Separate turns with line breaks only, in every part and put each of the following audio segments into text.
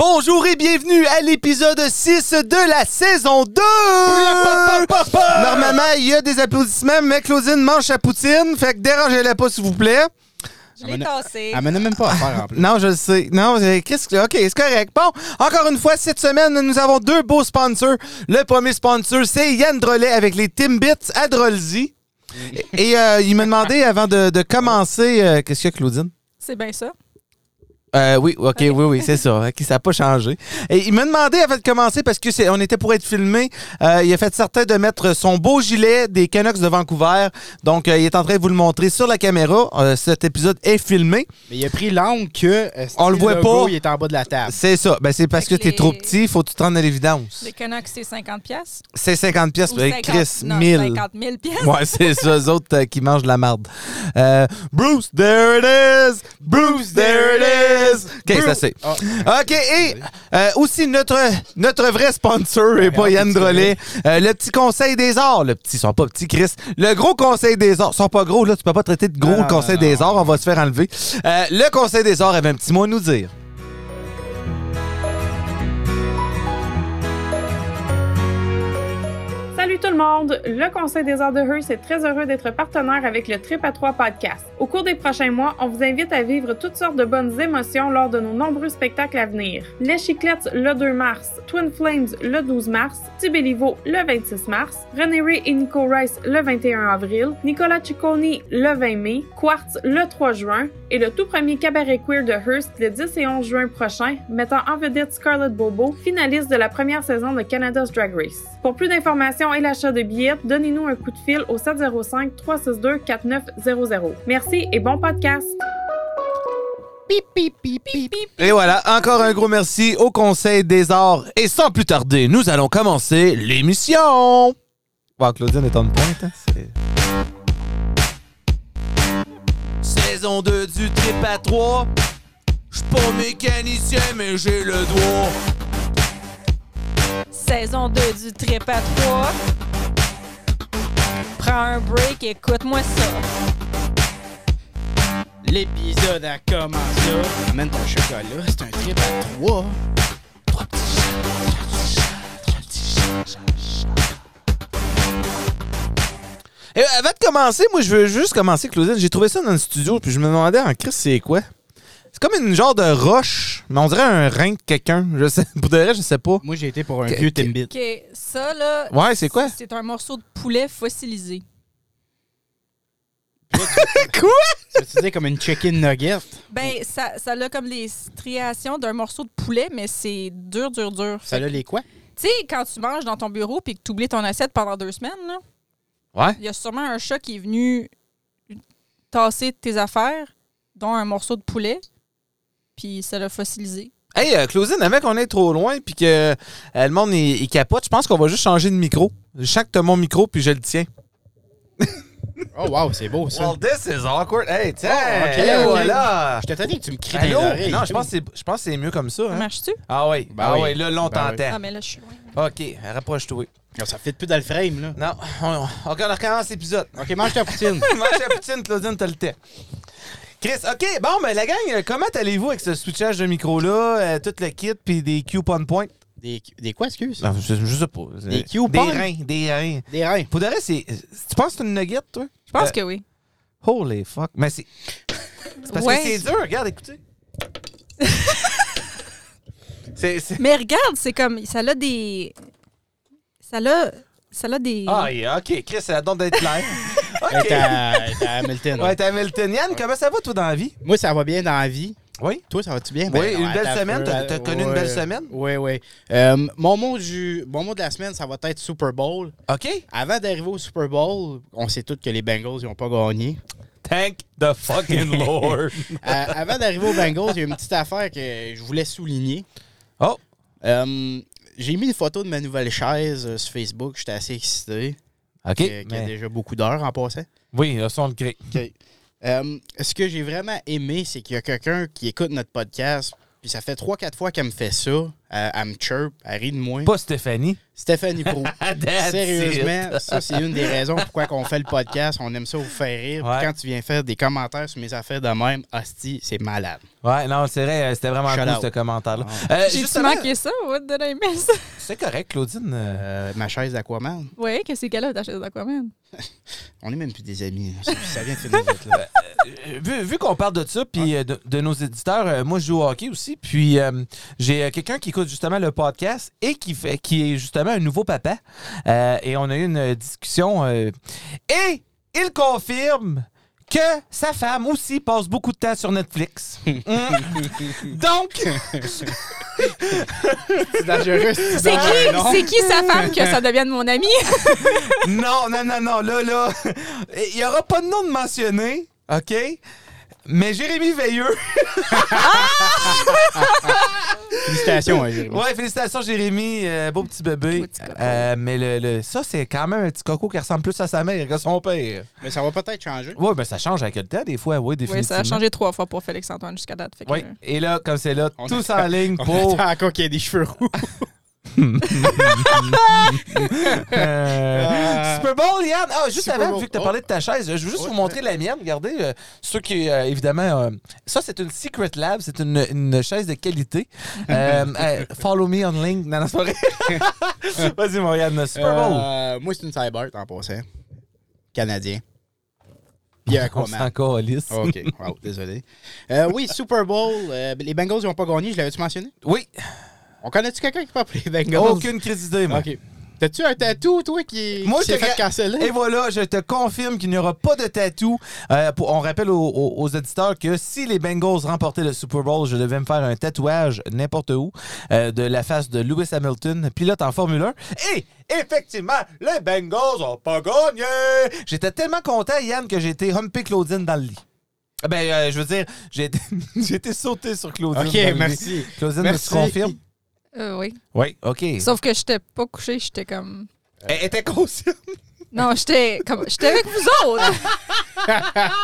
Bonjour et bienvenue à l'épisode 6 de la saison 2! Normalement, il y a des applaudissements, mais Claudine mange sa poutine, fait que dérangez-la pas, s'il vous plaît.
Je l'ai cassé.
Elle m'en a même pas à faire en plus.
Non, je le sais. Non, euh, qu'est-ce que. OK, c'est correct. Bon, encore une fois, cette semaine, nous avons deux beaux sponsors. Le premier sponsor, c'est Yann Drolet avec les Timbits à Drolzy. Et euh, il m'a demandé avant de, de commencer. euh, qu'est-ce qu'il y a, Claudine?
C'est bien ça.
Euh, oui, ok, oui, oui, c'est ça. Ok, ça n'a pas changé. Et il m'a demandé avant de commencer parce que c'est, on était pour être filmé. euh, il a fait certain de mettre son beau gilet des Canucks de Vancouver. Donc, euh, il est en train de vous le montrer sur la caméra. Euh, cet épisode est filmé.
Mais il a pris l'angle que. euh,
On le voit
logo,
pas.
Il est en bas de la table.
C'est ça. Ben, c'est parce que
Fait que
t'es
les-
trop petit, faut que tu te rendre à l'évidence.
Les Canucks, c'est 50 pièces.
C'est 50 pièces,
Ou
ben,
50,
Chris,
non,
1000.
50 000 pièces.
Ouais, c'est ça, eux autres euh, qui mangent de la marde. Euh, Bruce, there it is! Bruce, there it is! OK,
Bruce-
ça c'est.
Ah.
OK, et euh, aussi notre, notre vrai sponsor, et pas
Ouais,
Yann
c'est
Drolet, euh, le petit conseil des arts. Le petit, ils sont pas petits, Chris. Le gros conseil des arts. Ils sont pas gros, là, tu peux pas traiter de gros
Non,
le
non,
conseil
non,
des
non.
arts, on va se faire enlever. Euh, le conseil des arts avait un petit mot à nous dire.
Salut tout le monde! Le Conseil des arts de Hearst est très heureux d'être partenaire avec le Trip à 3 podcast. Au cours des prochains mois, on vous invite à vivre toutes sortes de bonnes émotions lors de nos nombreux spectacles à venir. Les Chiclettes le 2 mars, Twin Flames le 12 mars, Tibéliveau le 26 mars, René Ray et Nico Rice le 21 avril, Nicolas Ciccone le 20 mai, Quartz le 3 juin et le tout premier cabaret queer de Hearst le 10 et 11 juin prochain, mettant en vedette Scarlett Bobo, finaliste de la première saison de Canada's Drag Race. Pour plus d'informations et l'achat de billets, donnez-nous un coup de fil au 705 362 4900. Merci et bon podcast!
Et voilà, encore un gros merci au Conseil des Arts. Et sans plus tarder, nous allons commencer l'émission. Wow, Claudine est en pointe. hein, c'est- Saison 2 du trip à 3. J'suis pas mécanicien, mais j'ai le doigt.
Saison 2 du Trip à 3. Prends un break, écoute-moi ça.
L'épisode a commencé. Amène ton chocolat, c'est un trip à trois.
Et avant de commencer, moi, je veux juste commencer, Claudine. J'ai trouvé ça dans le studio, puis je me demandais en Christ, c'est quoi? C'est comme une genre de roche, mais on dirait un rein de quelqu'un. Je sais, pour de vrai, je sais pas.
Moi, j'ai été pour un
Ok,
vieux
ok.
Timbit.
OK, ça là.
Ouais, c'est quoi?
C'est un morceau de poulet fossilisé.
Je veux dire comme une chicken nugget.
Ben, ça, ça a comme les striations d'un morceau de poulet, mais c'est dur, dur, dur.
Ça
Fait
a les quoi?
que, Tu sais, quand tu manges dans ton bureau puis que tu oublies ton assiette pendant deux semaines, là,
Ouais.
il y a sûrement un chat qui est venu tasser tes affaires, dont un morceau de poulet, puis ça l'a fossilisé.
Hey, euh, Claudine, avant qu'on est trop loin puis que euh, le monde il, il capote, je pense qu'on va juste changer de micro. Chaque t'as mon micro puis je le tiens.
Oh wow, c'est beau ça.
this is awkward. Hey, tiens,
Oh, ok,
et
ok.
voilà.
Je te tenais que tu me cries
Allô?
dans les oreilles.
Non, je pense que c'est- je pense que c'est mieux comme ça.
Ça
hein.
marche-tu?
Ah oui,
Ben
ah
oui.
oui, là, là, on
Ben
t'entend.
Ah, mais là, je suis loin.
OK, rapproche-toi.
Non, Ça fit plus dans le frame là.
Non, on, on, on recommence l'épisode.
Ok, mange ta poutine.
Mange la poutine, Claudine, t'as le temps. Chris, OK, bon, mais la gang, euh, comment allez-vous avec ce switchage de micro-là, euh, tout le kit, puis des coupon points?
Des, des quoi, excuse?
Non, je, je sais pas. Des
Des coupons?
reins, des reins.
Des reins.
Pour de vrai, c'est. Tu penses que c'est une nugget, toi?
Je pense
Euh,
que oui.
Holy fuck. Mais c'est. c'est parce
Ouais.
que c'est dur, regarde, écoutez. c'est. c'est-
Mais regarde, c'est comme. Ça a des. Ça a. Ça a des.
Ah, yeah, ok, Chris, c'est la donne d'être clair.
Elle est
ok.
à- elle est à Hamilton.
Ouais, t'es Hamilton. Yann, comment ça va, toi, dans la vie?
Moi, ça va bien dans la vie.
Oui.
Toi, ça va-tu bien? Ben,
Oui, une belle semaine. T'as- t'as connu une belle semaine?
Oui, oui. Euh, mon, mot du, mon mot de la semaine, ça va être Super Bowl.
Ok.
Avant d'arriver au Super Bowl, on sait tous que les Bengals n'ont pas gagné.
Thank the fucking Lord.
Euh, avant d'arriver aux Bengals, il y a une petite affaire que je voulais souligner.
oh,
Euh, J'ai mis une photo de ma nouvelle chaise euh, sur Facebook. J'étais assez excité.
ok.
euh, qui a déjà beaucoup d'heures en passant.
Oui, le son le
Euh, ce que j'ai vraiment aimé, c'est qu'il y a quelqu'un qui écoute notre podcast Puis ça fait 3-4 fois qu'elle me fait ça. euh, Elle, elle me chirp, elle rit de moi.
Pas Stéphanie.
Stéphanie Proulx.
That's
Sérieusement, ça, c'est une des raisons pourquoi qu'on fait le podcast. On aime ça vous faire rire. Puis
Ouais.
Quand tu viens faire des commentaires sur mes affaires de même, hostie, c'est malade.
Ouais, non, c'est vrai, euh, c'était vraiment
Shout
cool,
out.
ce commentaire-là.
Ah.
Euh,
J'ai-tu
justement,
manqué ça? What did I miss?
c'est correct, Claudine. euh,
Euh, ma chaise d'Aquaman,
ouais, que c'est qu'elle a d'acheter d'Aquaman.
on est même plus des amis. Ça, ça vient de finir vite, là.
Euh, vu vu qu'on parle de ça, puis euh, de, de nos éditeurs, euh, moi je joue au hockey aussi, puis euh, j'ai euh, quelqu'un qui écoute justement le podcast et qui fait qui est justement un nouveau papa. Euh, et on a eu une euh, discussion euh, et il confirme que sa femme aussi passe beaucoup de temps sur Netflix. Mm. Donc,
C'est dangereux. si tu
C'est
Ben,
donnes un nom.
qui, c'est qui sa femme que ça devienne mon ami?
non, non, non, non, là, là, il n'y aura pas de nom de mentionné, OK? Mais Jérémy Veilleux
Félicitations, hein, Jérémy.
Ouais, félicitations, Jérémy. Euh, beau petit bébé.
Beau petit coco.
Euh, mais le, le- ça, c'est quand même un petit coco qui ressemble plus à sa mère que son père.
Mais ça va peut-être changer.
Ouais, ben ça change avec le temps, des fois. Oui,
Oui,
définitivement.
ça a changé trois fois pour Félix-Antoine jusqu'à date. Fait que,
Oui,
euh,
et là, comme c'est là,
On
tous
attend-
en ligne
On
pour.
attend encore qu'il y ait des cheveux roux.
Euh, Super Bowl, Yann! Ah, juste
Super
avant,
Bowl.
vu que tu as
Oh.
parlé de ta chaise, je veux juste
Ouais.
vous montrer la mienne. Regardez, euh, ceux qui, euh, évidemment, euh, ça, c'est une Secret Lab, c'est une, une chaise de qualité. Euh, euh, follow me on link. Non, non, c'est pas vrai. Vas-y, mon Yann, Super Bowl.
Euh, moi, c'est une Cybert en passant. Canadien. Puis
On
Aquaman.
s'en calisse.
OK. Wow, désolé. Euh, oui, Super Bowl. euh, les Bengals, ils n'ont pas gagné. Je l'avais-tu mentionné?
Oui,
On connaît-tu quelqu'un qui parle pour les Bengals?
aucune crise d'idée, moi.
Oh. OK. T'as-tu un tatou, toi, qui,
Moi,
qui s'est
je te
fait
ga- Et
canceller?
voilà, je te confirme qu'il n'y aura pas de tatou. Euh, pour- on rappelle aux, aux- aux auditeurs que si les Bengals remportaient le Super Bowl, je devais me faire un tatouage n'importe où euh, de la face de Lewis Hamilton, pilote en Formule 1. Et effectivement, les Bengals n'ont pas gagné. J'étais tellement content, Yann, que j'ai été humpé Claudine dans le lit. Ben, euh, je veux dire, j'ai été, j'ai été sauté sur Claudine. dans le
OK,
lit.
merci.
Claudine,
Merci.
tu confirmes?
euh, oui.
Oui, OK.
Sauf que j'étais pas couchée, j'étais comme.
Elle était consciente.
Non, j'étais comme j'étais avec vous autres.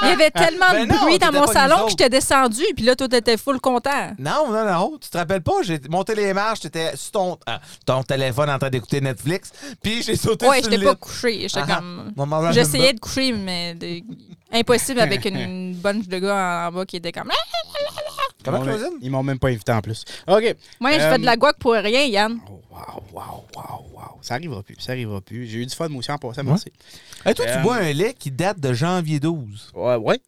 Il y avait tellement
Ben
de
non,
bruit dans
t'étais
mon
pas nous
salon que
autres.
j'étais descendue, puis là tout était full content.
Non, non, non, oh, tu te rappelles pas, j'ai monté les marches, t'étais sur ton, ah, ton téléphone en train d'écouter Netflix, puis j'ai sauté
Ouais,
sur le
j'étais
lit.
pas couchée, j'étais
Ah, ah.
comme
Mon moment
j'essayais de coucher mais de- impossible avec une bonne de gars en, en bas qui était comme Ah!
Comment,
Ils m'ont-
Claudine?
Ils m'ont même pas invité en plus. OK.
Moi, je
Euh,
fais de la guac pour rien, Yann.
Oh, wow, wow, wow, wow. Ça arrivera plus, ça arrivera plus. J'ai eu du fun, moi aussi, en passant, merci.
Hey, toi, tu
Euh,
bois un lait qui date de janvier 12.
Ouais, ouais.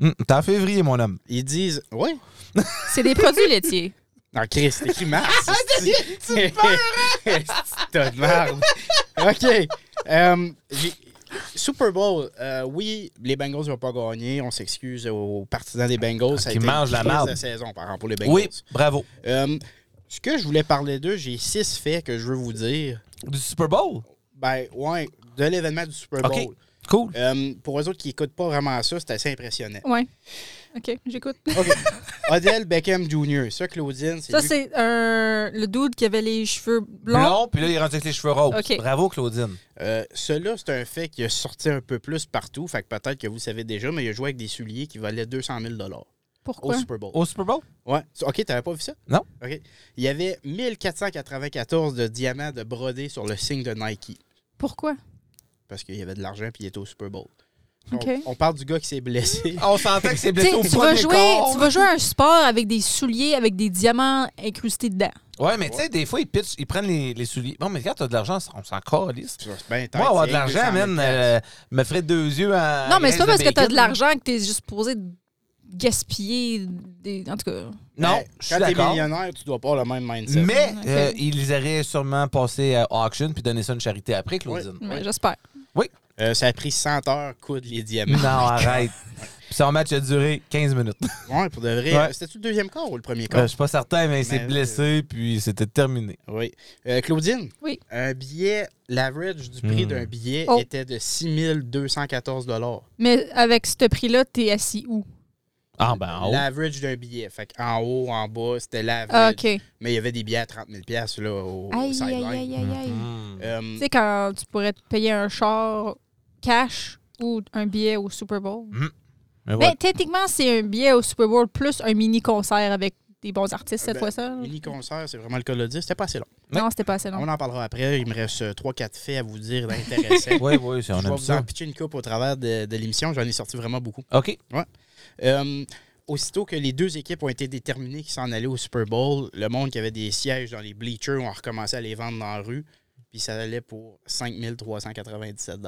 Hum, T'es en février, mon homme.
Ils disent... Ouais.
C'est des produits laitiers.
Non, Chris, c'est écrit mars.
Ah,
tu
hein?
de merde. OK. Euh, j'ai- Super Bowl, euh, oui, les Bengals n'ont pas gagné. On s'excuse aux partisans des Bengals. Ça
Ah,
a
Qui
été
mangent
une
la
crise
marde.
de saison, par exemple, pour les Bengals.
Oui, bravo.
Euh, ce que je voulais parler d'eux, j'ai six faits que je veux vous dire.
Du Super Bowl?
Ben, ouais, de l'événement du Super Bowl.
OK. Cool.
Euh, pour eux autres qui n'écoutent pas vraiment ça, c'est assez impressionnant.
Ouais. OK, j'écoute.
OK. Odell Beckham Jr. Ça, Claudine, c'est
Ça
lui-
c'est un le dude qui avait les cheveux blonds.
Blond, puis là, il est rendu avec les cheveux roses.
OK.
Bravo, Claudine.
Euh, Cela, c'est un fait qui a sorti un peu plus partout. Fait que peut-être que vous savez déjà, mais il a joué avec des souliers qui valaient 200 000 au
Pourquoi
Super Bowl.
Au Super Bowl?
Ouais. Tu- OK, t'avais pas vu ça?
Non.
OK. Il y avait 1494 de diamants de brodés sur le signe de Nike
Pourquoi
parce qu'il y avait de l'argent puis il était au Super Bowl.
OK.
On, on parle du gars qui s'est blessé.
On sentait que c'est
Tu
blessé
sais,
au
tu vas,
premier
jouer,
corps.
tu vas jouer à un sport avec des souliers, avec des diamants incrustés dedans.
Ouais, mais tu sais, des fois, ils pitchent, ils prennent les, les souliers. Bon, mais quand t'as de l'argent, on s'en calisse.
Ça, c'est ben tight,
Moi, avoir
c'est
de l'argent,
200 000
man, euh, me ferait deux yeux à.
non, mais c'est pas parce que t'as
t'as
de l'argent que t'es juste posé gaspiller des. En tout cas.
Non,
Ben,
je suis
Quand t'es
d'accord.
millionnaire, tu dois pas avoir le même mindset.
Mais
Ok.
euh, ils auraient sûrement passé à auction puis donner ça à une charité après, Claudine.
mais J'espère.
Euh, ça a pris 100 heures, coudre les diamants.
Non, arrête. Puis son match a duré 15 minutes.
Ouais, pour de vrai.
Ouais.
C'était-tu le deuxième corps ou le premier
Euh,
corps?
je suis pas certain, mais il s'est
Mais- euh,
blessé puis c'était terminé.
Oui. Euh, Claudine?
Oui.
Un billet, l'average du
Hmm.
prix d'un billet
Oh.
était de 6214
Mais avec ce prix-là, t'es assis où?
Ah, ben, oh.
L'average d'un billet. Fait en haut, en bas, c'était
Ah,
l'average.
OK. Aïe,
Mais il y avait des billets à 30 000 là, au, au
aïe, aïe,
sideline.
aïe, aïe.
Hmm.
Euh,
Tu sais, quand tu pourrais te payer un char cash ou un billet au Super Bowl. Ben,
Mais
Mais
ouais.
techniquement, c'est un billet au Super Bowl plus un mini concert avec des bons artistes cette
Ben,
fois ça.
Mini-concert, c'est vraiment le cas de le dire. C'était pas assez long.
Non, c'était pas assez long.
On en parlera après. Il me reste 3-4 faits à vous dire d'intéressants.
Oui, oui,
Je
on
vais
aime
vous en
ça.
pitcher une coupe au travers de, de l'émission. J'en ai sorti vraiment beaucoup.
OK.
Euh, aussitôt que les deux équipes ont été déterminées qui s'en allaient au Super Bowl, le monde qui avait des sièges dans les bleachers ont recommencé à les vendre dans la rue. Puis ça allait pour 5397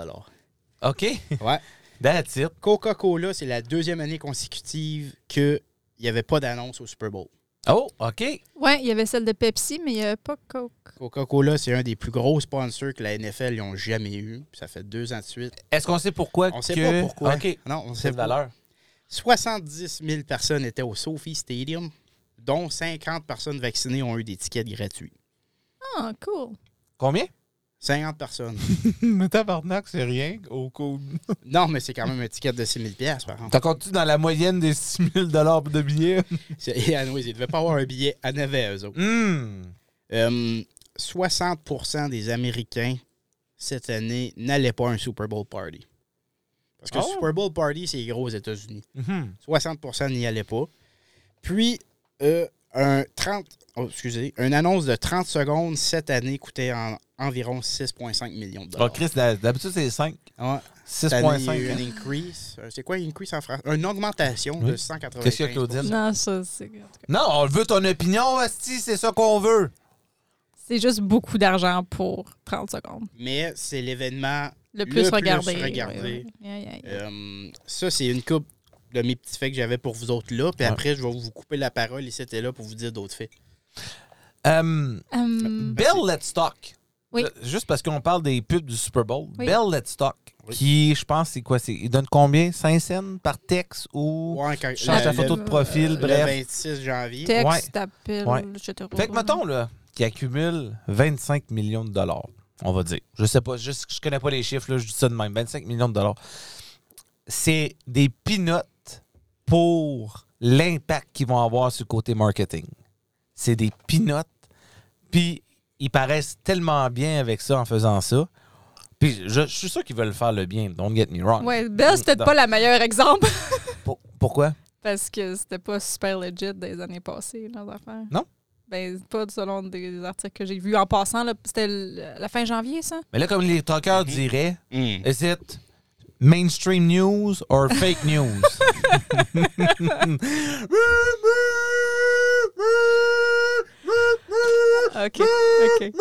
OK.
Ouais.
That's it.
Coca-Cola, c'est la deuxième année consécutive qu'il n'y avait pas d'annonce au Super Bowl.
Oh, OK.
Ouais, il y avait celle de Pepsi, mais il n'y avait pas Coke.
Coca-Cola, c'est un des plus gros sponsors que la NFL n'ont jamais eu. Ça fait deux ans de suite.
Est-ce qu'on sait pourquoi?
On sait
que-
pas pourquoi.
OK.
Non, on
C'est
sait
de
pas.
valeur.
70 000 personnes étaient au Sophie Stadium, dont 50 personnes vaccinées ont eu des tickets gratuits.
Ah, cool.
Combien?
50 personnes.
Mais tabarnak, c'est rien. Au coup.
non, mais c'est quand même un ticket de 6 000 piastres, par contre.
T'en comptes-tu dans la moyenne des 6 000 de billets?
C'est- Et anyways, ils ne devaient pas avoir un billet à 9 eux autres.
Hum.
Euh, 60 des Américains, cette année, n'allaient pas à un Super Bowl party. Parce que
Ah ouais?
Super Bowl party, c'est gros aux États-Unis.
Mhm.
60 n'y allaient pas. Puis, euh, un 30, oh, excusez, une annonce de 30 secondes cette année coûtait en- environ 6,5 millions de
Bon,
dollars.
Chris, d'hab- d'habitude, c'est 5.
Ouais, cette année, il y a eu
6,5. hein.
une increase. Euh, C'est quoi une increase en France? Une augmentation
Oui.
de 180
Qu'est-ce qu'il y a, Claudine?
Non, ça, c'est.
Non, on veut ton opinion, Asti, c'est ça qu'on veut.
C'est juste beaucoup d'argent pour 30 secondes.
Mais c'est l'événement.
Le
Le
plus
plus
regardé.
regardé.
Ouais, ouais. Aïe, aïe, aïe.
euh, ça, c'est une coupe de mes petits faits que j'avais pour vous autres là. Puis
Ouais.
après, je vais vous couper la parole et c'était là pour vous dire d'autres faits.
Hum,
Hum,
Bell Let's Talk.
Oui.
Euh, Juste parce qu'on parle des pubs du Super Bowl.
Oui.
Bell Let's Talk,
Oui.
qui, je pense, c'est quoi? c'est- Il donne combien? 5 cents par texte ou...
Ouais, quand-
Change
le-
la photo
le-
de profil,
le
bref.
26 janvier.
Ouais.
texte, appel,
Ouais.
etc.
Fait que, mettons, là, qui accumule 25 millions de dollars, on va dire. Je sais pas, je, je connais pas les chiffres, là, je dis ça de même. 25 millions de dollars. C'est des pinottes pour l'impact qu'ils vont avoir sur le côté marketing. C'est des pinottes. Puis, ils paraissent tellement bien avec ça en faisant ça. Puis, je, je suis sûr qu'ils veulent faire le bien, don't get me wrong.
Ouais, Bell, c'était peut-être pas la meilleure exemple.
Pour- pourquoi?
Parce que c'était pas super legit des années passées, leurs affaires.
Non?
Ben, pas selon des articles que j'ai vus en passant. là. C'était le- la fin janvier, ça?
Mais là, comme les truckers diraient,
Hmm.
Is it mainstream news or fake news?
OK, OK.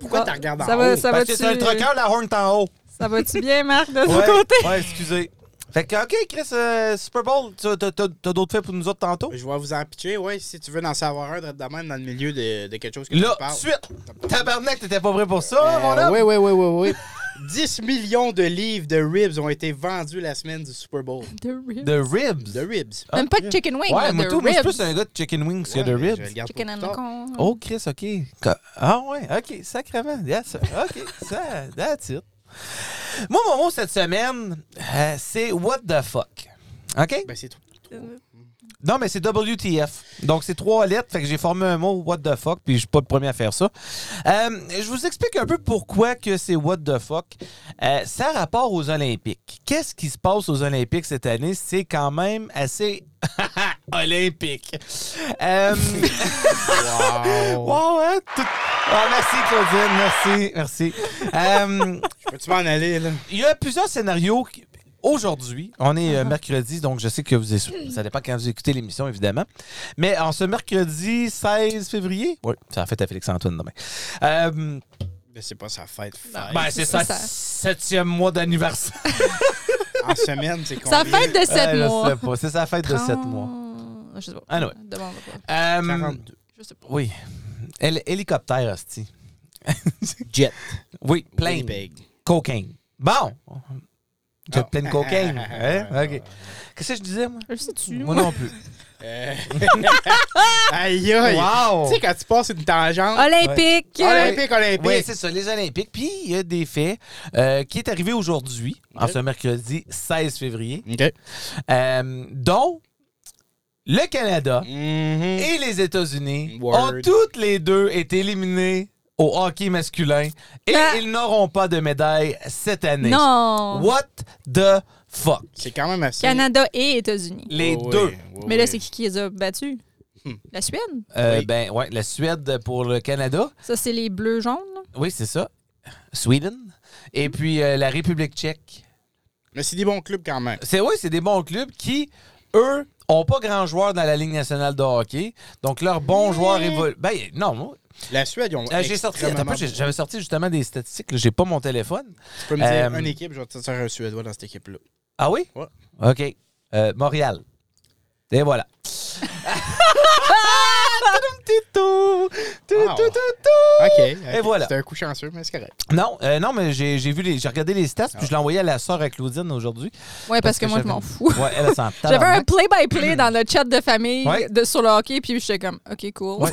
Pourquoi
Bon,
tu regardes en
Ah, ça va,
haut?
ça
Parce
va-tu
que c'est un trucker, la horn est en haut.
ça va-tu bien, Marc, de ton côté?
ouais, excusez. Fait que, OK, Chris, euh, Super Bowl, tu- t'as t'as- t'as d'autres faits pour nous autres tantôt?
Je vais vous en pitcher, ouais, si tu veux en savoir un drette de même dans le milieu de, de quelque chose que
Là,
tu parles.
de suite! Tabarnak, t'étais pas prêt pour ça, mon
Euh,
homme?
oui, oui, oui, oui, oui. 10 millions de livres de ribs ont été vendus la semaine du Super Bowl.
The ribs.
De ribs.
De ribs.
Ah. Même pas de chicken wing,
Ouais,
là,
moi,
the
tout, moi, je suis
ribs.
plus un gars de chicken wings que
Ouais,
de
mais je
ribs.
le garde
Chicken
pour
and
plus tard.
con.
Oh, Chris, OK. Ca- Ah, ouais, OK, sacrément. Yes, OK, ça, that's it. Moi, mon mot cette semaine, euh, c'est What the fuck. OK?
Ben, c'est tout.
Non, mais c'est WTF. Donc, c'est trois lettres, fait que j'ai formé un mot What the fuck, puis je suis pas le premier à faire ça. Euh, je vous explique un peu pourquoi que c'est What the fuck. Euh, ça a rapport aux Olympiques. Qu'est-ce qui se passe aux Olympiques cette année? C'est quand même assez olympique. Euh,
Wow.
Wow, hein? Tout- Ah, merci, Claudine. Merci, merci. Euh,
Peux-tu m'en aller, là?
Il y a plusieurs scénarios. qui- Aujourd'hui, on est euh, mercredi, donc je sais que vous... Ça dépend quand vous écoutez l'émission, évidemment. Mais en ce mercredi 16 février... Oui, c'est la fête à Félix-Antoine demain. Euh,
Ben, c'est pas sa fête. fête.
ben, c'est
C'est
ça,
ça.
septième mois d'anniversaire.
En semaine, c'est combien?
Ça fête de
Ouais,
7
je sais
mois.
pas, C'est sa fête de 7 mois.
Je sais pas.
Anyway.
Demande pas.
Euh,
42.
Je sais pas.
oui. Hél- hélicoptère, hostie.
Jet. ben,
Oui, plein.
Winnipeg.
Cocaine. Bon! Tu as
Oh.
plein de cocaine. hein? OK. Qu'est-ce que je disais, moi?
Je sais-tu?
Moi non plus.
Euh, Aïe, aïe.
Wow!
Tu sais, quand tu passes une tangente.
Olympique! euh,
Olympique, Olympique.
Oui, c'est ça, les Olympiques. Puis, il y a des faits euh, qui est arrivé aujourd'hui, en
Ok.
ce mercredi 16 février,
OK.
euh, dont le Canada
Mhm.
et les États-Unis
Word.
ont toutes les deux été éliminés au hockey masculin et
Ah.
ils n'auront pas de médaille cette année.
Non!
What the fuck?
C'est Oh, quand même assez.
Canada et États-Unis.
Les
Ouais,
deux.
ouais,
Mais là,
ouais.
c'est qui qui les a battus?
Hmm.
La Suède,
Euh,
Oui.
Ben, ouais, la Suède pour le Canada.
ça, c'est les bleus-jaunes. là.
Oui, c'est ça. Sweden. Et puis euh, la République tchèque.
Mais c'est des bons clubs quand même.
C'est oui, c'est des bons clubs qui, eux, ont pas grand joueur dans la Ligue nationale de hockey. Donc, leurs bons joueurs évoluent. Ben, non.
La Suède, ils ont.
euh, j'ai sorti,
extrêmement
attends pas, j'ai-
bon-
j'avais sorti justement des statistiques. là, J'ai pas mon téléphone.
Tu peux me dire
Euh,
une équipe, je vais te sortir un Suédois dans cette équipe-là.
Ah oui?
Ouais.
OK. Euh, Montréal. Et voilà. Tudum-titou. Tudum-titou.
OK. ok.
voilà.
C'est un coup chanceux, mais c'est correct.
Non, euh, non, mais j'ai j'ai vu les, j'ai regardé les stats, puis je l'ai envoyé à la sœur à Claudine aujourd'hui.
Ouais, Ah. parce, que, moi, je
j'avais-
m'en fous.
Ouais, elle elle s'en
J'avais un play-by-play dans le chat de famille
Ouais.
de, sur le hockey, puis j'étais comme, OK, cool.
Ouais.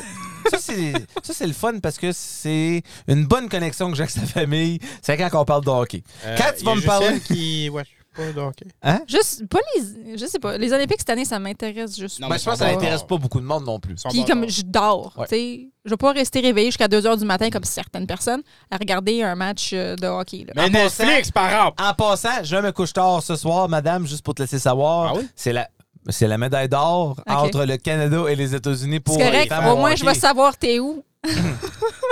Ça, c'est ça, c'est le fun parce que c'est une bonne connexion que j'ai avec sa famille. C'est quand on parle de hockey.
Euh,
Kat, tu
il y
vas
a
me
juste
parler-
elle qui. Ouais, je suis pas de hockey.
Juste, pas les. Je sais pas. Les Olympiques cette année, ça m'intéresse juste.
Non,
Ben,
mais
je pense que ça
ils sont
n'intéresse
bons.
pas beaucoup de monde non plus.
Ils sont
Puis
bons
comme
dans-
je dors,
Ouais. Hmm.
tu sais, je vais pas rester réveillée jusqu'à 2 h du matin comme certaines personnes à regarder un match euh, de hockey. là.
Mais Netflix, par exemple.
En passant, je me couche tard ce soir, madame, juste pour te laisser savoir.
Ah oui?
C'est la. C'est la médaille d'or
Ok.
entre le Canada et les États-Unis pour
C'est
les
correct.
femmes
Au moins, je vais
hockey.
savoir t'es où.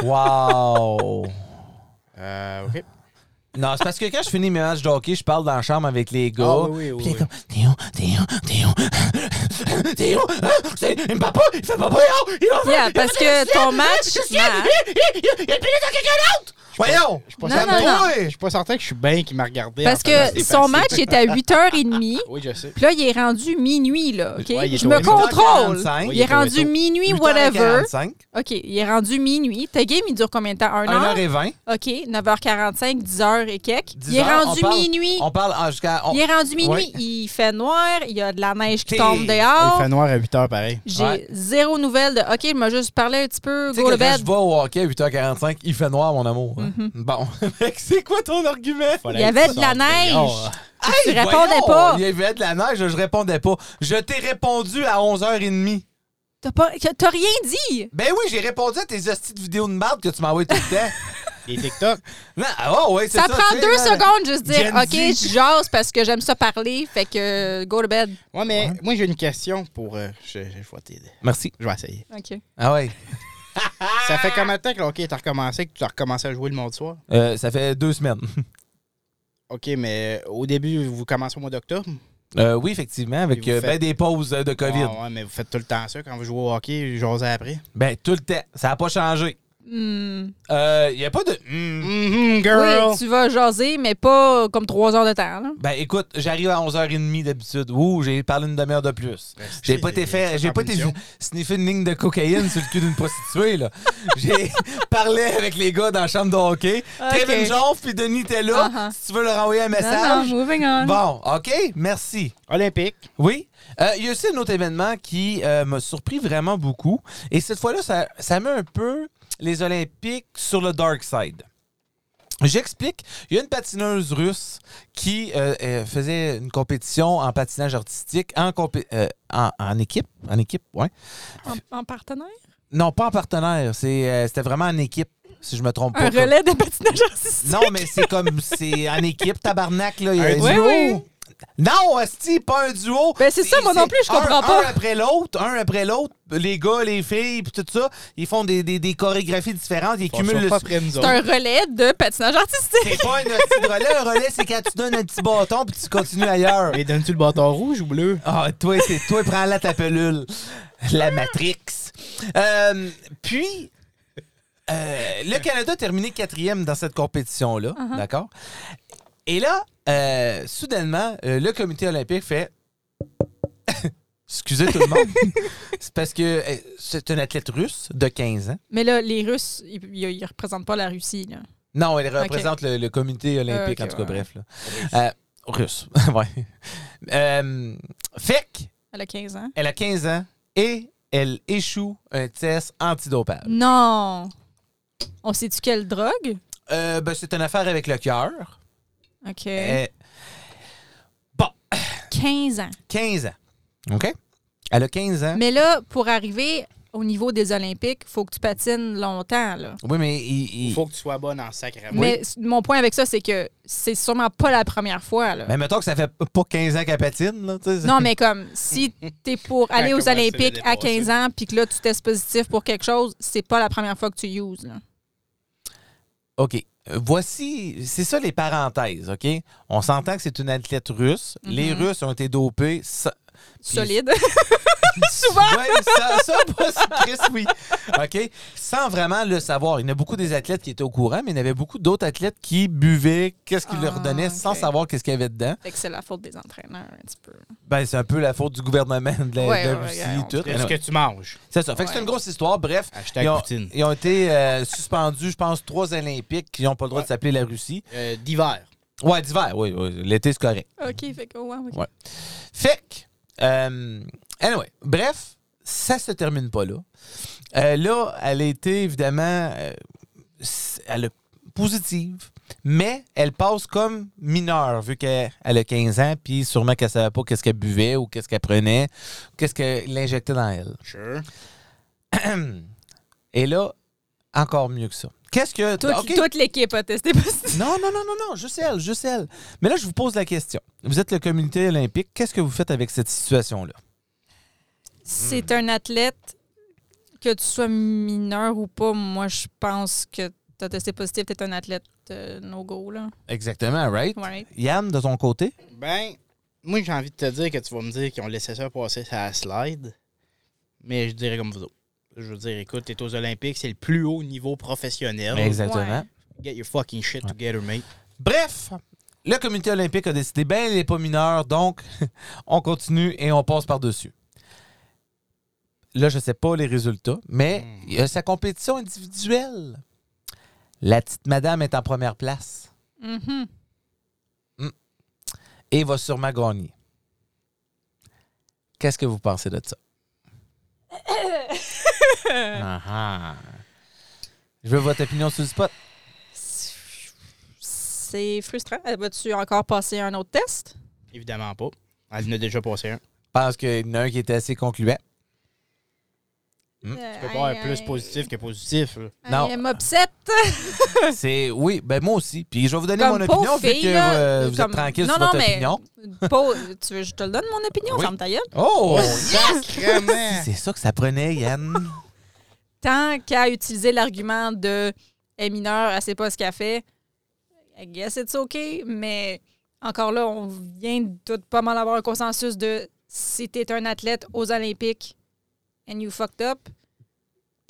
Wow!
Euh, OK.
Non, c'est parce que quand je finis mes matchs de hockey, je parle dans la chambre avec les gars.
Ah oui, oui, oui,
Puis
oui.
comme, Théo, Théo, Théo, Théo, hein, c'est- il me bat pas, il fait pas peur, oh, il va
Yeah, parce que ton match. match-
Il a pilé à quelqu'un d'autre! Voyons!
Je suis pas
Non,
certain-
non, non.
Je suis pas certain que je suis bien qui m'a regardé.
Parce
en faisant
que
des
son
passes.
match est à 8h30.
Oui, je sais.
Puis là, il est rendu minuit, là. OK?
Ouais, il est
je me
tôt.
contrôle.
8h45.
Il est rendu
tôt.
minuit,
8h45,
whatever. OK, il est rendu minuit. Ta game, il dure combien de temps? Un heure?
1h20.
OK, 9h45, 10h et quelques.
10
Il est
heures,
rendu
on parle-
minuit.
On parle ah, jusqu'à. on-
Il est rendu minuit.
Ouais.
Il fait noir. Il y a de la neige qui
T'es-
tombe
Il
dehors.
fait noir à 8 heures, pareil.
J'ai
Ouais.
zéro nouvelle de OK, il m'a juste parlé un petit peu,
Tu sais
go
que
to
quand je
bed. Mm-hmm.
vais au hockey à 8h45, il fait noir, mon amour. hein. Bon. Fait que c'est quoi ton argument?
Voilà,
Il y avait de la
sort,
neige.
oh,
Hey,
Tu répondais
voyons,
pas.
Il y avait de la neige, je répondais pas. Je t'ai répondu à 11h30.
T'as pas- t'as rien dit.
Ben oui, j'ai répondu à tes hosties de vidéos de marde que tu m'envoies tout le temps.
Des euh, TikTok.
Non, ah ouais, ouais, c'est
Ça,
ça
prend
tu sais,
deux
là,
secondes juste dire
Gen
OK,
Z.
je jase parce que j'aime ça parler. Fait que euh, go to bed.
Ouais, mais moi, j'ai une question pour. euh, je, je vais t'aider.
Merci.
Je vais essayer.
OK.
Ah ouais.
Ça
Ah!
fait combien de temps que le hockey est recommencé, que tu as recommencé à jouer le monde soir?
Euh, ça fait deux semaines.
OK, mais au début, vous commencez au mois d'octobre?
Euh, oui, effectivement, avec
Et vous
euh, ben
faites-
des pauses euh, de COVID.
Ah ouais, mais vous faites tout le temps ça quand vous jouez au hockey, j'ose après.
Ben tout le temps. Ça n'a pas changé.
Hmm.
Il n'y a pas de. Hmm.
Mhm, girl!
Oui, tu vas jaser, mais pas comme trois heures de temps. là.
Ben écoute, j'arrive à 11h30 d'habitude. Ouh, j'ai parlé une demi-heure de plus.
Ben, c'est-
J'ai pas été
c'est
fait, j'ai
en
pas été
punition.
sniffer une ligne de cocaïne sur le cul d'une prostituée là. J'ai parlé avec les gars dans la chambre de hockey.
Ok.
Kevin Jones puis Denis était là.
Uh-huh.
Si tu veux leur envoyer un
Non,
message.
non, moving on.
Bon, OK, merci.
Olympique.
Oui. Euh, Il y a aussi un autre événement qui euh, m'a surpris vraiment beaucoup. Et cette fois-là, ça, ça met un peu les Olympiques sur le dark side. J'explique. Il y a une patineuse russe qui euh, euh, faisait une compétition en patinage artistique en, compé- euh, en, en équipe. En équipe, ouais.
En, en partenaire?
Non, pas en partenaire. C'est, euh, C'était vraiment en équipe, si je me trompe
Un
pas. Comme-
relais de patinage artistique.
Non, mais c'est comme. C'est en équipe, tabarnak. Là. Il y a-
Un
Oui,
duo.
oui.
non, Asti, pas un duo.
Ben, c'est ça, moi non plus, je
un-
comprends
Un
pas.
après l'autre, un après l'autre, les gars, les filles, puis tout ça, ils font des, des, des chorégraphies différentes, ils
Ils
cumulent
sont
le.
pas après nous
C'est
autres.
un relais de patinage artistique.
C'est pas un petit relais. Un relais, c'est quand tu donnes un petit bâton puis tu continues ailleurs.
Mais donnes-tu le bâton rouge ou bleu?
Ah, toi, c'est toi, prends-la ta pelule. La Matrix. Euh, puis, euh, le Canada a terminé quatrième dans cette compétition-là,
Uh-huh.
d'accord? Et là, euh, soudainement, euh, le comité olympique fait... Excusez tout le monde. c'est parce que euh, c'est un athlète russe de 15 ans.
Mais là, les Russes, ils, ils- ils représentent pas la Russie. Là.
Non, elle représente le, le comité olympique,
Euh, ok,
en tout cas,
ouais.
bref. là. Euh, russe, ouais. Euh, fait que
Elle a 15 ans.
Elle a 15 ans et elle échoue un test antidopage.
Non! On sait-tu quelle drogue?
Euh, ben, c'est une affaire avec le cœur.
OK.
Euh, bon,
15 ans.
15 ans. OK? Elle a 15 ans.
Mais là, pour arriver au niveau des Olympiques, faut que tu patines longtemps. Là.
Oui, mais il.
Il
il-
faut que tu sois bonne en sacrament.
Mais s- mon point avec ça, c'est que c'est sûrement pas la première fois. Là.
Mais Ben, mettons que ça fait pas 15 ans qu'elle patine, là. tu sais.
Non, mais comme si t'es pour aller
Comment
aux
ça l'a
Olympiques à
dépassé?
15 ans puis que là tu testes positif pour quelque chose, c'est pas la première fois que tu uses. là.
OK. Euh, Voici, c'est ça les parenthèses, OK? On s'entend que c'est une athlète russe. Les Russes ont été dopés. Ça, Puis-
Solide.
Souvent! ça, ça, pas si Chris, oui. OK? Sans vraiment le savoir. Il y en a beaucoup des athlètes qui étaient au courant, mais il y en avait beaucoup d'autres athlètes qui buvaient, qu'est-ce qu'ils leur
Ah,
donnaient, sans
OK.
savoir qu'est-ce qu'il y avait dedans.
fait que c'est la faute des entraîneurs un petit peu.
Ben, c'est un peu la faute du gouvernement de la,
Ouais,
de la
ouais,
Russie,
regarde, on
tout.
est ce que tu manges?
C'est ça. Fait que c'est une grosse histoire. Bref,
Hashtag
ils ont,
Poutine.
ils ont été euh, suspendus, je pense, trois Olympiques qui n'ont pas le droit de s'appeler la Russie.
Euh, D'hiver.
Ouais, d'hiver, oui. oui. L'été, c'est correct.
OK, fait que ouais, ok.
Ouais. Fait que, euh, anyway, bref, ça se termine pas là. Euh, là, elle a été évidemment euh, s- elle a- positive, mais elle passe comme mineure vu qu'elle elle a 15 ans, puis sûrement qu'elle savait pas qu'est-ce qu'elle buvait ou qu'est-ce qu'elle prenait, qu'est-ce qu'elle injectait dans elle.
Sure.
Et là, encore mieux que ça. Qu'est-ce que.
Toute,
OK.
toute l'équipe a testé positif.
Non, non, non, non, non, juste elle, juste elle. Mais là, je vous pose la question. Vous êtes le comité olympique. Qu'est-ce que vous faites avec cette situation-là?
Hmm.
C'est un athlète, que tu sois mineur ou pas, moi je pense que t'as testé positif, t'es un athlète euh, no-go. là.
Exactement, right?
Ouais.
Yann, de ton côté?
Ben, moi, j'ai envie de te dire que tu vas me dire qu'ils ont laissé ça passer sa slide, mais je dirais comme vous autres. Je veux dire, écoute, t'es aux Olympiques, c'est le plus haut niveau professionnel.
Exactement.
Ouais.
Get your fucking shit together, mate.
Bref, le comité olympique a décidé, ben, elle n'est pas mineure, donc on continue et on passe par-dessus. Là, je ne sais pas les résultats, mais il y a sa compétition individuelle. La petite madame est en première place Hmm.
Mhm.
et va sûrement gagner. Qu'est-ce que vous pensez de ça? Ah, ah. Je veux votre opinion sur le spot.
C'est frustrant. Euh, Vas-tu encore passer un autre test?
Évidemment pas. Elle en a déjà passé un. Tu
Parce qu'il y en a un qui était assez concluant.
peux pas avoir plus positif que positif. là.
Non.
Elle m'obsède.
C'est oui, ben moi aussi. Puis je vais vous donner
Comme
mon
pauvre
opinion
fille.
vu que
là,
euh, vous
comme-
êtes tranquille
non,
sur
non,
votre
mais
opinion.
pauvre, tu veux, je te le donne, mon opinion,
Oui.
ferme ta gueule.
Oh,
Sacrement!
c'est ça que ça prenait, Yann.
Tant qu'à utiliser l'argument de « elle est mineure, elle sait pas ce qu'elle fait », I guess it's OK, mais encore là, on vient de tout pas mal avoir un consensus de « si t'es un athlète aux Olympiques and you fucked up »,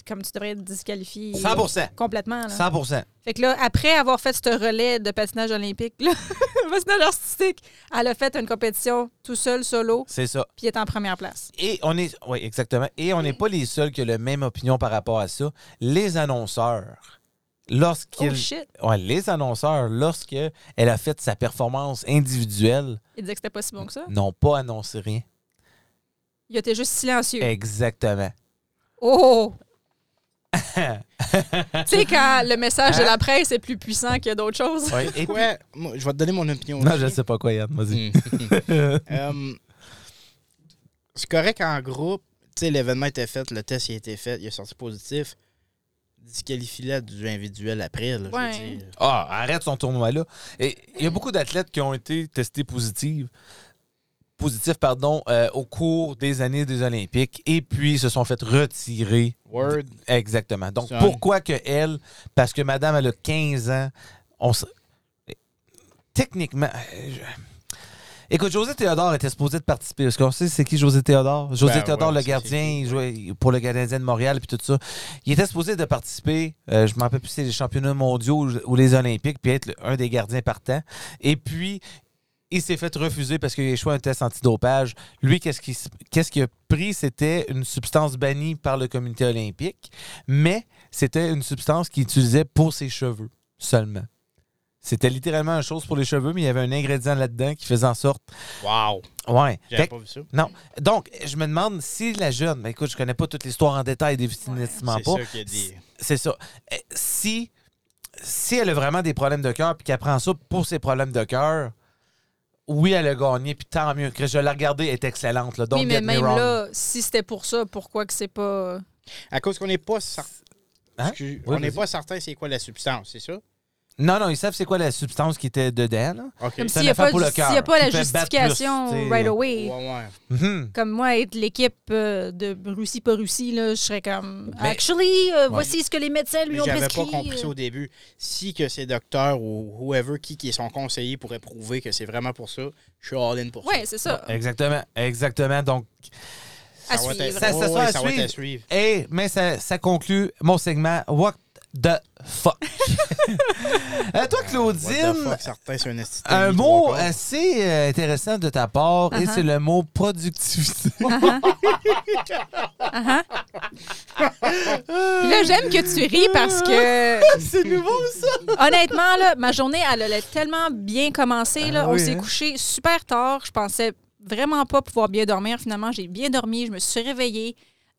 comme tu devrais être disqualifié
100%.
complètement. là.
100%.
Fait que là, après avoir fait ce relais de patinage olympique, là, patinage artistique, elle a fait une compétition tout seul, solo,
C'est ça.
puis elle est en première place.
Et on est oui, exactement. Et on n'est pas les seuls qui ont la même opinion par rapport à ça. Les annonceurs
Oh
lorsqu'ils
shit!
ouais, les annonceurs lorsque elle a fait sa performance individuelle
Il disait que c'était pas si bon que ça.
n'ont pas annoncé rien.
Il était juste silencieux.
Exactement.
Oh! tu sais, quand le message de la presse est plus puissant que d'autres choses.
Hein? Ouais, et puis-
Ouais, moi, je vais te donner mon opinion.
Non,
aussi.
je sais pas quoi, Yann, vas-y.
Mm. Euh, c'est correct en groupe. Tu sais, l'événement était fait, le test il a été fait, il est sorti positif. Disqualifie-la du individuel après. Là, je veux
Ouais.
dire.
Ah, arrête son tournoi-là. Et Il y a beaucoup d'athlètes qui ont été testés positifs, positifs pardon, euh, au cours des années des Olympiques et puis se sont fait retirer.
Word.
Exactement. Donc,
C'est un-
pourquoi que elle, parce que madame, elle a 15 ans, on se- Techniquement... euh, je- Écoute, José Théodore était supposé de participer. Parce qu'on sait c'est qui José Théodore. José
Ben,
Théodore,
ouais,
le
c'est-
gardien,
c'est-
il jouait pour le Canadien de Montréal puis tout ça. Il était supposé de participer, euh, je m'en rappelle plus si c'est les championnats mondiaux ou- ou les Olympiques, puis être le- un des gardiens partants. Et puis, il s'est fait refuser parce qu'il a échoué à un test antidopage. Lui, qu'est-ce qu'il s- qu'est-ce qu'il a pris? C'était une substance bannie par le comité olympique, mais c'était une substance qu'il utilisait pour ses cheveux seulement. C'était littéralement une chose pour les cheveux, mais il y avait un ingrédient là-dedans qui faisait en sorte.
Wow.
Ouais.
J'avais
Fait que-
pas vu ça.
non. Donc, je me demande si la jeune, ben écoute, je connais pas toute l'histoire en détail, définitivement
C'est
pas.
ça qu'il a dit.
C'est ça. Euh, Si, si elle a vraiment des problèmes de cœur puis qu'elle prend ça pour ses problèmes de cœur, oui, elle a gagné, puis tant mieux. Chris, Je l'ai regardée, elle est excellente. Là. Don't
oui, mais
get me
même
wrong.
là, si c'était pour ça, pourquoi que c'est pas...
À cause qu'on n'est pas, cer-
Hein?
Excuse-
Oui,
on n'est
vas-y.
pas certain c'est quoi la substance, c'est ça?
Non, non, ils savent c'est quoi la substance qui était dedans. Là.
OK.
Comme
C'est
s'il n'y
une
a, pas
affaire pour
le-
le cœur.
s'il y a pas la
Qui fait battre plus,
justification
tu sais.
right
Ouais,
away.
ouais.
Mhm.
Comme moi, être l'équipe euh, de Russie pas Russie, là, je serais comme.
Mais-
Actually, euh, voici ce que les médecins lui
Mais
ont
j'avais
prescrit. euh.
pas compris ça au début. Si que ces docteurs ou whoever qui, qui sont conseillers pourraient prouver que c'est vraiment pour ça, je suis all-in pour
Ouais, c'est ça.
Exactement, exactement. Donc,
ça.
À
va être-
suivre.
Ça- ça
Ah ouais,
sera à
ouais, ça va être à
suivre.
suivre.
Hey, mais ça, ça conclut mon segment What the fuck. Euh, toi,
What the
Claudine,
fuck, certain, c'est un esti de
un
déni,
mot
trois quarts.
assez euh, intéressant de ta part, et
Uh-huh.
c'est le mot productivité.
Uh-huh. Puis là, j'aime que tu ris parce que,
c'est nouveau, ça?
honnêtement, là, ma journée, elle allait tellement bien commencé. Là.
Ah
On
oui,
s'est
hein?
couché super tard. Je pensais vraiment pas pouvoir bien dormir. Finalement, j'ai bien dormi. Je me suis réveillée.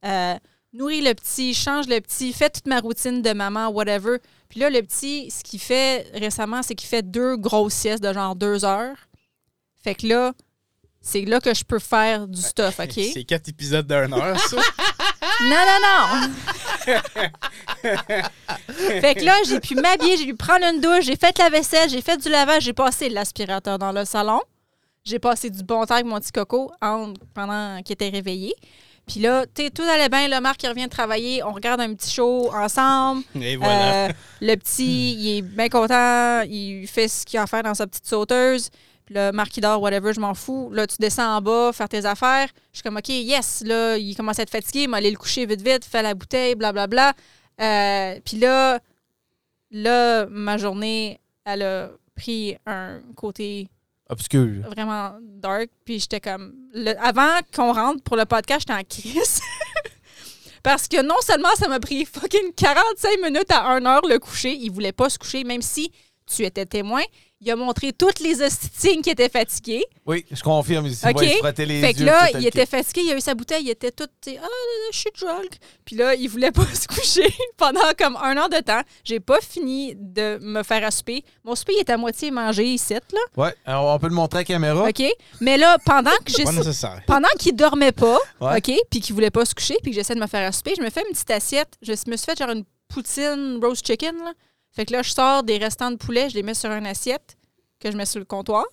Euh, nourris le petit, change le petit, fais toute ma routine de maman, whatever. Puis là, le petit, ce qu'il fait récemment, c'est qu'il fait deux grosses siestes de genre deux heures. Fait que là, c'est là que je peux faire du stuff, OK?
C'est quatre épisodes d'un heure, ça.
Non, non, non! fait que là, j'ai pu m'habiller, j'ai pu prendre une douche, j'ai fait la vaisselle, j'ai fait du lavage, j'ai passé l'aspirateur dans le salon. J'ai passé du bon temps avec mon petit coco en- pendant qu'il était réveillé. Puis là, tu sais, tout allait bien. Le Marc, il revient de travailler. On regarde un petit show ensemble.
Et voilà.
Euh, le petit, il est bien content. Il fait ce qu'il a à faire dans sa petite sauteuse. Puis là, Marc, il dort, whatever, je m'en fous. Là, tu descends en bas, faire tes affaires. Je suis comme, OK, yes. Là, il commence à être fatigué. Il m'a allé le coucher vite, vite, fait la bouteille, blablabla. Euh, puis là, là, ma journée, elle a pris un côté
Obscur.
vraiment dark. Puis j'étais comme. le- avant qu'on rentre pour le podcast, j'étais en crise. Parce que non seulement ça m'a pris fucking 45 minutes à 1 heure le coucher, il voulait pas se coucher, même si tu étais témoin. Il a montré toutes les hosties de signes qu'il était fatigué.
Oui, je confirme ici.
OK.
Ouais, il se frottait les
fait que
yeux,
là,
tout
il
le
était fatigué, il a eu sa bouteille, il était tout, tu sais, ah, je suis drunk. Puis là, il voulait pas se coucher pendant comme un an de temps. J'ai pas fini de me faire à souper. Mon souper il est à moitié mangé ici, là.
Ouais, alors, on peut le montrer à la caméra.
OK? Mais là, pendant que j'ai
Pas nécessaire.
pendant qu'il dormait pas,
Ouais.
OK, puis qu'il voulait pas se coucher, puis que j'essaie de me faire à souper, je me fais une petite assiette. Je me suis fait genre une poutine roast chicken, là. Fait que là, je sors des restants de poulet, je les mets sur une assiette que je mets sur le comptoir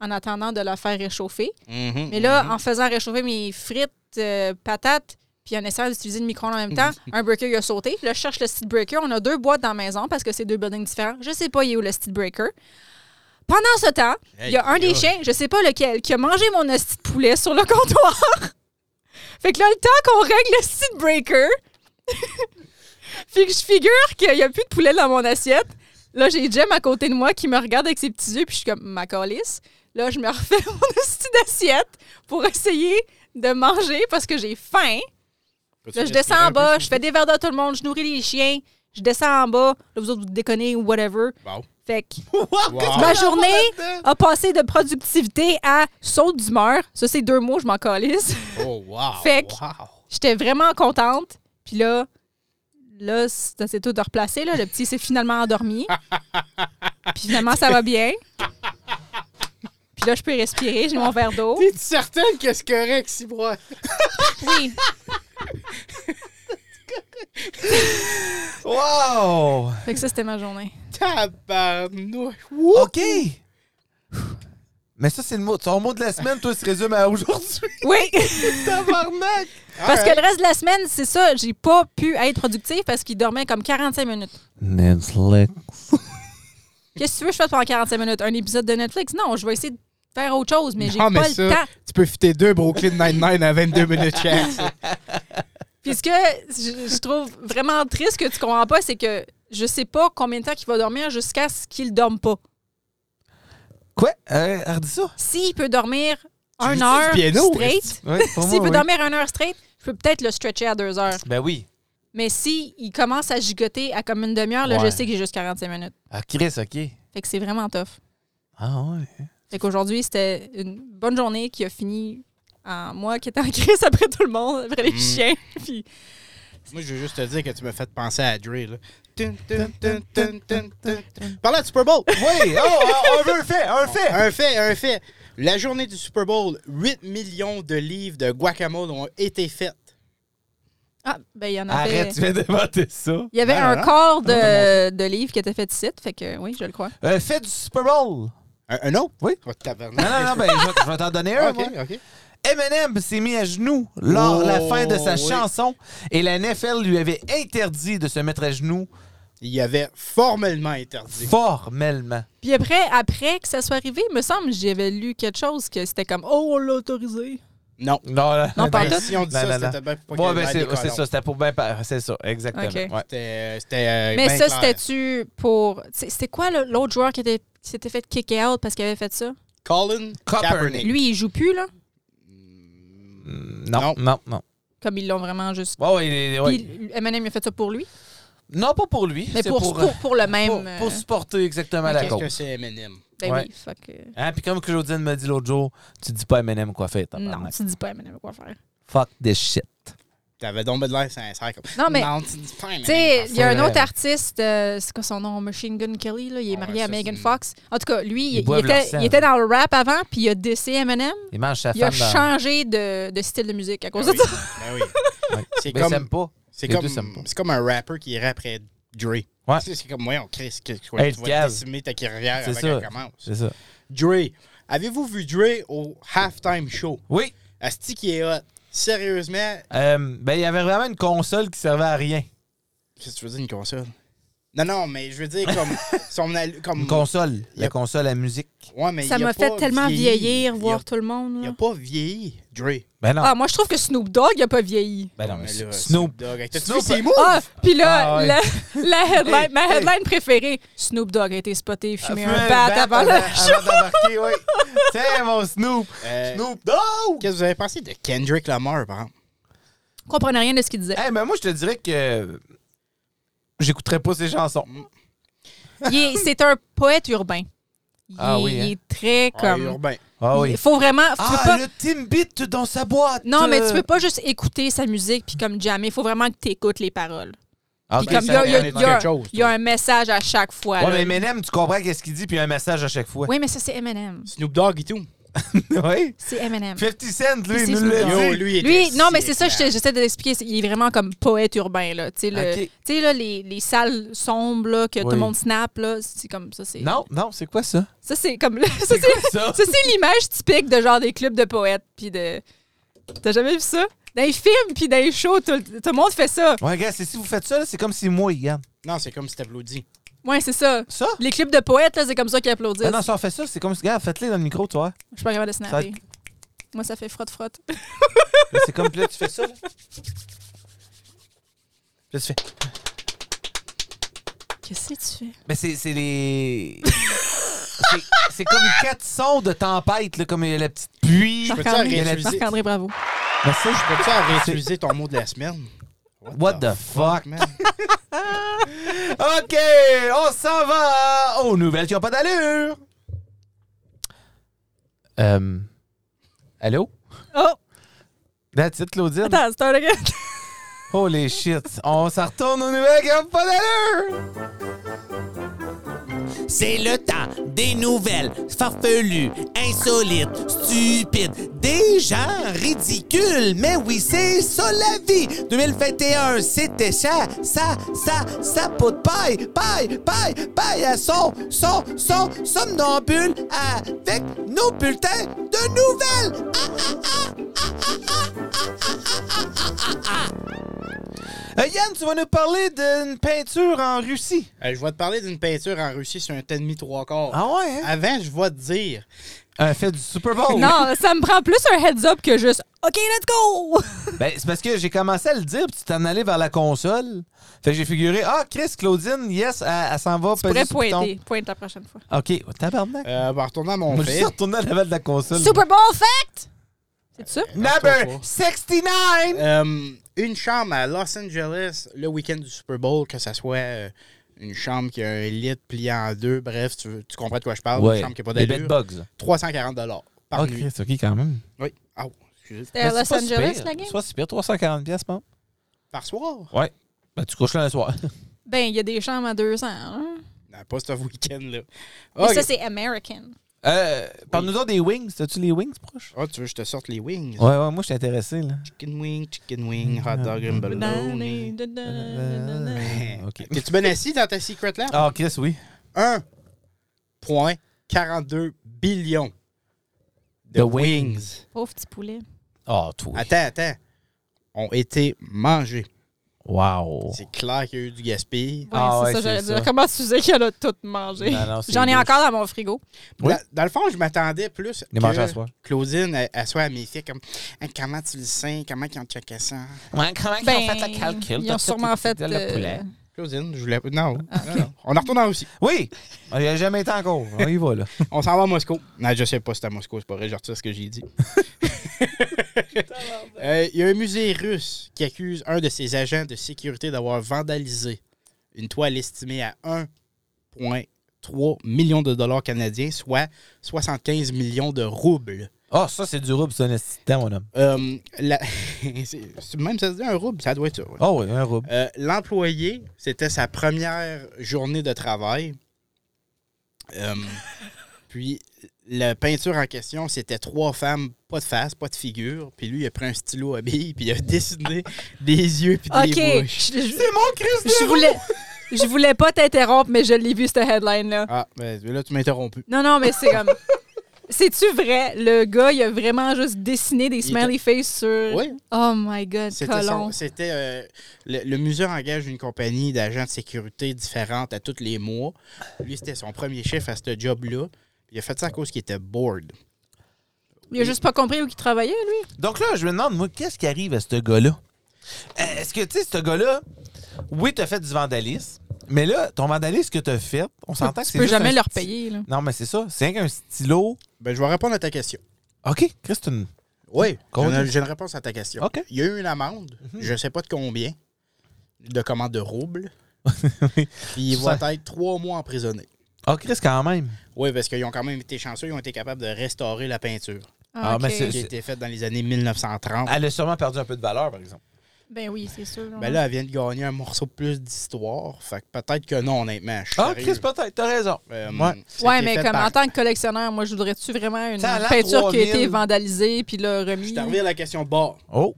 en attendant de la faire réchauffer.
Mhm,
Mais là,
mhm.
en faisant réchauffer mes frites, euh, patates, puis en essayant d'utiliser le micro-ondes en même temps, un breaker il a sauté. Puis là, je cherche le steel breaker. On a deux boîtes dans la maison parce que c'est deux buildings différents. Je sais pas il est où le steel breaker. Pendant ce temps, il y a
Mm-hmm. Hey,
un des
gars.
chiens, je sais pas lequel, qui a mangé mon hostie de poulet sur le comptoir. fait que là, le temps qu'on règle le steel breaker, fait que je figure qu'il y a plus de poulet dans mon assiette. Là, j'ai Jem à côté de moi qui me regarde avec ses petits yeux, puis je suis comme ma calisse. Là, je me refais mon hostie d'assiette pour essayer de manger parce que j'ai faim.
Peux-tu
Là, je
respirer
descends
un
en
peu,
bas,
s'il
je
te
fais des verres d'eau à tout le monde, je nourris les chiens, je descends en bas. Là, vous autres, vous déconnez ou whatever.
plaît? Bon.
Fait que
Wow, qu'est-ce
Wow.
que
ma
c'est
journée
là-dedans?
a passé de productivité à saut d'humeur. Ça, c'est deux mots, je m'en calisse.
Oh, wow.
Fait que-
wow.
J'étais vraiment contente. Puis là, là, c'est c'est tout de replacer. Là. Le petit s'est finalement endormi. Puis finalement, ça va bien. Puis là, je peux respirer. J'ai mon verre d'eau.
T'es-tu certaine que c'est correct, si moi?
Oui.
Wow!
Fait que ça, c'était ma journée.
Tabarnouche.
OK! Mais ça, c'est le mot. Ton mot de la semaine, toi, se résume à aujourd'hui.
Oui.
Tabarnak!
Parce que le reste de la semaine, c'est ça. J'ai pas pu être productive parce qu'il dormait comme 45 minutes.
Netflix.
Qu'est-ce que tu veux que je fasse pendant 45 minutes? Un épisode de Netflix? Non, je vais essayer de faire autre chose, mais j'ai
Non,
pas
Ah, mais
le
ça-
temps.
Tu peux fitter deux Brooklyn Nine-Nine à 22 minutes chaque. ça.
Puis ce que je, je trouve vraiment triste que tu comprends pas, c'est que je sais pas combien de temps qu'il va dormir jusqu'à ce qu'il dorme pas.
Quoi? Euh, redis ça.
S'il peut dormir
lui
une
dis
heure
du piano,
straight,
Ouais, pour
s'il
moi,
peut
oui.
dormir une heure straight, je peux peut-être le stretcher à deux heures.
Ben oui.
Mais s'il commence à gigoter à comme une demi-heure, là,
Ouais.
je sais qu'il est juste 45 minutes.
Ah, Chris, OK.
Fait que c'est vraiment tough.
Ah, ouais.
Fait qu'aujourd'hui, c'était une bonne journée qui a fini en moi qui étais en crise après tout le monde, après les
Mm.
chiens. Puis
Moi, je veux juste te dire que tu m'as fait penser à Dre, là. Tun, tun, tun, tun, tun, tun, tun. Parlant du Super Bowl,
Oui! Oh, on- on veut un fait! Un fait!
un fait, un fait. La journée du Super Bowl, 8 millions de livres de guacamole ont été faites.
Ah, ben, il y en avait.
Arrête, tu viens d'inventer ça.
Il y avait
Non,
un
non, non.
corps
Non,
de, de livre qui était fait ici, fait que oui, je le crois.
Euh, fais du Super Bowl.
Un, un autre?
Oui.
Oh, tabarnak.
Non, non, non, ben, je vais- je vais t'en donner un.
OK,
moi.
OK.
Eminem s'est mis à genoux lors de
Oh,
la fin de sa
oui.
chanson et la NFL lui avait interdit de se mettre à genoux
Il y avait formellement interdit.
formellement.
Puis après, après que ça soit arrivé, il me semble que j'avais lu quelque chose que c'était comme Oh, on l'a autorisé.
Non.
Non, là-
Non, pas
Ben,
en tout.
si on dit
Non, non,
ça,
non.
c'était bien pour pas
Ouais,
qu'il
ben,
y ait
c'est
des
c'est
colons.
ça, c'était pour bien par- c'est ça, exactement.
Ok.
ouais.
C'était c'était, euh,
Mais
ben
ça,
clair.
c'était-tu pour. c'est- C'était quoi le- l'autre joueur qui, était, qui s'était fait kick out parce qu'il avait fait ça?
Colin
Kaepernick.
Kaepernick.
Lui, il joue plus, là?
Mm, Non,
Non.
non, non.
Comme ils l'ont vraiment juste.
Ouais, ouais, il est- Ah ouais.
Puis Eminem, il a fait ça pour lui.
Non, pas pour lui.
Mais
c'est
pour, pour, pour le même.
pour-
euh,
pour supporter exactement la
Qu'est-ce que
cause.
c'est Eminem?
ben
ouais.
oui, fuck. euh,
Hein, Puis comme Claudine m'a dit l'autre jour, tu dis pas Eminem quoi faire.
non,
tabarnak.
tu dis pas Eminem quoi faire.
Fuck this shit.
T'avais donc bien de l'air sincère. Comme...
Non, mais.
Non, tu dis pas Eminem.
Tu sais, il
c'est
y a un
vrai. Ah
autre artiste, euh, c'est quoi son nom, Machine Gun Kelly, là, il est
Ouais,
marié à
ça,
Megan
c'est-
Fox. En tout cas, lui,
Ils
il, il
boivent leur
était,
sang.
il était dans le rap avant, puis il a décé Eminem.
Il mange sa
Il a
femme dans...
changé de, de style de musique à
Ben
cause
oui.
de ça.
Ben oui.
Ouais.
C'est
Ben,
comme-
s'aime pas.
C'est
Les deux s'aiment pas.
comme, c'est comme un rapper qui rappe après Dre.
Ouais.
C'est c'est comme, voyons, Chris, que, tu
Hey,
vas
le gaz.
décimer ta carrière
C'est ça.
avant qu'elle commence.
C'est ça.
Dre. Avez-vous vu Dre au halftime show?
Oui.
Asti qui est hot. Sérieusement,
Euh, ben, il y avait vraiment une console qui servait à rien.
qu'est-ce que tu veux dire, une console? Non, non, mais je veux dire comme... son, al- comme
Une console. La
Yep.
console à musique.
ouais, mais
Ça
il a
m'a
pas
fait tellement
vieilli.
vieillir,
Il a-
voir tout le monde.
Il
là.
n'a pas vieilli, Dre.
Ben non.
Ah, moi, je trouve que Snoop Dogg, il a pas vieilli.
ben non,
Mais
mais
là,
Snoop.
Dogg, hey, t'as-tu
Snoop-
vu ses moves?
Ah, puis là,
Ah, ouais.
la, la headline,
Hey,
ma
hey.
headline préférée, Snoop Dogg a été spoté, fumé
Fumé
un bat avant le
avant d'embarquer, oui. Tiens, mon Snoop.
Euh,
Ah, Snoop Dogg!
Qu'est-ce que vous avez pensé de Kendrick Lamar, par exemple?
Je comprenais rien de ce qu'il disait.
Eh, ben moi, je te dirais que j'écouterais pas ces chansons.
Il est- C'est un poète urbain. Il,
Ah oui,
il
hein.
est très
Ah,
comme.
urbain.
Ah
Il faut vraiment. tu peux pas-
le Timbit dans sa boîte!
Non, mais tu peux pas juste écouter sa musique puis comme jammer. Il faut vraiment que tu écoutes les paroles.
Ah,
Puis
ben,
comme il y
ça
a, il y a-
vient
il
de
y a-
quelque chose,
il y a un message à chaque fois.
Ouais,
là.
mais Eminem, tu comprends qu'est-ce qu'il dit, puis il y a un message à chaque fois.
Oui, mais ça, c'est Eminem.
Snoop Dogg et tout.
Oui.
C'est Eminem.
50 Cent, lui,
C'est
il nous
Snoop Dogg.
l'a
Yo,
dit.
lui, il était
Lui, non, mais c'est ça,
sick, man.
j'étais- j'essaie de l'expliquer. C'est- Il est vraiment comme poète urbain, là. Tu sais, le-
Ok.
tu sais, là, les, les salles sombres, là, que tout
Oui.
le monde snap, là, c'est comme ça, c'est...
Non, non, c'est quoi ça?
Ça, c'est comme... ça, c'est-
Ça?
ça, c'est l'image typique de genre des clubs de poètes, puis de... T'as jamais vu ça? Dans les films, puis dans les shows, tout, tout le monde fait ça.
Ouais, regarde, c'est si vous faites ça, là, c'est comme si moi, il gagne.
Non, c'est comme si t'applaudis.
Ouais, c'est ça.
Ça?
Les clips de poètes, là, c'est comme ça qu'ils applaudissent.
Ben non, si on fait ça, c'est comme si. Regarde, faites-les dans le micro, toi.
Je suis pas capable de
Ça-
snapper. Moi, ça fait frotte-frotte.
Là, c'est comme, puis là, tu fais ça, là. Là, tu fais.
Qu'est-ce que tu fais?
Mais c'est, c'est les. c'est, c'est comme quatre sons de tempête, là, comme la petite pluie.
peux-tu
Marc-André,
arrêter de dire-
Marc-André, bravo.
Mais ça, je-
Peux-tu réutiliser ton mot de la semaine?
What the fuck?
man?
OK, on s'en va aux nouvelles qui n'ont pas d'allure. Euh. Allô?
Oh!
That's it, Claudine?
Attends, c'est un regret.
Holy shit, on s'en retourne aux nouvelles qui n'ont pas d'allure!
C'est le temps des nouvelles farfelues, insolites, stupides, des gens ridicules. Mais oui, c'est ça la vie. 2021, c'était ça, ça, ça, ça, pot de paille, paille, paille, paille à son, son, son, somnambule avec nos bulletins de nouvelles. Ah, ah, ah, ah, ah, ah, ah.
Euh, Yann, tu vas nous parler d'une peinture en Russie.
Euh, je vais te parler d'une peinture en Russie sur un demi trois quarts.
Ah ouais, hein?
Avant, je vais te dire.
Un fait du Super Bowl.
Non, ça me prend plus un heads up que juste OK, let's go!
Ben, c'est parce que j'ai commencé à le dire, puis tu t'en allais vers la console. Fait que j'ai figuré, ah, Chris, Claudine, yes, elle, elle s'en va.
Je pourrais
peser sur le
pointer. Pointe la prochaine fois.
bouton. OK, oh, tabarnak.
Euh, ben, retournant à mon
Moi, je
fait.
suis retourné à l'avant de la console.
Super Bowl fact! C'est ça?
Number 69!
Euh, une chambre à Los Angeles le week-end du Super Bowl, que ça soit euh, une chambre qui a un lit plié en deux, bref, tu, tu comprends de quoi je parle, une ah, chambre qui n'a pas
les
d'allure,
bedbugs.
340 par
Ah,
nuit.
Chris, OK, quand même.
Oui. Ah, excusez.
C'était à Euh, Los Angeles, la game?
Soit super, 340 pièces, pas.
Par soir?
Ouais. Ben, tu couches là le soir.
Ben, il y a des chambres à 200. Hein?
Non, Ah, pas ce week-end-là.
Mais
Ok.
ça, c'est American.
Euh, Parle-nous donc des wings. As-tu les wings proches?
Ah, tu veux que je te sorte les wings?
Ouais, ouais, moi, je suis intéressé, là.
Chicken wing, chicken wing,
Mm-hmm.
hot dog and bologna.
Euh, OK.
T'es-tu bien assis dans ta secret là?
Ah, Chris, oui.
1,42 billion de
The
wings.
wings.
Pauvre petit poulet.
Ah, toi.
Attends, attends. Ont été mangés.
Wow.
C'est clair qu'il y a eu du gaspillage.
Ouais,
Ah
c'est
ouais,
ça, j'allais
c'est
dire.
ça.
Comment tu sais qu'elle a tout mangé?
Non, non, c'est
J'en ai
louche.
encore dans mon frigo.
Oui.
Dans, dans le fond, je m'attendais plus
Les
que
manger à soir.
Claudine, elle, elle soit à mes filles comme Hey, Comment tu le sais? Comment ils ont checké ça?
Ouais, comment ils
Ben,
ont fait le calcul?
ils
de
ont
tout
sûrement
le-
fait,
de
euh,
le poulet.
Claudine, je voulais. Non.
Ah,
non, non. On en retourne en Russie.
Oui! Il n'y a jamais été encore. On y va, là.
On s'en va à Moscou. Non, je sais pas si c'est à Moscou, c'est pas vrai, je retire ce que j'ai dit. Euh, Il y a un musée russe qui accuse un de ses agents de sécurité d'avoir vandalisé une toile estimée à 1,3 million de dollars canadiens, soit 75 millions de roubles.
Ah, ça, c'est du rouble, c'est un assistant, mon homme.
Euh, la- c'est- c'est- même ça se dit un rouble, ça doit être ça. ouais.
Ah, oui, un rouble.
Euh, L'employé, c'était sa première journée de travail. Euh, puis la peinture en question, c'était trois femmes, pas de face, pas de figure. Puis lui, il a pris un stylo à billes, puis il a dessiné des yeux puis
OK.
des
Je,
bouches.
je- je voulais, je voulais pas t'interrompre, mais je l'ai vu, cette headline-là.
Ah, ben là, tu m'as interrompu.
Non, non, mais c'est comme... C'est-tu vrai? Le gars, il a vraiment juste dessiné des
était-
smiley faces sur...
Oui,
Oh my God,
c'était
colon.
son- c'était euh, le, le musée engage une compagnie d'agents de sécurité différentes à tous les mois. Lui, c'était son premier chiffre à ce job-là. Il a fait ça à cause qu'il était bored.
Il a juste pas compris où il travaillait, lui.
Donc là, je me demande, moi, qu'est-ce qui arrive à ce gars-là? Euh, Est-ce que, tu sais, ce gars-là, oui, t'as fait du vandalisme, mais là, ton vandalisme que t'as fait, on s'entend que c'est.
Tu peux
juste
jamais
un
le
sti-
repayer, là.
Non, mais c'est ça. C'est rien qu'un stylo.
Ben, je vais répondre à ta question.
OK, Christine.
Oui, j'ai
Combien?
une- j'ai une réponse à ta question.
OK. Mhm.
Il y a eu une amende, je ne sais pas de combien, de commande de roubles.
Oui.
Puis il va être trois mois emprisonné.
Ah, Chris, quand même.
Oui, parce qu'ils ont quand même été chanceux, ils ont été capables de restaurer la peinture
Ah, mais
OK.
c'est- Ah.
qui a été faite dans les années 1930.
Elle a sûrement perdu un peu de valeur, par exemple.
Ben oui, c'est sûr.
Ben là, elle vient de gagner un morceau de plus d'histoire. Fait que peut-être que non, honnêtement. Je suis
Ah,
sérieux.
Chris, peut-être. T'as raison.
Euh,
Ouais.
ça a
Ouais,
été
mais
fait
comme
par-
en tant que collectionneur, moi, je voudrais-tu vraiment une
Ça a l'air
peinture qui a été
3000.
vandalisée puis là remise?
Je t'en reviens à la question bas.
Oh,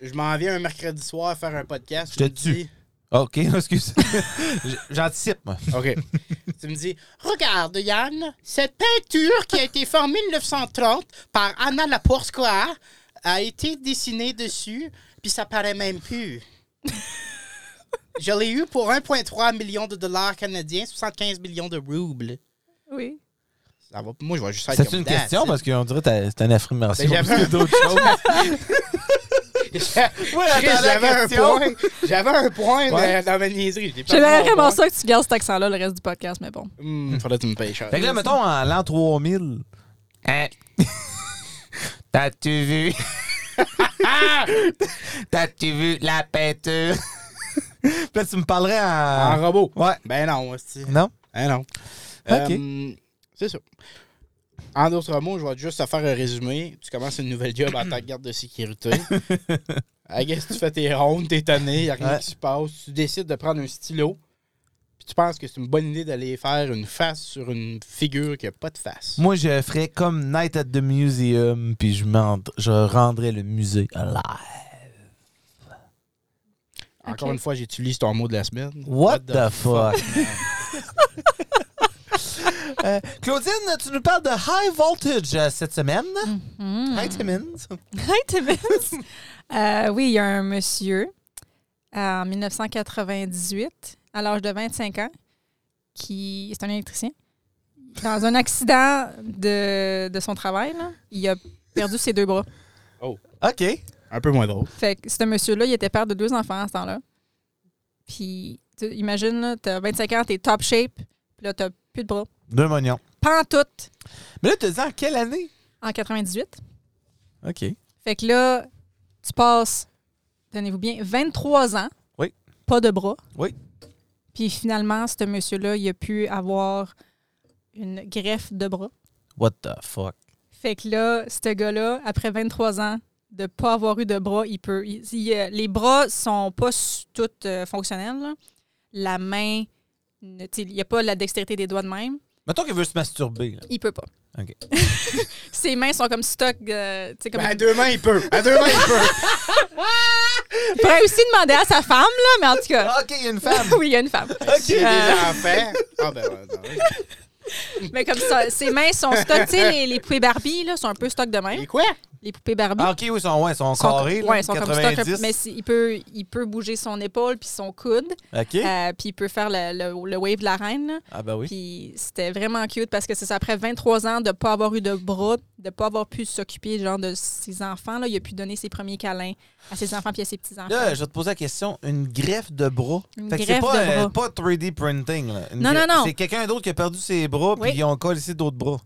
Je m'en viens un mercredi soir faire un podcast.
Je te
tu me
tue.
dis-
OK, excuse. J- J'anticipe, moi.
OK. tu me dis, regarde, Yann, cette peinture qui a été formée en 1930 par Anna Laporskoa a été dessinée dessus, puis ça paraît même plus. Je l'ai eu pour 1,3 million de dollars canadiens, 75 millions de roubles.
Oui.
Ça va- moi, je vais juste être
C'est
comme
une
that,
question,
ça.
parce qu'on dirait que c'est un affirmation.
Ben, j'avais-
plus que d'autres choses.
Chris,
j'attends la
J'avais un
question.
point, j'avais un point
Ouais.
dans, dans ma niaiserie. J'ai perdu
J'aimerais
mon
vraiment
point.
ça que tu gardes cet accent-là le reste du podcast, mais bon.
Hmm, faudrait que tu me payes cher.
Fait que là, mettons, en l'an 3000. Hein? T'as-tu vu? T'as-tu vu la peinture? Puis là, tu me parlerais
En
en.
robot.
Ouais.
Ben non, hostie.
Non?
Hein, non.
OK.
Euh, c'est ça. En d'autres mots, je vais juste te faire un résumé. Tu commences une nouvelle job en tant que garde de sécurité. I guess tu fais tes rondes, t'es tanné, y a rien
Ouais.
qui se passe. Tu décides de prendre un stylo. Puis tu penses que c'est une bonne idée d'aller faire une face sur une figure qui a pas de face.
Moi, je ferais comme Night at the Museum, puis je, m'en- je rendrais le musée alive.
Encore
Ok.
une fois, j'utilise ton mot de la semaine.
What the fuck? Euh, Claudine, tu nous parles de High Voltage euh, cette semaine.
Ah.
Hmm. Mm-hmm.
High Timmins.
Hi, Timmins! Euh, oui, il y a un monsieur en 1998, à l'âge de 25 ans, qui c'est un électricien. Dans un accident de, de son travail, là, il a perdu ses deux bras.
OK.
Un peu moins drôle.
Fait que ce monsieur-là, il était père de deux enfants à ce temps-là. Puis, tu sais, imagine, là, t'as 25 ans, t'es top shape, puis là, t'as plus de bras.
Deux mognons.
Pantoute
Mais là, tu dis en quelle année?
en 98.
OK.
Fait que là, tu passes, tenez-vous bien, 23 ans.
Oui.
Pas de bras.
Oui.
Puis finalement, ce monsieur-là, il a pu avoir une greffe de bras.
What the fuck?
Fait que là, ce gars-là, après 23 ans de pas avoir eu de bras, il peut. il- il, euh, les bras sont pas s- toutes euh, fonctionnels. là. La main, ne- tu sais, il n'y a pas la dextérité des doigts de même.
Mettons qu'il veut se masturber. là.
Il peut pas.
OK.
Ses mains sont comme stock. euh, tu sais, comme
Ben, à deux mains, il peut. À deux mains, il peut.
Il pourrait aussi demander à sa femme, là, mais en tout cas.
OK, il y a une femme.
oui, il y a une femme.
S'il y a
Euh,
des enfants. Ah, ben, ben, ben, oui.
mais comme ça, ses mains sont stock. Tu sais, les, les poupées Barbie, là, sont un peu stock de même.
Et quoi?
Les poupées Barbie.
Ah, OK, oui, ils sont, ouais, ils sont
sont,
carrés. là,
ouais, sont comme stock,
90.
mais si- il peut, il peut bouger son épaule puis son coude,
OK.
euh, puis il peut faire le, le- le wave de la reine. là.
ah, ben oui.
Puis c'était vraiment cute parce que c'est ça, après 23 ans de pas avoir eu de bras, de pas avoir pu s'occuper genre de ses enfants, là, il a pu donner ses premiers câlins à ses enfants puis à ses petits-enfants.
Là, je vais te poser la question. Une greffe de bras.
Une
que c'est
greffe
pas,
de
euh,
bras.
pas 3D printing. là. Une
Non,
greffe-
non, non.
C'est quelqu'un d'autre qui a perdu ses bras puis
Oui.
ils ont collé ici d'autres bras.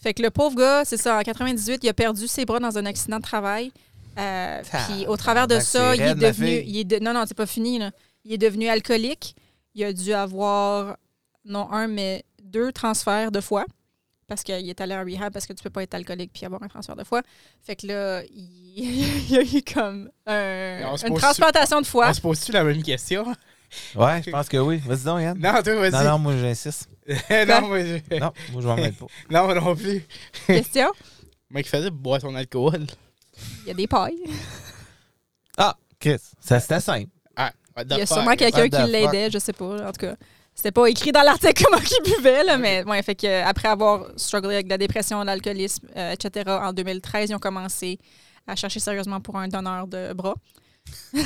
Fait que le pauvre gars, c'est ça, en 98, il a perdu ses bras dans un accident de travail. Euh, puis au travers de
Tabarnak,
ça,
c'est
il est
raide, ma
devenu.
fille.
il est de- non, non, c'est pas fini, là. Il est devenu alcoolique. Il a dû avoir, non un, mais deux transferts de foie. Parce qu'il est allé en rehab parce que tu peux pas être alcoolique puis avoir un transfert de foie. Fait que là, il, il a eu comme un-
On se
une
pose-
transplantation de foie.
On se pose-tu la même question?
Ouais, je pense que oui. Vas-y donc, Yann.
Non, toi, vas-y.
Non, non, moi, j'insiste.
non, moi, je-
Non, moi, je m'en mêle pas.
non, moi non plus.
Question?
Mec, faisait boire son alcool.
Il y a des pailles.
Ah, Chris, ça, c'était simple.
Ah, what the
Il y a
fuck?
sûrement quelqu'un
What the
qui l'aidait, je sais pas. En tout cas, c'était pas écrit dans l'article comment il buvait, là, mais ouais, fait que après avoir strugglé avec la dépression, l'alcoolisme, euh, etc., en 2013, ils ont commencé à chercher sérieusement pour un donneur de bras.
Je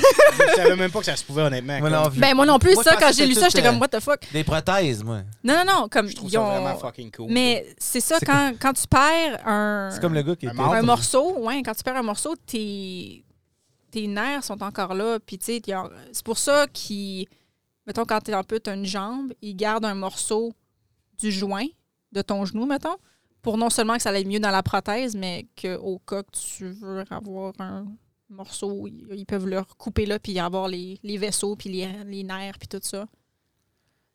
savais même pas que ça se pouvait, honnêtement.
Moi,
comme.
non, vu-
Ben moi non plus,
Moi, je
ça,
pensais
quand j'ai
que
lu
tout,
ça, j'étais
euh,
comme what the fuck.
Des prothèses, moi.
Non, non, non, comme
Je trouve
ils
ça
ont.
vraiment fucking cool.
mais c'est ça,
C'est
quand, quand tu perds un.
C'est comme le gars qui
Un
était...
mort.
un morceau, ouais, quand tu perds un morceau, tes, tes nerfs sont encore là. Puis, tu sais, t'y en- c'est pour ça qu'ils, mettons, quand t'es un peu, t'as une jambe, ils gardent un morceau du joint de ton genou, mettons, pour non seulement que ça aille mieux dans la prothèse, mais qu'au cas que tu veux avoir un morceau, ils ils peuvent le recouper là, puis avoir les, les vaisseaux, puis les, les nerfs, puis tout ça.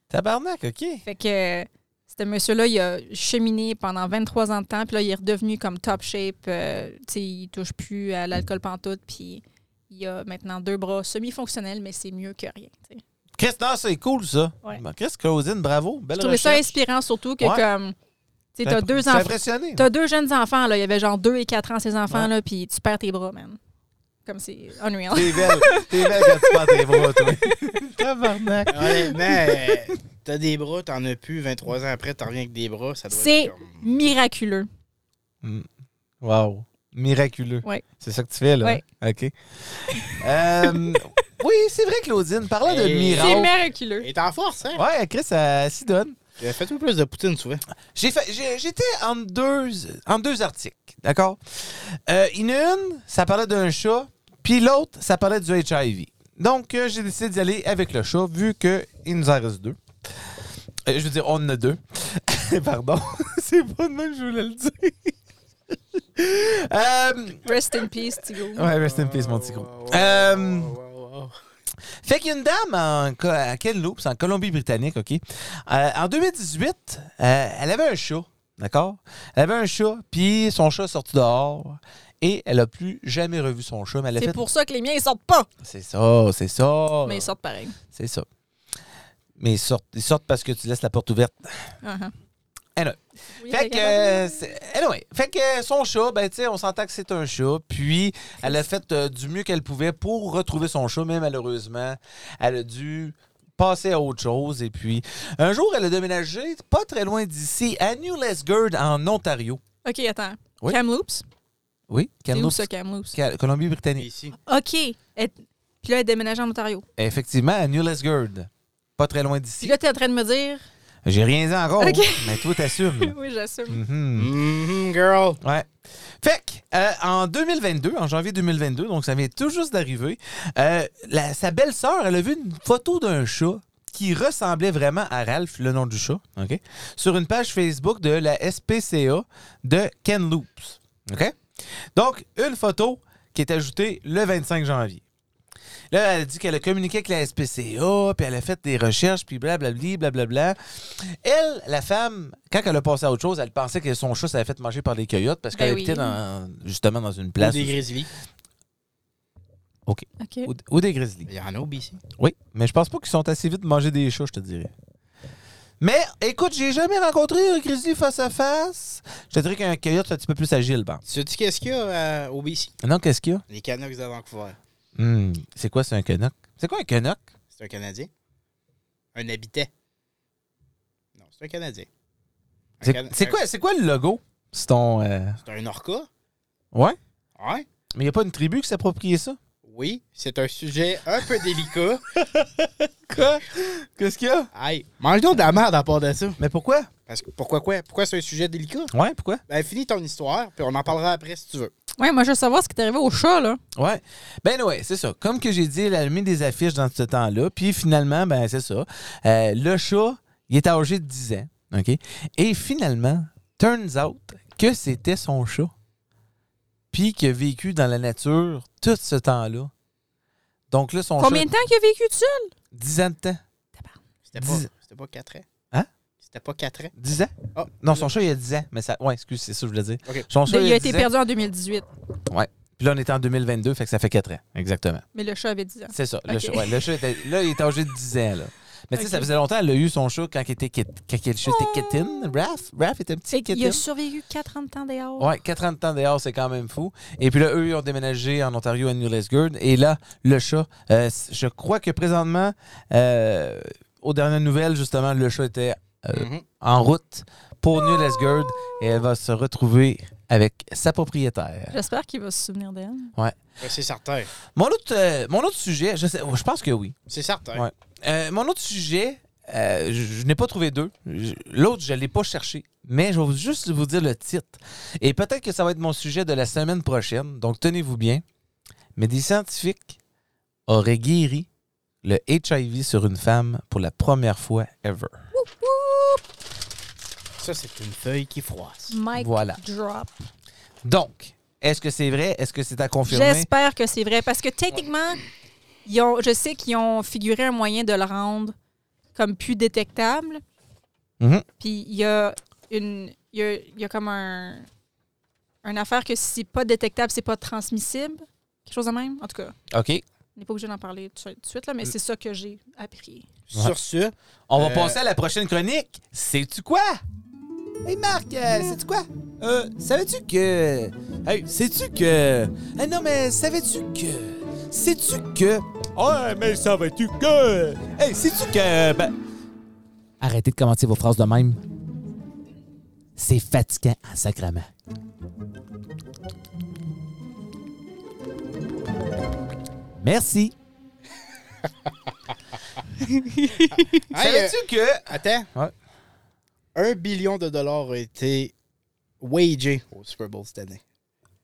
Tabarnak, OK.
Fait que euh, ce monsieur-là, il a cheminé pendant 23 ans de temps, puis là, il est redevenu comme top shape. euh, tu sais, il touche plus à l'alcool pantoute, puis il a maintenant deux bras semi-fonctionnels, mais c'est mieux que rien. tu sais.
Chris, non, c'est cool, ça.
Ouais.
Ben, Chris, Claudine, bravo. Belle
Je trouvais ça
recherche.
inspirant, surtout que
Ouais.
comme. Tu sais, t'as
T'as-
deux
t'as
enfants.
impressionné.
T'as deux jeunes enfants, là. Il y avait genre deux et quatre ans, ces
Ouais.
enfants-là, puis tu perds tes bras, man. Comme c'est unreal.
T'es belle. T'es belle quand tu prends tes bras, toi. Tabarnak.
Honnêtement, euh, t'as des bras, t'en as plus. 23 ans après, t'en reviens avec des bras. Ça doit
C'est
être comme-
miraculeux.
Wow. Miraculeux.
Ouais.
C'est ça que tu fais, là. hein?
Ouais.
OK. Euh, oui, c'est vrai, Claudine. Parlant de
Et-
C'est
miracle.
miraculeux.
Et t'es en force, hein?
Ouais, Chris, elle s'y donne.
Euh, Fais-toi plus de poutine souvent.
J'ai fait- j'ai- J'étais en deux, en deux articles, d'accord? Euh, il y en a une, ça parlait d'un chat, puis l'autre, ça parlait du HIV. Donc, euh, j'ai décidé d'y aller avec le chat, vu qu'il nous en reste deux. Euh, je veux dire, on en a deux. Pardon, c'est pas de même que je voulais le dire. Euh,
Rest in peace, Tigo.
ouais, rest in peace, mon petit gros.
Oh,
Euh, fait qu'il y a une dame en, Co- à Kenloops, en Colombie-Britannique, OK? Euh, en 2018, euh, elle avait un chat, d'accord? Elle avait un chat, puis son chat est sorti dehors. Et elle a plus jamais revu son chat, mais elle a
C'est
fait... Oh
pour ça que les miens, ils sortent pas.
C'est ça, c'est ça.
Mais ils sortent pareil.
C'est ça. Mais ils sortent, ils sortent parce que tu laisses la porte ouverte.
Uh-huh.
Anyway.
Oui,
Fait que,
regarde.
euh, c'est- anyway, fait que son chat, ben, tu sais, on s'entend que c'est un chat. Puis, elle a fait euh, du mieux qu'elle pouvait pour retrouver son chat, mais malheureusement, elle a dû passer à autre chose. Et puis, un jour, elle a déménagé pas très loin d'ici, à New Lesgard, en Ontario.
OK, attends.
euh, Oui.
Kamloops?
Oui,
C'est où
Kamloops,
ça, Kamloops?
Ca- Colombie-Britannique.
Ici.
OK. Elle- Puis là, elle déménage en Ontario.
Effectivement, à New Lesgard. Pas très loin
Puis
d'ici.
là, t'es en train de me dire...
J'ai rien dit encore,
Ok.
mais toi, t'assumes.
oui, j'assume.
Mhm.
Mhm, girl.
Ouais. Fait que, euh, en 2022, en janvier 2022, donc ça vient tout juste d'arriver, euh, la- sa belle-sœur, elle a vu une photo d'un chat qui ressemblait vraiment à Ralph, le nom du chat, OK? Sur une page Facebook de la SPCA de Ken Loops, OK? Donc, une photo qui est ajoutée le 25 janvier. Là, elle dit qu'elle a communiqué avec la SPCA, puis elle a fait des recherches, puis blablabli, blablabla. Elle, la femme, quand elle a passé à autre chose, elle pensait que son chat s'avait fait manger par des coyotes parce
Ben
qu'elle
oui.
habitait dans- Euh, justement dans une
Ou
place.
des grizzlies.
OK.
ou- ou des grizzlies.
Il y en a au BC.
Oui, mais je pense pas qu'ils sont assez vite de manger des chats, je te dirais. Mais écoute, j'ai jamais rencontré un grizzly face à face. Je te dirais qu'un coyote c'est un petit peu plus agile, ben.
Sais-tu qu'est-ce qu'il y a euh, au BC?
Non, qu'est-ce qu'il y a?
Les Canucks de Vancouver.
Hmm, c'est quoi, c'est un canuck? C'est quoi un canuck?
C'est un Canadien? Un habitant? Non, c'est un Canadien. Un
C'est
Cana-
c'est
un-
quoi, c'est quoi le logo? C'est ton. euh,
C'est un orca?
Ouais?
Ouais.
Mais il n'y a pas une tribu qui s'appropriait ça?
Oui, c'est un sujet un peu délicat.
Quoi? Qu'est-ce qu'il y a?
Aïe, mange donc de la merde à part de ça.
Mais pourquoi?
Parce que pourquoi quoi? Pourquoi c'est un sujet délicat?
Ouais, pourquoi?
Ben, finis ton histoire, puis on en parlera après si tu veux.
Ouais, moi, je veux savoir ce qui est arrivé au chat, là.
Ouais. Ben ouais, c'est ça. Comme que j'ai dit, elle a mis des affiches dans ce temps-là. Puis finalement, ben c'est ça. Euh, le chat, il est âgé de 10 ans. OK? Et finalement, turns out que c'était son chat. Puis qu'il a vécu dans la nature tout ce temps-là. Donc là, son
Combien
chat,
de temps qu'il a vécu tout seul?
10 ans de temps.
C'était pas,
Dis-
c'était pas 4 ans.
Hein?
C'était pas 4 ans.
10 ans?
Ah,
Non, son chat, il a 10 ans. Mais ça, ouais, excuse, c'est ça que je voulais dire.
OK.
Son chat,
Ben, il a été
10 ans.
perdu en 2018,
Puis là, on était en 2022, fait que ça fait 4 ans. Exactement.
mais le chat avait 10 ans.
C'est ça. Le,
Ok.
chat, ouais, le chat était- là, il est âgé de 10 ans. Là. Mais tu sais,
Ok.
ça faisait longtemps, elle a eu son chat quand, il était, kit- quand le chat était kitten. Raph, Raph était un petit
Fait qu'il
kitten.
a survécu 40 ans de temps dehors.
Ouais, 4 ans de temps dehors, c'est quand même fou. Et puis là, eux, ils ont déménagé en Ontario à New Lesgard. Et là, le chat, euh, c- je crois que présentement, euh, aux dernières nouvelles, justement, le chat était euh,
Mhm.
en route pour New Lesgard et elle va se retrouver avec sa propriétaire.
J'espère qu'il va se souvenir d'elle.
Ben, c'est certain.
Mon autre, euh, mon autre sujet, je, sais, je pense que oui.
C'est certain.
Ouais. Euh, mon autre sujet, euh, je, je n'ai pas trouvé deux. Je- L'autre, je ne l'ai pas cherché. Mais je vais vous- juste vous dire le titre. Et peut-être que ça va être mon sujet de la semaine prochaine. Donc, tenez-vous bien. Mais des scientifiques auraient guéri le HIV sur une femme pour la première fois ever.
Ça, c'est une feuille qui froisse.
Mike
Voilà.
Drop.
Donc, est-ce que c'est vrai? Est-ce que c'est à confirmer?
J'espère que c'est vrai parce que techniquement, ils ont, je sais qu'ils ont figuré un moyen de le rendre comme plus détectable.
Mhm.
Puis il y a une, il y a, il y a comme un, une affaire que si c'est pas détectable, c'est pas transmissible, quelque chose de même. En tout cas,
OK.
on n'est pas obligé d'en parler tout tout de suite là, mais c'est ça que j'ai appris.
Sur ce,
On va
Euh,
passer à la prochaine chronique. Sais-tu quoi? Hey Marc,
Hein?
euh, sais-tu quoi? Euh, savais-tu que. Hey, sais-tu que. Ah non, mais savais-tu que. Sais-tu que. Ah, mais savais-tu que. Hey, sais-tu que. Ben... Arrêtez de commenter vos phrases de même. C'est fatigant en sacrament. Merci.
Hey, euh,
savais-tu que.
attends.
Ouais.
Un billion de dollars a été wagé au Super Bowl cette année.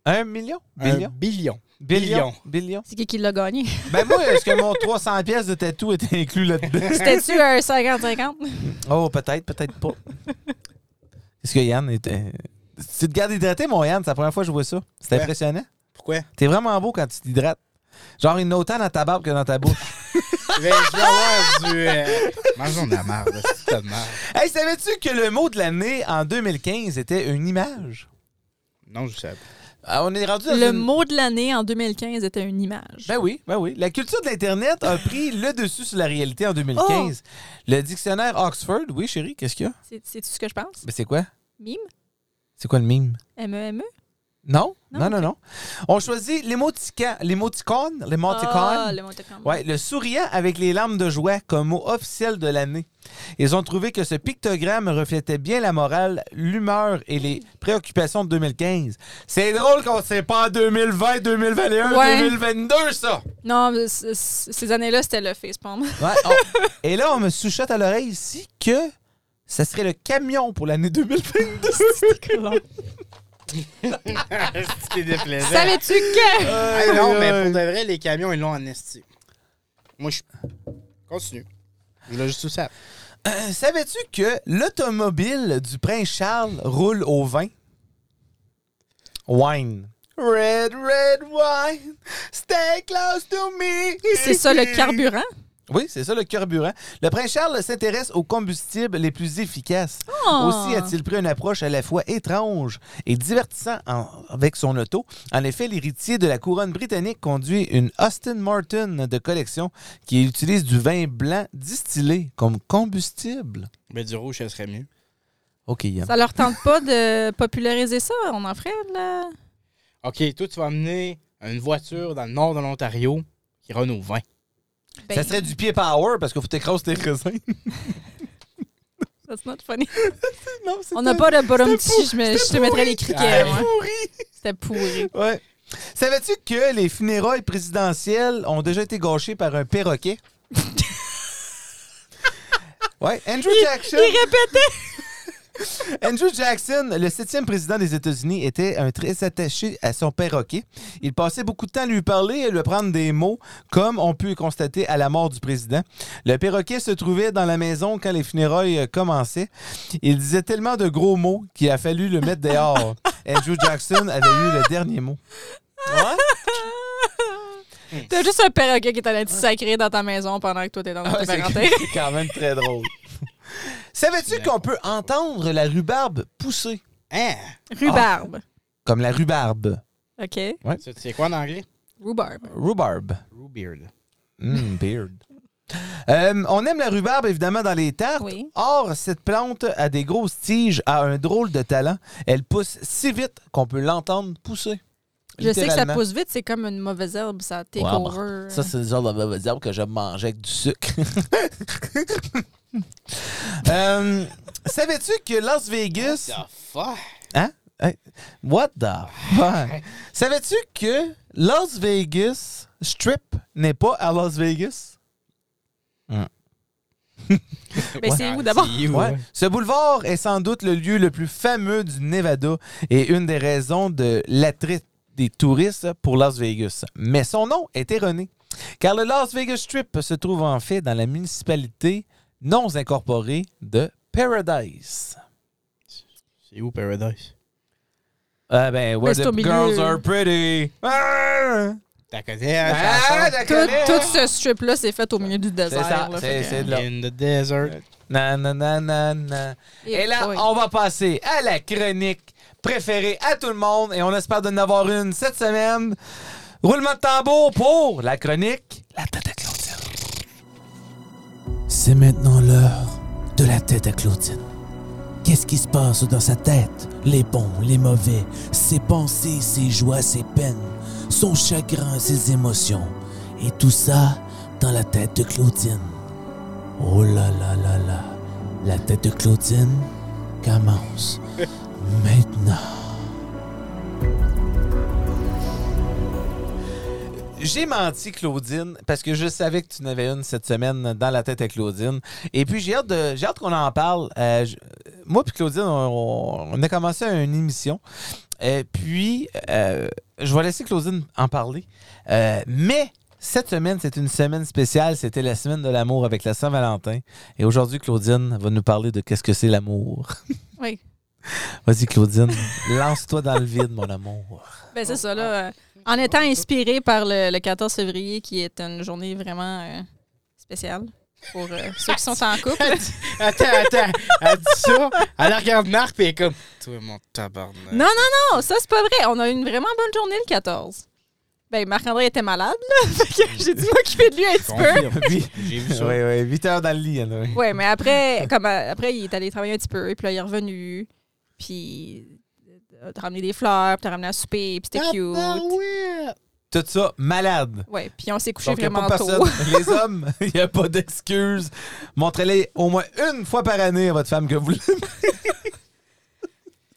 Un million?
Un billion.
Billion. Billion.
C'est qui qui l'a gagné?
Ben moi, est-ce que mon 300 pièces de tatou était inclus là-dedans?
C'était-tu un 50-50?
Oh, peut-être, peut-être pas. Est-ce que Yann était... Tu te gardes hydraté, mon Yann, c'est la première fois que je vois ça. C'est
Ouais.
impressionnant.
Pourquoi?
T'es vraiment beau quand tu t'hydrates. Genre, il y en a autant dans ta barbe que dans ta bouche.
Ben, je vais avoir du... euh, Mangeons de la merde, c'est de la merde.
hey, savais-tu que le mot de l'année en 2015 était une image?
Non, je sais pas.
Ah, on est rendu dans
Le
une-
mot de l'année en 2015 était une image.
Ben oui, ben oui. La culture de l'Internet a pris le dessus sur la réalité en 2015. Le dictionnaire Oxford, oui, chérie, qu'est-ce qu'il y a?
C'est- C'est-tu ce que je pense?
Ben c'est quoi?
Mime? E
C'est quoi le mime?
M-E-M-E?
Non, non,
Non,
non, non. On choisit l'émotica- l'émoticône, l'émoticône.
Ah, le Montecon.
Ouais, le souriant avec les larmes de joie comme mot officiel de l'année. Ils ont trouvé que ce pictogramme reflétait bien la morale, l'humeur et les préoccupations de 2015. C'est drôle qu'on ne sait pas en 2020, 2021,
Ouais.
2022, ça!
Non, mais c- c- ces années-là, c'était le face palm.
Ouais, on- Et là, on me souchote à l'oreille ici que ça serait le camion pour l'année 2022.
C'est déplaisant.
Savais-tu que?
Hey, non, mais pour de vrai, les camions, ils l'ont en esti. Moi, je... Continue. Je l'ai juste tout ça.
Euh, Savais-tu que l'automobile du prince Charles roule au vin? Wine. Red, red wine, stay close to me.
C'est ça le carburant?
Oui, c'est ça le carburant. Le prince Charles s'intéresse aux combustibles les plus efficaces.
Oh!
Aussi a-t-il pris une approche à la fois étrange et divertissante en- avec son auto. En effet, l'héritier de la couronne britannique conduit une Austin Martin de collection qui utilise du vin blanc distillé comme combustible.
Mais du rouge, ça serait mieux.
OK, Yann.
Ça leur tente pas de populariser ça, on en ferait là.
OK, toi, tu vas amener une voiture dans le nord de l'Ontario qui run au vin.
Ben,
Ça serait du pied power parce qu'il faut t'écraser tes raisins.
that's not funny.
non, c'est
On n'a pas de bottom
c'était
je, me- je te mettrais les criquets.
C'était
moi. C'était pourri.
Ouais. Savais-tu que les funérailles présidentielles ont déjà été gâchées par un perroquet? ouais, Andrew Jackson.
Il répétait.
Andrew Jackson, le septième président des États-Unis, était un très attaché à son perroquet. Il passait beaucoup de temps à lui parler et à lui prendre des mots, comme on put le constater à la mort du président. Le perroquet se trouvait dans la maison quand les funérailles euh, commençaient. Il disait tellement de gros mots qu'il a fallu le mettre dehors. Andrew Jackson avait eu le dernier mot.
T'as juste un perroquet qui est allé te sacrer dans ta maison pendant que toi t'es dans
Ah ouais,
ta
c'est
parenté.
c'est quand même très drôle. Savais-tu qu'on peut entendre la rhubarbe pousser?
Hein?
Rhubarbe.
Comme la rhubarbe.
OK.
Ça, tu sais quoi en anglais?
Rhubarbe.
Rhubarbe.
Rhubarbe.
Hmm, beard. Euh, on aime la rhubarbe, évidemment, dans les tartes.
Oui.
Or, cette plante a des grosses tiges, a un drôle de talent. Elle pousse si vite qu'on peut l'entendre pousser.
Je sais que ça
Littéralement.
pousse vite, c'est comme une mauvaise herbe, ça take
Ouais,
over.
Ça, c'est le genre de mauvaise herbe que je mangeais avec du sucre. Euh, Savais-tu que Las Vegas...
The fuck?
Hein? Hey, What the fuck? Savais-tu que Las Vegas Strip n'est pas à Las Vegas?
Ben, c'est où d'abord?
C'est où,
Ouais.
ouais.
Ce boulevard est sans doute le lieu le plus fameux du Nevada et une des raisons de l'attrait des touristes pour Las Vegas. Mais son nom est erroné, car le Las Vegas Strip se trouve en fait dans la municipalité non incorporée de Paradise.
C'est où Paradise?
Ah ben, what
Mais c'est
the
au milieu.
girls are pretty. Ah!
T'as connais la
Ah,
chanson?
la
Tout,
connais,
tout
hein?
ce strip-là, c'est fait au milieu du
C'est
désert.
ça,
là,
c'est
fait
c'est de là.
In the desert.
Na, na, na, na, na.
que-
Et là,
Oui.
on va passer à la chronique préférée à tout le monde et on espère de en avoir une cette semaine. Roulement de tambour pour la chronique La tête à Claudine.
C'est maintenant l'heure de la tête à Claudine. Qu'est-ce qui se passe dans sa tête Les bons, les mauvais, ses pensées, ses joies, ses peines, son chagrin, ses émotions. Et tout ça dans la tête de Claudine. Oh là là là là. La tête de Claudine commence maintenant.
J'ai menti, Claudine, parce que je savais que tu n'avais une cette semaine dans la tête à Claudine. Et puis, j'ai hâte, de- j'ai hâte qu'on en parle. Euh, je- moi puis Claudine, on, on a commencé une émission. Euh, puis, euh, je vais laisser Claudine en parler. Euh, mais cette semaine, c'est une semaine spéciale. C'était la semaine de l'amour avec la Saint-Valentin. Et aujourd'hui, Claudine va nous parler de qu'est-ce que c'est l'amour.
Oui.
Vas-y, Claudine, lance-toi dans le vide, mon amour.
Ben,
Ah,
c'est ça, là. euh, En étant inspiré par le, le 14 février, qui est une journée vraiment euh, spéciale pour euh, ceux qui sont en couple.
Attends, attends. Elle dit ça. Elle regarde Marc et elle est comme. Toi, mon tabarnak.
Non, non, non, ça, c'est pas vrai. On a eu une vraiment bonne journée le 14. Ben, Marc-André était malade, là. Fait que j'ai dû m'occuper de lui un
Je
petit peu.
confirme.
Oui,
J'ai vu
oui,
ça.
oui. 8 heures dans le lit, là.
Ouais, mais après, comme, euh, après, il est allé travailler un petit peu, puis là, il est revenu, puis euh, t'as ramené des fleurs, puis t'as ramené à souper, puis
Ah,
c'était
ben
cute.
Tabarouette.
Tout ça, malade.
Ouais, puis on s'est couché
Donc, il n'y a
vraiment
pas
tôt.
personne. Les hommes, il n'y a pas d'excuses. Montrez-les au moins une fois par année à votre femme que vous l'aimez.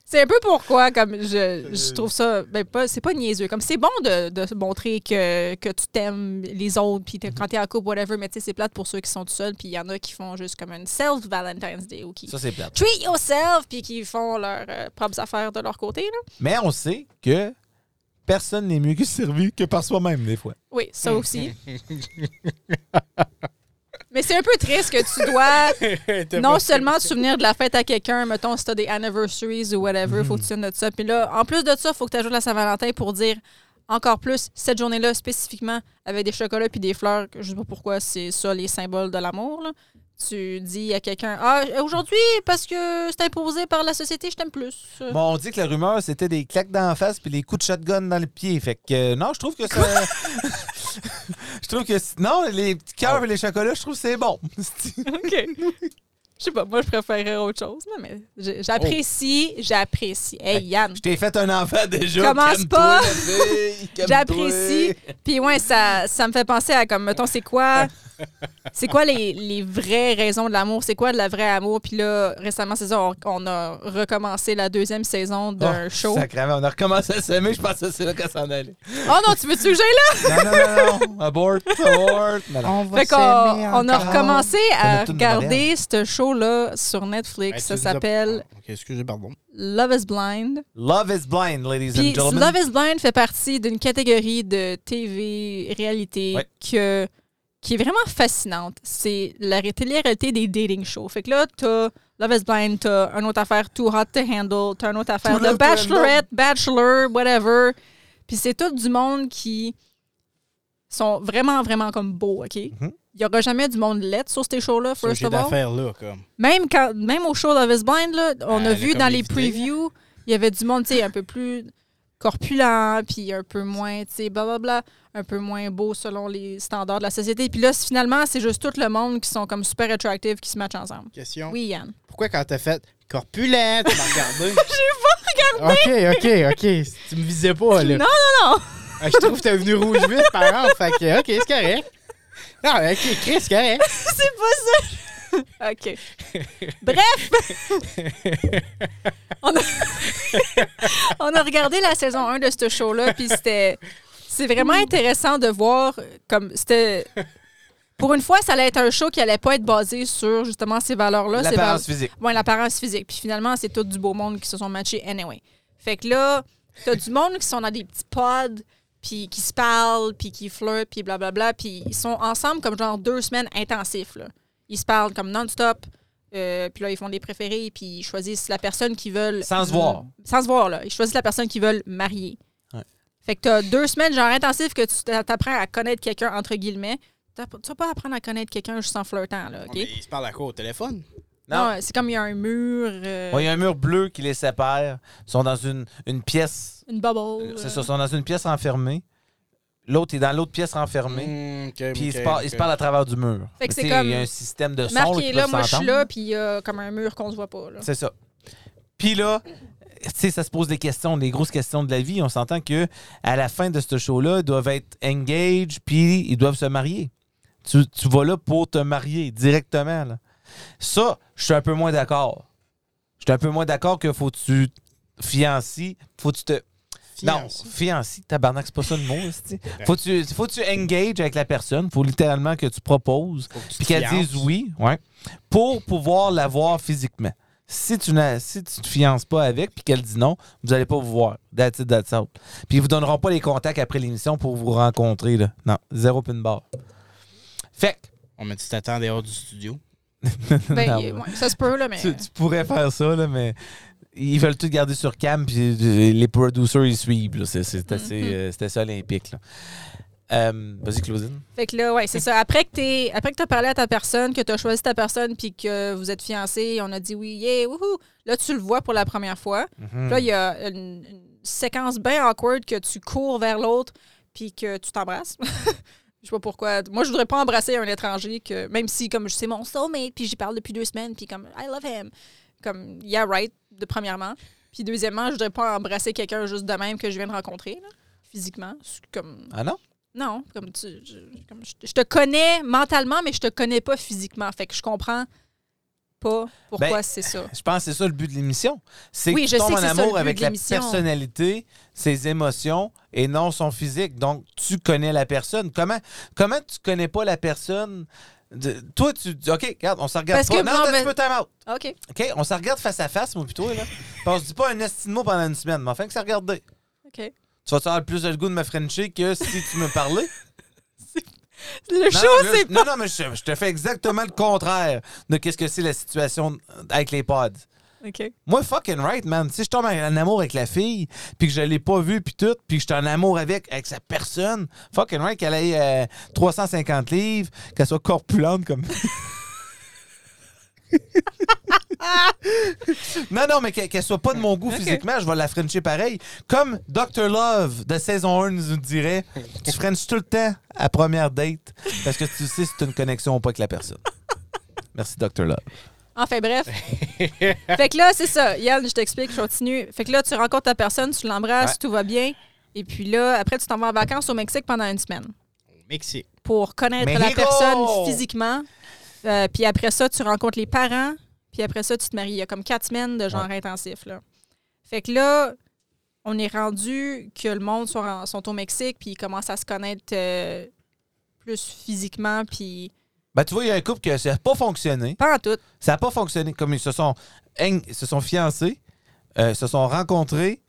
C'est un peu pourquoi, comme je,
Euh,
je trouve ça, ben pas, c'est pas niaiseux. Comme c'est bon de, de se montrer que, que tu t'aimes les autres, puis t'es- quand t'es en couple, whatever, mais tu sais, c'est plate pour ceux qui sont tout seuls, puis il y en a qui font juste comme une self-Valentine's Day ou qui
Ça, c'est plate.
treat yourself, puis qui font leurs euh, propres affaires de leur côté. Là.
Mais on sait que personne n'est mieux que servi que par soi-même, des fois.
Oui, ça aussi. mais c'est un peu triste que tu dois
T'as
non
pas-
seulement te souvenir de la fête à quelqu'un, mettons, si t'as des anniversaries ou whatever, faut que tu tiennes de ça. Puis là, en plus de ça, faut que tu ajoutes la Saint-Valentin pour dire encore plus cette journée-là spécifiquement avec des chocolats puis des fleurs. que Je sais pas pourquoi c'est ça les symboles de l'amour. là. Tu dis à quelqu'un Ah, aujourd'hui, parce que c'est imposé par la société, je t'aime plus.
Bon, on dit que la rumeur, c'était des claques dans la face puis les coups de shotgun dans le pied. Fait que, euh, non, je trouve que ça. je trouve que. c- Non, les petits cœurs et les chocolats, je trouve que c'est bon.
OK. Je sais pas, moi, je préférerais autre chose, là, mais j'ai- j'apprécie, j'apprécie. Hey, Yann,
je t'ai fait un enfant déjà.
Commence
calme-toi,
pas.
la fille, calme-toi.
j'apprécie. Puis ouais, ça, ça me fait penser à, comme, mettons, c'est quoi... C'est quoi les, les vraies raisons de l'amour? C'est quoi de la vraie amour? Puis là, récemment, c'est ça, on, on a recommencé la deuxième saison d'un
Oh,
show.
Sacrément, on a recommencé à s'aimer. Je pense que c'est là qu'elle s'en allait.
Oh non, tu veux-tu que j'aille là?
Non, non, non, non. Abort, abort. Non, non.
On va
Fait qu'on on a recommencé à
T'as notre
regarder ce show-là sur Netflix.
Ben,
ça
tu nous as-
s'appelle
Ok, excusez, pardon.
Love is Blind.
Love is blind, ladies
Puis
and gentlemen.
Love is Blind fait partie d'une catégorie de TV réalité
Ouais.
que, qui est vraiment fascinante. C'est la ré- télé-réalité des dating shows. Fait que là, t'as Love is Blind, t'as une autre affaire Too Hot to Handle, t'as une autre affaire
Too
de
Hot to
Bachelorette, Bachelor, whatever. Puis c'est tout du monde qui sont vraiment, vraiment comme beaux, OK? Il
Mhm.
y aura jamais du monde laid sur ces shows-là,
C'est
first
j'ai
of all.
d'affaires là, comme.
Même, quand, même au show Love is Blind, là, on
Ben,
a
elle
vu
a
dans
comme
les
évité.
previews, il y avait du monde tu sais, un peu plus corpulent, puis un peu moins, tu sais, blablabla, un peu moins beau selon les standards de la société. Puis là, c- finalement, c'est juste tout le monde qui sont comme super attractive qui se matchent ensemble.
Question.
Oui, Yann.
Pourquoi quand t'as fait corpulent, tu m'as regardé? J'ai pas regardé! Ok, ok, ok. Tu me visais pas, là.
Non, non, non!
Ah, je trouve que t'es venu rouge vif par an. Fait que, ok, c'est correct. Non, mais ok, Chris, c'est correct.
c'est pas ça! OK. Bref! on, a... on a regardé la saison 1 de ce show-là, puis c'était. C'est vraiment intéressant de voir euh, comme c'était. Pour une fois, ça allait être un show qui allait pas être basé sur justement ces valeurs-là. ces
L'apparence
vale-
physique.
Ouais, l'apparence physique. Puis finalement, c'est tout du beau monde qui se sont matchés anyway. Fait que là, t'as du monde qui sont dans des petits pods, puis qui se parlent, puis qui flirtent, puis blablabla. Puis ils sont ensemble comme genre deux semaines intensifs. Là. Ils se parlent comme non-stop. euh, puis là, ils font des préférés, puis ils choisissent la personne qu'ils veulent.
Sans se voir.
Sans se voir, là. Ils choisissent la personne qu'ils veulent marier.
Ouais.
Fait que t'as deux semaines genre intensives que tu t'a- t'apprends à connaître quelqu'un, entre guillemets. T'as- Tu vas pas apprendre à connaître quelqu'un juste en flirtant, là, OK?
Mais il se parle à quoi au téléphone?
Non, euh, c'est comme il y a un mur, euh,
Ouais, Il y a un mur bleu qui les sépare. Ils sont dans une, une pièce.
une bubble.
C'est
euh.
ça, ils sont dans une pièce enfermée. L'autre est dans l'autre pièce enfermée.
Mm, ok,
Puis ils
ok,
se, par-
ok.
ils se parlent à travers du mur.
Fait que c'est
Tu sais,
comme-
Il y a un système de son.
Marc
là,
est
qu'ils
là,
peuvent
moi je suis
s'entendre.
là, puis il y a comme un mur qu'on se voit pas. Là.
C'est ça. Puis là, tu sais, ça se pose des questions, des grosses questions de la vie. On s'entend que à la fin de ce show-là, ils doivent être engaged, puis ils doivent se marier. Tu, tu vas là pour te marier directement. là. Ça, je suis un peu moins d'accord. Je suis un peu moins d'accord que faut que tu fiancies, faut que tu te
Finance.
non, fiancé, tabarnak, c'est pas ça le mot. esti. Faut que tu, faut que tu engages avec la personne. Faut littéralement que tu proposes.
Faut que tu te
Puis qu'elle
fiances.
dise oui. Ouais. Pour pouvoir la voir physiquement. Si tu ne si tu te fiances pas avec puis qu'elle dit non, vous allez pas vous voir. That's it, that's all. Puis ils vous donneront pas les contacts après l'émission pour vous rencontrer. Là. Non, zéro pin bar. Fait que
On m'a dit tu t'attends dehors du studio.
Ben,
Non, ouais.
il- ouais, ça se peut, là, mais.
tu, tu pourrais faire ça, là, mais ils veulent tout garder sur cam, puis euh, les producers, ils suivent. là. C'est- C'est assez,
Mhm.
euh, c'était ça olympique. là. Euh, Vas-y, Claudine.
Fait que là, ouais, c'est ça. Après que t'es, après que t'as parlé à ta personne, que t'as choisi ta personne, puis que vous êtes fiancés, on a dit oui, yeah, wouhou. Là, tu le vois pour la première fois. Puis Là, il y a une, une séquence bien awkward que tu cours vers l'autre, puis que tu t'embrasses. Je sais pas pourquoi. Moi, je voudrais pas embrasser un étranger que, même si, comme, c'est mon soulmate, puis j'y parle depuis deux semaines, puis comme, I love him. Comme, yeah, right, de premièrement. Puis deuxièmement, je voudrais pas embrasser quelqu'un juste de même que je viens de rencontrer, là, physiquement. C'est Comme,
Ah non?
non, comme tu, je, comme je- je te connais mentalement, mais je te connais pas physiquement. Fait que je comprends pas pourquoi
Ben,
c'est ça.
Je pense que c'est ça le but de l'émission. C'est
Oui,
que tu
je sais
tombes
que
en
c'est ça le
amour
but
avec
de
la
l'émission.
personnalité, ses émotions et non son physique. Donc, tu connais la personne. Comment, comment tu connais pas la personne? De- toi, tu dis, OK, regarde, on se regarde
Parce
pas.
que
non,
moi,
attends,
ben-
tu peux time out.
OK.
OK, on se regarde face à face, moi, plutôt, là. Puis on se dit pas un estime mot pendant une semaine, mais enfin que ça regardait.
OK.
Tu vas avoir plus le goût de me frencher que si tu me parlais.
Le
Non,
show,
non,
c'est
je- non, non, mais je, je te fais exactement le contraire de qu'est-ce que c'est la situation avec les pods.
OK.
Moi, fucking right, man. Si je tombe en amour avec la fille, puis que je l'ai pas vue, puis tout, puis que je suis en amour avec, avec sa personne, fucking right qu'elle ait euh, 350 livres, qu'elle soit corpulente comme. non, non, mais qu'elle qu'elle soit pas de mon goût physiquement, je vais la frencher pareil. Comme Dr. Love de saison 1 nous dirait, tu frenches tout le temps à première date parce que tu sais si tu une connexion ou pas avec la personne. Merci, Dr. Love.
Enfin, bref. fait que là, c'est ça. Yann, je t'explique, je continue. Fait que là, tu rencontres ta personne, tu l'embrasses,
Ouais.
tout va bien. Et puis là, après, tu t'en vas en vacances au Mexique pendant une semaine
Au Mexique.
pour connaître la
Mexico!
personne physiquement. Euh, puis après ça, tu rencontres les parents. Puis après ça, tu te maries. Il y a comme quatre semaines de genre intensif. Là. Fait que là, on est rendu que le monde sont, en- sont au Mexique, puis ils commencent à se connaître euh, plus physiquement, puis
Ben, tu vois, il y a un couple que ça n'a pas fonctionné.
pas en tout.
Ça n'a pas fonctionné comme ils se sont, eng- se sont fiancés, euh, se sont rencontrés,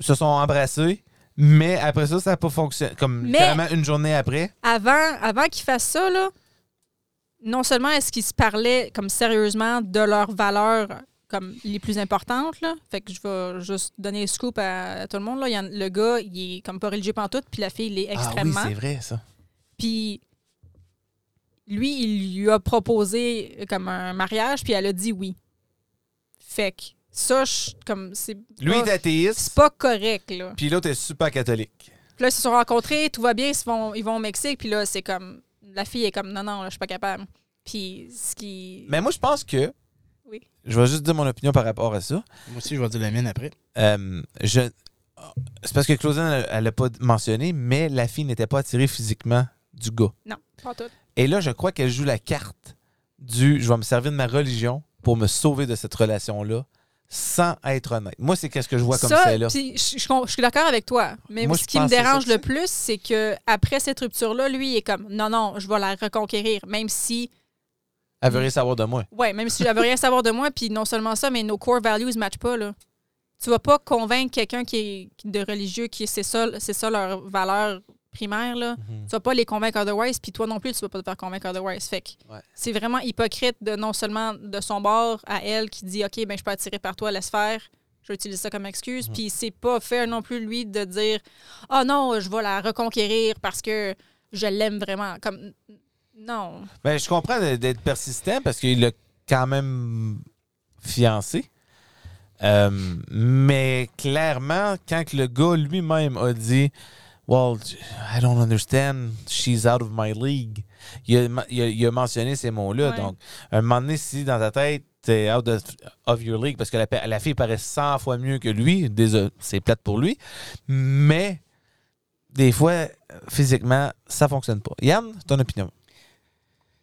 se sont embrassés, mais après ça, ça n'a pas fonctionné. Comme
Mais-
littéralement une journée après.
avant, avant qu'ils fassent ça, là, non seulement est-ce qu'ils se parlaient comme sérieusement de leurs valeurs comme les plus importantes, là. Fait que je vais juste donner le scoop à, à tout le monde. Là. Il y en- le gars, il est comme pas religieux pantoute, puis la fille, il est extrêmement.
Ah oui, c'est vrai, ça.
puis lui, il lui a proposé comme un mariage, puis elle a dit oui. Fait que ça, je- comme c'est
Lui
pas-
est
Oh, c'est
athéiste,
pas correct, là.
puis l'autre est super catholique.
Puis là, ils se sont rencontrés, tout va bien, ils, se vont, ils vont au Mexique, puis là, c'est comme. La fille est comme, non, non, là, je suis pas capable. Puis ce qui.
Mais moi, je pense que.
Oui.
Je vais juste dire mon opinion par rapport à ça.
Moi aussi, je vais dire la mienne après.
Euh, je... C'est parce que Claudine, elle l'a pas mentionné, mais la fille n'était pas attirée physiquement du gars.
Non, pas tout.
Et là, je crois qu'elle joue la carte du je vais me servir de ma religion pour me sauver de cette relation-là sans être honnête. Moi, c'est qu'est-ce que je vois comme ça, là.
puis je, je con- je suis d'accord avec toi. Mais
Moi,
ce
je
qui me
pense que c'est
dérange
ça que
le plus, c'est que après cette rupture-là, lui, il est comme, non, non, je vais la reconquérir, même si.
Elle veut rien savoir de moi.
Ouais, même si j'avais rien à savoir de moi, puis non seulement ça, mais nos core values ne matchent pas, là. Tu vas pas convaincre quelqu'un qui est de religieux, qui c'est ça, c'est ça leur valeur primaire, là.
Mhm.
Tu vas pas les convaincre otherwise, puis toi non plus, tu vas pas te faire convaincre otherwise. Fait que
Ouais.
c'est vraiment hypocrite de non seulement de son bord à elle qui dit OK, ben je peux attirer par toi, laisse faire. Je vais utiliser ça comme excuse.
Mhm.
Puis c'est pas fair non plus, lui, de dire Ah non, je vais la reconquérir parce que je l'aime vraiment. Comme non.
Ben, je comprends de- d'être persistant parce qu'il l'a quand même fiancé. Euh, mais clairement, quand que le gars lui-même a dit Well, I don't understand, she's out of my league, il a, ma- il a- il a mentionné ces mots-là.
Ouais.
Donc, un moment donné, si dans ta tête, t'es out of, of your league, parce que la, pa- la fille paraît 100 fois mieux que lui, désolé, c'est plate pour lui, mais des fois, physiquement, ça fonctionne pas. Yann, ton opinion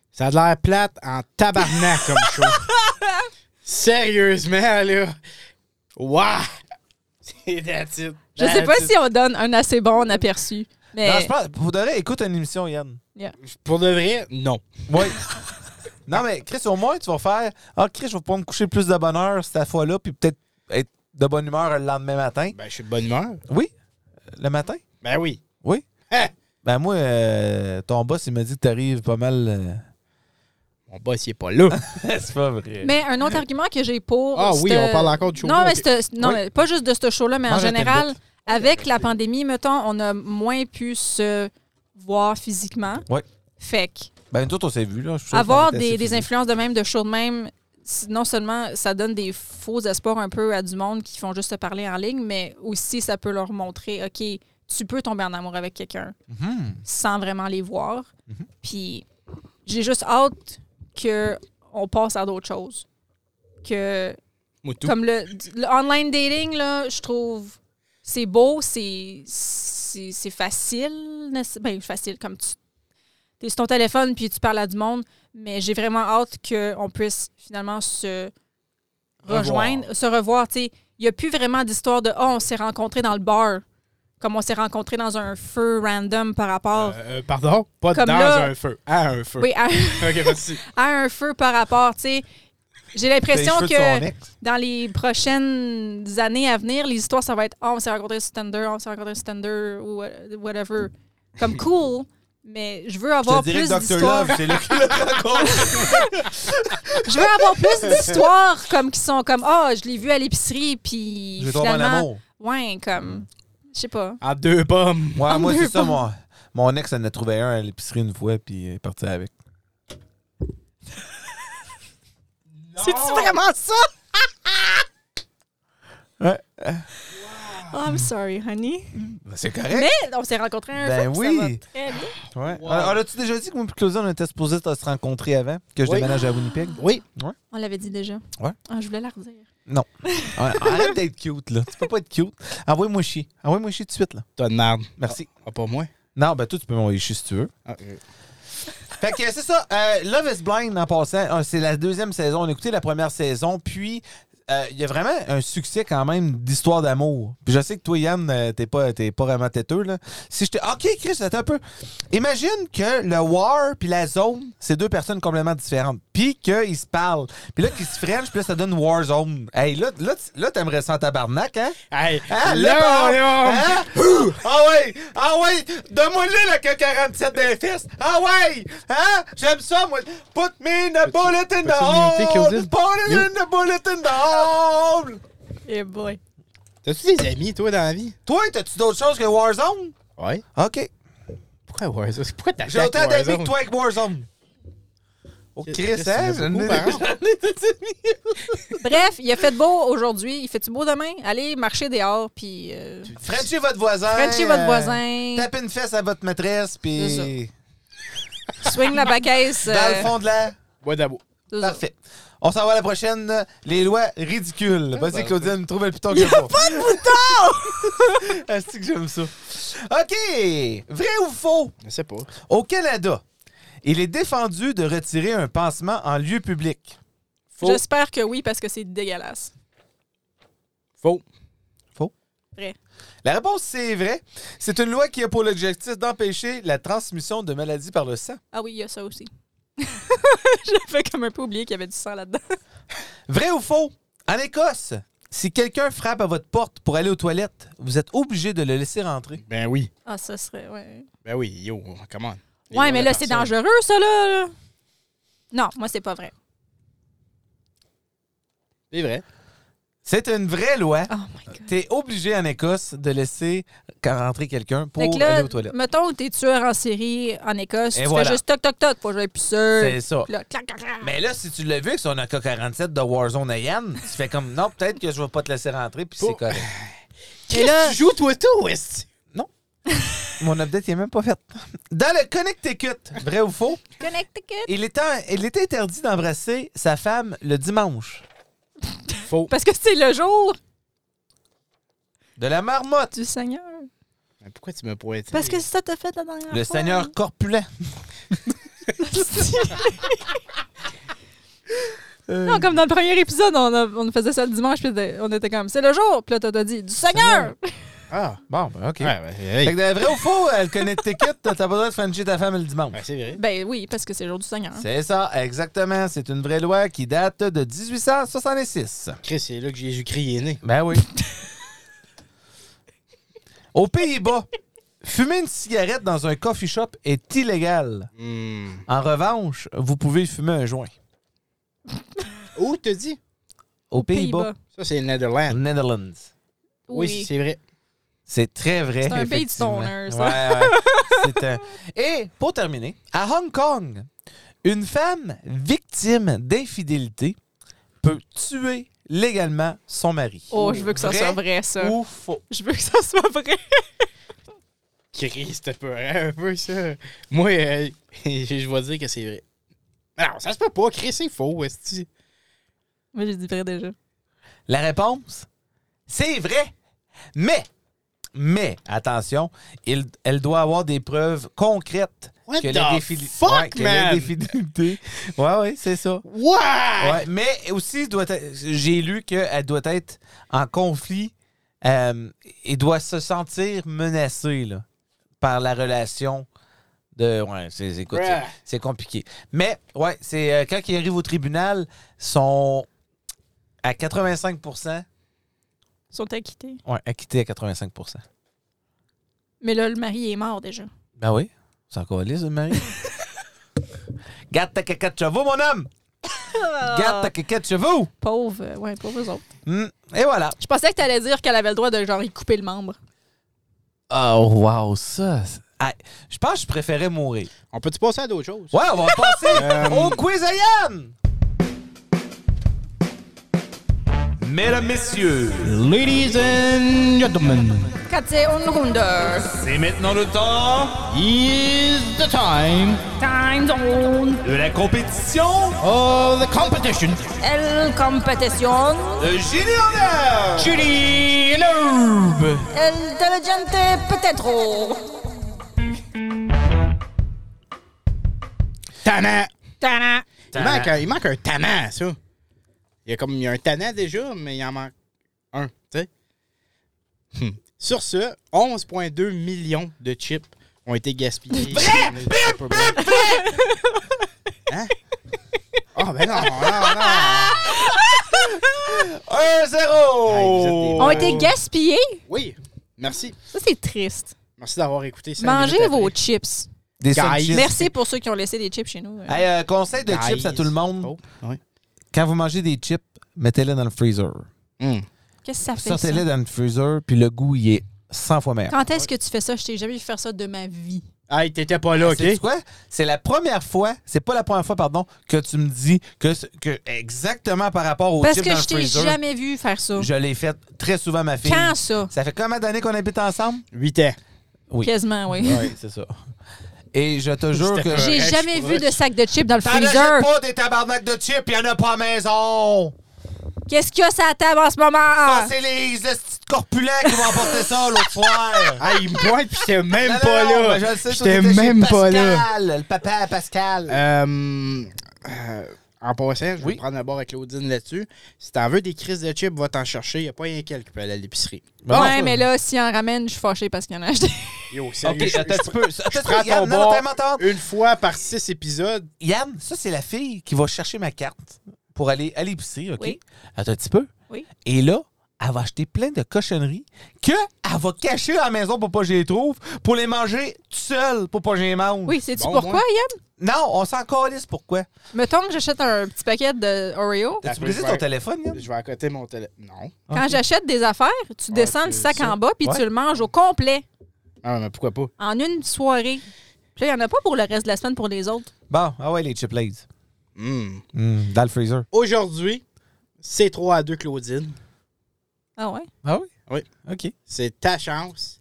Ça a l'air plate en tabarnak comme show. Sérieusement, là. Waouh! C'est that's it.
Je sais
That's
pas
it.
si on donne un assez bon aperçu. Mais
Non, je pense, pour de vrai, écoute une émission, Yann.
Pour de vrai, non.
Oui. non, mais Chris, au moins, tu vas faire Ah, Chris, je vais pouvoir me coucher plus de bonne heure cette fois-là, puis peut-être être de bonne humeur le lendemain matin.
Ben, je suis de bonne humeur.
Oui, le matin.
Ben oui.
Oui.
Hein?
Ben, moi, euh, ton boss, il m'a dit que t'arrives pas mal. euh,
Mon boss, il est pas là.
C'est pas vrai.
Mais un autre argument que j'ai pour.
Ah oui,
c'est,
on
euh,
parle encore de show.
Non, mais,
Ok.
c'est- non
Oui.
mais pas juste de ce show-là, mais en
Mange un
général,
Timbit.
avec la pandémie, mettons, on a moins pu se voir physiquement.
Ouais.
Fait que
Ben, nous autres, on s'est vus, là. Je suis sûr
avoir
qu'on était
des,
assez
des
physiques.
influences de même, de show de même, c- non seulement ça donne des faux espoirs un peu à du monde qui font juste se parler en ligne, mais aussi ça peut leur montrer, OK, tu peux tomber en amour avec quelqu'un
Mhm.
sans vraiment les voir. Puis j'ai juste hâte qu'on passe à d'autres choses. Que
Moutou.
comme le, le online dating, là, je trouve c'est beau, c'est c'est c'est facile. n'est-ce- Ben, facile, comme tu es sur ton téléphone puis tu parles à du monde, mais j'ai vraiment hâte qu'on puisse finalement se rejoindre, se revoir. tu sais. Il n'y a plus vraiment d'histoire de oh, on s'est rencontrés dans le bar, comme on s'est rencontrés dans un feu random par rapport.
Euh, euh, pardon? Pas
Comme
dans
là-
un feu. À un
Euh,
feu.
Oui, à,
Ok, merci.
à un feu par rapport. tu sais. J'ai
T'as les
l'impression
cheveux de
que
son ex.
dans les prochaines années à venir, les histoires, ça va être Ah, on s'est rencontrés sur Tinder, on s'est rencontrés sur Tinder, ou what- whatever. Comme cool, Mais je veux
Je
avoir
te dirais
plus
que Dr.
d'histoires.
Love, c'est là qu'il le rencontre.
Je veux avoir plus d'histoires comme qui sont comme ah, je l'ai vu à l'épicerie puis
Je vais tomber en
finalement
amour.
ouais, comme je sais pas.
En deux pommes.
Ouais, moi,
deux
c'est ça, moi. Mon ex en a trouvé un à l'épicerie une fois, puis il est parti avec.
C'est vraiment ça
Ouais.
Oh, I'm sorry, honey.
Ben, c'est correct.
Mais on s'est rencontrés un
Ben
jour, puis ça va
oui.
très bien.
Ouais.
Wow.
Alors, as-tu déjà dit que moi et Claudia, on était supposés se rencontrer avant que je
Oui.
déménage à Winnipeg?
Oui.
On l'avait dit déjà.
Ouais.
Ah, je voulais la redire.
Ah, Arrête d'être cute, là. Tu peux pas être cute. Envoie-moi chier. Envoie-moi chier tout de suite, là.
Toi de merde.
Merci.
Ah, pas moi.
Non, ben, toi, tu peux m'envoyer chier si tu veux.
Ah, euh,
Fait que c'est ça. euh, Love is Blind, en passant, euh, c'est la deuxième saison. On a écouté la première saison, puis euh, il y a vraiment un succès quand même d'histoire d'amour. Puis je sais que toi, Yann, euh, t'es pas, t'es pas vraiment têteux, là. Si je te... OK, Chris, attends un peu. Imagine que le War puis la Zone, c'est deux personnes complètement différentes. Puis qu'ils se parlent. Puis là, qu'ils se frenchent, puis là, ça donne War Zone. Hey, là, là, tu- là t'aimerais ça en tabarnak, hein?
Hey,
Hein,
là,
là,
là,
Hein? Ouh! Ah ouais! Ah ouais! Donne-moi le avec un 47 d'un fils! Ah ouais! Hein? J'aime ça, moi! Put me in the bullet in the
peux-tu muter,
hole!
Claudine?
Put me in the bullet in the hole!
Eh boy.
T'as-tu des amis, toi, dans la vie?
Toi, t'as-tu d'autres choses que Warzone?
Ouais.
Ok.
Pourquoi Warzone? Pourquoi t'as
J'ai autant d'amis que toi avec Warzone. Oh, Chris,
Chris,
hein?
il y en a
j'en ai-
beaucoup, par an.
j'en ai des amis.
Bref, il a fait beau aujourd'hui, il fait-tu beau demain? Allez marcher dehors puis euh,
Frenchie votre voisin.
Frenchie votre
euh,
voisin.
Tapez une fesse à votre maîtresse, puis.
swing la bagaisse.
Dans le
euh,
fond de la.
Bois d'abo.
c'est ça.
Parfait. On s'en va à la prochaine. Les lois ridicules.
Ah,
Vas-y,
ben,
parfait.
Claudine, trouve le piton que j'ai pas. pas de bouton! Est-ce que j'aime ça? OK. Vrai ou faux?
Je sais pas.
Au Canada, il est défendu de retirer un pansement en lieu public.
Faux.
J'espère que oui parce que c'est dégueulasse.
Faux.
La réponse, c'est vrai. C'est une loi qui a pour l'objectif d'empêcher la transmission de maladies par le sang.
Ah oui, il y a ça aussi. J'avais comme un peu oublié qu'il y avait du sang là-dedans.
Vrai ou faux? En Écosse, si quelqu'un frappe à votre porte pour aller aux toilettes, vous êtes obligé de le laisser rentrer.
Ben oui.
Ah, ça serait. Ouais,
Ben oui, yo, come on. Les
ouais
lois
mais
de
là, c'est
personne.
dangereux, ça, là. Non, moi, c'est pas vrai.
C'est vrai.
C'est une vraie loi.
Oh my God.
T'es obligé en Écosse de laisser ca- rentrer quelqu'un pour
Fait que là,
aller aux toilettes.
mettons, t'es tueur en série en Écosse,
Et
tu
voilà.
fais juste toc toc toc, pour jouer plus sûr.
C'est ça.
Puis là, clac, clac, clac.
Mais là, si tu l'as vu avec son AK-47 de Warzone à Yann, tu fais comme non, peut-être que je vais pas te laisser rentrer, puis c'est
Pour-
correct.
Qu'est-ce
là-
que tu joues, toi, tout, West?
Mon update, il est même pas fait. Dans le Connecticut, vrai ou faux,
Connecticut.
il était, il était interdit d'embrasser sa femme le dimanche.
Faux.
Parce que c'est le jour
De la marmotte,
du Seigneur.
Mais Ben, pourquoi tu me pointes?
Parce que ça t'a fait la dernière
le
fois.
seigneur corpulent. Euh,
non, comme dans le premier épisode, on, a- on faisait ça le dimanche, puis on était comme, c'est le jour. Puis là, t'as t'as dit, du Seigneur.
Ah.
Bon, ben, OK.
Ouais, ben, hey.
Fait que de vrai ou faux, euh, le Connecticut, t'as pas le droit de frencher ta femme le dimanche.
Ouais, c'est vrai.
Ben oui, parce que c'est le jour du Seigneur.
Hein? C'est ça, exactement. C'est une vraie loi qui date de 1866.
Chris, c'est là que Jésus-Christ est né.
Ben oui. Aux Pays-Bas, fumer une cigarette dans un coffee shop est illégal.
Hmm.
En revanche, vous pouvez fumer un joint.
Où t'as dit?
Aux Pays-Bas,
Ça, c'est le Netherlands.
Netherlands.
Oui,
Oui.
c'est vrai.
C'est très vrai.
C'est un pays de
effectivement.
stoners, ça.
Ouais, ouais. C'est un- Et pour terminer, à Hong Kong, une femme victime d'infidélité peut tuer légalement son mari.
Oh, je veux que ça
Vrai
soit vrai, ça.
Ou faux?
Je veux que ça soit vrai.
Chris, t'as peur hein, un peu, ça. Moi, euh, je vais dire que c'est vrai. Alors, ça se peut pas. Chris, c'est faux, Westy.
Moi, j'ai dit vrai déjà.
La réponse, c'est vrai. Mais, mais, attention, il- elle doit avoir des preuves concrètes
What
que
the
les défili-
fuck,
ouais, que
man?
l'infidélité- Ouais, ouais, c'est ça.
What?
Ouais, Ah, mais aussi, doit être- j'ai lu qu'elle doit être en conflit euh, et doit se sentir menacée là, par la relation de. Ouais, c'est écoute,
Bruh.
c'est- c'est compliqué. Mais, ouais, c'est euh, quand ils arrivent au tribunal, sont à 85
Ils sont acquittés.
Ouais, acquitté à 85
Mais là, le mari est mort déjà.
Ben oui. C'est encore lisse, Marie? Garde ta caquette de chevaux, mon homme! Garde ta caquette de chevaux!
Ah! Pauvre, euh, ouais, pauvre eux autres.
Hmm. Et voilà.
Je pensais que t'allais dire qu'elle avait le droit de genre y couper le membre.
Oh, wow, ça. c'est- Ah, je pense que je préférais mourir.
On peut-tu passer à d'autres choses?
Ouais, on va passer
Euh,
au quiz à Yann! Mesdames, messieurs,
Ladies and gentlemen,
Quand c'est une ronde.
c'est maintenant le temps
is the time
Time zone.
de la compétition
of the competition.
Elle compétition.
de Génie en air!
Judy and Herb.
Elle diligente peut-être.
Tana.
Tana.
Il manque, un, il manque un tana, ça. Il y a comme il y a un tana déjà, mais il en manque un, tu sais. Hmm. Sur ce, 11,2 millions de chips ont été gaspillés. Vrai! Vrai! Vrai! Hein? Oh, ben non, non, non!
1-0!
Ont été gaspillés?
Oui, merci.
Ça, c'est triste.
Merci d'avoir écouté. cinq
Mangez
minutes
vos
après.
chips.
Des
Guys.
sub-chips.
Merci pour ceux qui ont laissé des chips chez nous.
Hey, euh, conseil de
Guys.
chips à tout le monde.
Oh, oui.
Quand vous mangez des chips, mettez-les dans le freezer.
Hmm.
Qu'est-ce que ça fait? ça?
Sortez-les dans le freezer, puis le goût, il est 100 fois meilleur.
Quand est-ce que tu fais ça? Je t'ai jamais vu faire ça de ma vie.
Hey, t'étais pas là, OK?
Ah, C'est quoi? C'est la première fois, c'est pas la première fois, pardon, que tu me dis que, ce- que exactement par rapport aux
Parce
chips
que
dans
je
le
t'ai
freezer,
jamais vu faire ça.
je l'ai fait très souvent, ma fille.
Quand ça?
Ça fait combien d'années qu'on habite ensemble?
8 ans.
Oui.
Quasiment, oui.
Oui, c'est ça. Et je te jure que...
J'ai
Ouais,
jamais
je
vu de
pourrais.
sac de chips dans le
T'en achètes
freezer.
pas des tabarnak de chips, il y en a pas à maison!
Qu'est-ce qu'il y a sur la table en ce
Ça,
moment?
c'est les, les petits corpulents qui vont apporter ça l'autre soir!
Ah, il me pointe, puis j'étais même
Non, non,
pas
non,
là.
mais je le sais, toi,
J'étais
t'étais chez
même pas là.
Pascal, Le papa à Pascal.
Euh, euh, en passant, je vais
Oui.
prendre d'abord avec Claudine là-dessus. Si t'en veux des crises de chips, va t'en chercher. Il a pas rien qu'elle qui peut aller à l'épicerie.
Bon,
ouais,
ça-
mais là, s'il en ramène, je suis fâchée parce qu'il y en a acheté.
Yo,
OK,
sérieux, je-
attends un
je-
petit peu. Attends
je
un petit peu,
prends ton
Yann, non,
bord
attends, attends.
une fois par six épisodes.
Yann, ça, c'est la fille qui va chercher ma carte pour aller à l'épicerie, OK?
Oui.
Attends un petit peu.
Oui.
Et là, elle va acheter plein de cochonneries que elle va cacher à la maison pour pas que je les trouve, pour les manger tout seul pour pas que je les mange.
Oui, sais-tu
Bon,
pourquoi,
moi.
Yann?
Non, on s'en calisse pourquoi.
Mettons que j'achète un petit paquet de Oreo.
T'as-tu
Attends,
brisé
je
ton
vais-
téléphone, Yann?
Je vais à côté mon téléphone. Non.
Ah,
Quand j'achète des affaires, tu descends le
c'est
sac
ça.
en bas puis
Ouais.
tu le manges au complet
Ah, mais pourquoi pas?
en une soirée. Puis là, il n'y en a pas pour le reste de la semaine pour les autres.
Bon, ah ouais, les chip lays.
Hmm.
Hmm, dans le freezer.
Aujourd'hui, c'est 3 à 2, Claudine.
Ah ouais?
Ah oui?
Oui.
OK.
C'est ta chance.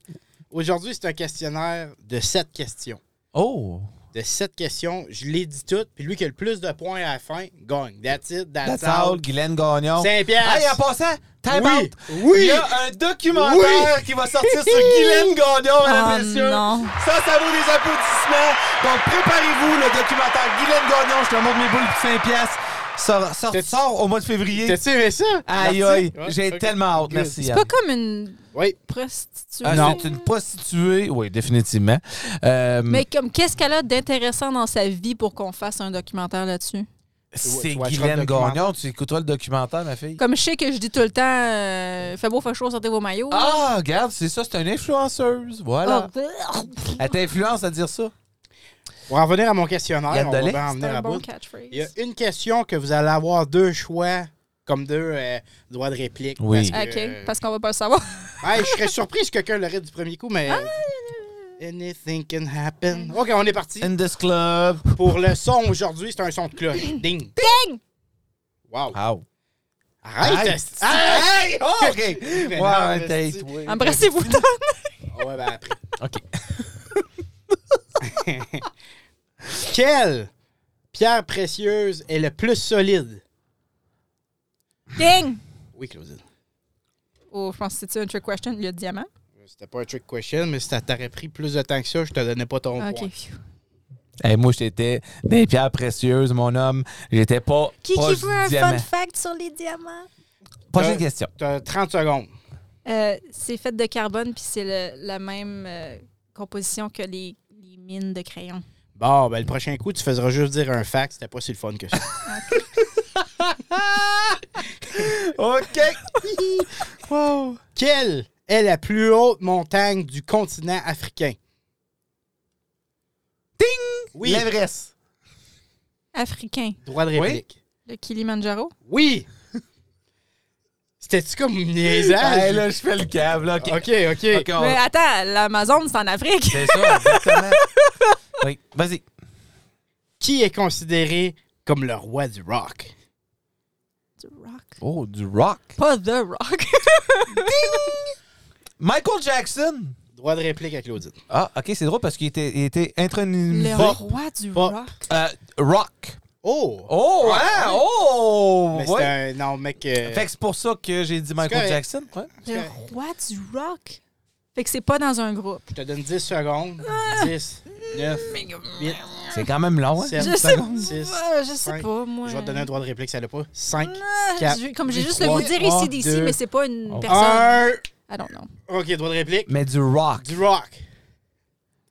Aujourd'hui, c'est un questionnaire de 7 questions.
Oh!
De 7 questions, je les dis toutes, puis lui qui a le plus de points à la fin gagne. That's it, that's,
That's all,
all.
Guylaine Gagnon.
Saint Pierre.
Hey, en passant, time
Oui,
out.
oui.
Il y a un documentaire qui va sortir sur Guylaine Gagnon, mesdames et
Oh,
messieurs.
non.
Ça, ça vaut des applaudissements. Donc, préparez-vous, le documentaire Guylaine Gagnon, je te montre mes boules pour 5 piastres. Ça sort,
T'as-
sort au mois de février.
T'as-tu aimé ça?
Aïe, aïe,
Merci.
j'ai
Ouais, ok.
tellement hâte.
Good.
Merci,
C'est
Yann.
pas comme une
Oui.
prostituée.
Ah,
Non.
C'est une prostituée, oui, définitivement. Euh,
Mais comme qu'est-ce qu'elle a d'intéressant dans sa vie pour qu'on fasse un documentaire là-dessus?
c'est
Tu watcheras le
Guylaine
documentaire.
Gagnon. Tu écouteras le documentaire, ma fille.
Comme je sais que je dis tout le temps, euh, fait beau, fait chaud, sortez vos maillots.
Ah, regarde, c'est ça, c'est une influenceuse. Voilà.
Oh,
Elle t'influence à dire ça.
Pour en venir à mon questionnaire,
Yann
on
Delay.
va en
c'est
venir à
un bon
bout.
catchphrase.
Il y a une question que vous allez avoir deux choix, comme deux euh, droits de réplique.
Oui.
Parce que,
Ah,
euh,
OK, parce qu'on va pas le savoir.
Ouais, je serais surpris si quelqu'un l'aurait du premier coup,
Ah!
mais... Anything can happen. OK, on est parti.
In this club.
Pour le son aujourd'hui, c'est un son de cloche. Ding. Ding! Wow.
Wow.
Arrête! esti. Arrête! Oh, OK.
Ouais,
Non,
t'es-
esti. Ouais,
Embrassez-vous dans
ben après.
OK.
Quelle pierre précieuse est le plus solide?
Ding!
Oui, Claudine.
Oh, je pense que c'est un trick question, le diamant.
C'était pas un trick question, mais si ça t'aurait pris plus de temps que ça, je te donnais pas ton
OK.
point.
phew.
Hey, moi, j'étais des pierres précieuses, mon homme. J'étais pas.
Qui, qui
proche
veut
du
un
diamant.
fun fact sur les diamants?
Prochaine
Euh,
question.
T'as 30 secondes.
Euh, c'est fait de carbone, puis c'est le- la même euh, composition que les, les mines de crayon.
Bon, ben le prochain coup, tu feras juste dire un fact, c'était pas si le fun que ça.
OK. wow.
Quelle est la plus haute montagne du continent africain?
Ting!
Oui.
L'Everest.
Africain.
Droit de réplique.
Le Kilimanjaro.
Oui! C'était-tu comme une niaisage?
Hey, là, je fais le câble. Là. OK.
OK, OK.
OK, on-
Mais attends, l'Amazon, c'est en Afrique.
C'est ça, exactement. oui, vas-y.
Qui est considéré comme le roi du rock?
Du rock.
Oh, du rock.
Pas The Rock.
Michael Jackson.
Droit de réplique à Claudine.
Ah, OK, c'est drôle parce qu'il était, il était intronisé.
Le
Pop.
roi du
Pop.
rock.
Euh, rock.
Oh!
Oh, hein? Oh!
Mais
ouais.
c'est un... Non, mec... euh,
Fait que c'est pour ça que j'ai dit Michael
correct.
Jackson. Ouais.
Le
correct.
roi du rock. Fait que c'est pas dans un groupe.
Je te donne 10 secondes.
Ah!
10, 9, 8,
C'est quand même long, hein?
7,
Je sais
6.
pas, je sais
cinq.
pas, moi.
Je vais te donner un droit de réplique, ça l'a pas. 5,
Ah,
quatre,
je- comme j'ai juste le
trois,
goût de dire
trois,
ici d'ici,
deux,
mais c'est pas une personne.
1.
I don't know.
OK, droit de réplique.
Mais du rock.
Du rock.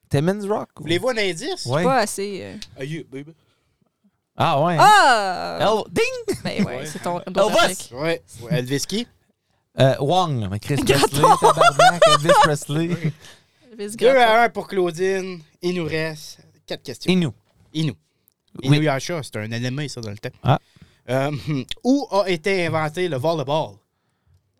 T'aimes du rock? ou-
Voulez-vous un indice?
Ouais.
Pas assez. euh.
Are you, baby?
Ah, ouais.
Ah!
El- Ding!
Ben ouais,
Ouais.
c'est ton. ton
Elvis!
trafic.
Ouais. ouais. Elvis qui?
Euh, Wong. Mais Chris
Graton.
Presley. tabarnak, Elvis Presley.
Elvis
2
Graton.
à 1 pour Claudine. Il nous reste 4 questions.
Et nous?
Inou.
Oui.
Inou Yasha, c'est un élément, ça, dans le temps.
Ah.
Euh, où a été inventé le volleyball?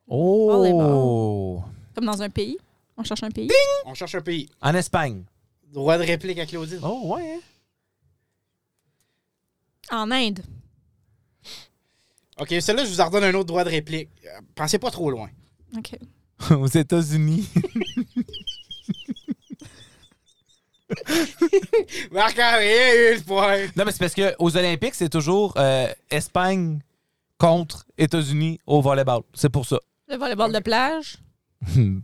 Oh!
Comme dans un pays. On cherche un pays.
On cherche un pays.
En Espagne.
Droit de réplique à Claudine.
Oh, ouais. hein?
En Inde.
OK, celle-là, je vous en redonne un autre droit de réplique. Euh, Pensez pas trop loin.
OK.
Aux États-Unis.
Marc-Henri a eu le point.
non, mais c'est parce qu'aux Olympiques, c'est toujours euh, Espagne contre États-Unis au volleyball. C'est pour ça.
Le volleyball de plage.
Hmm.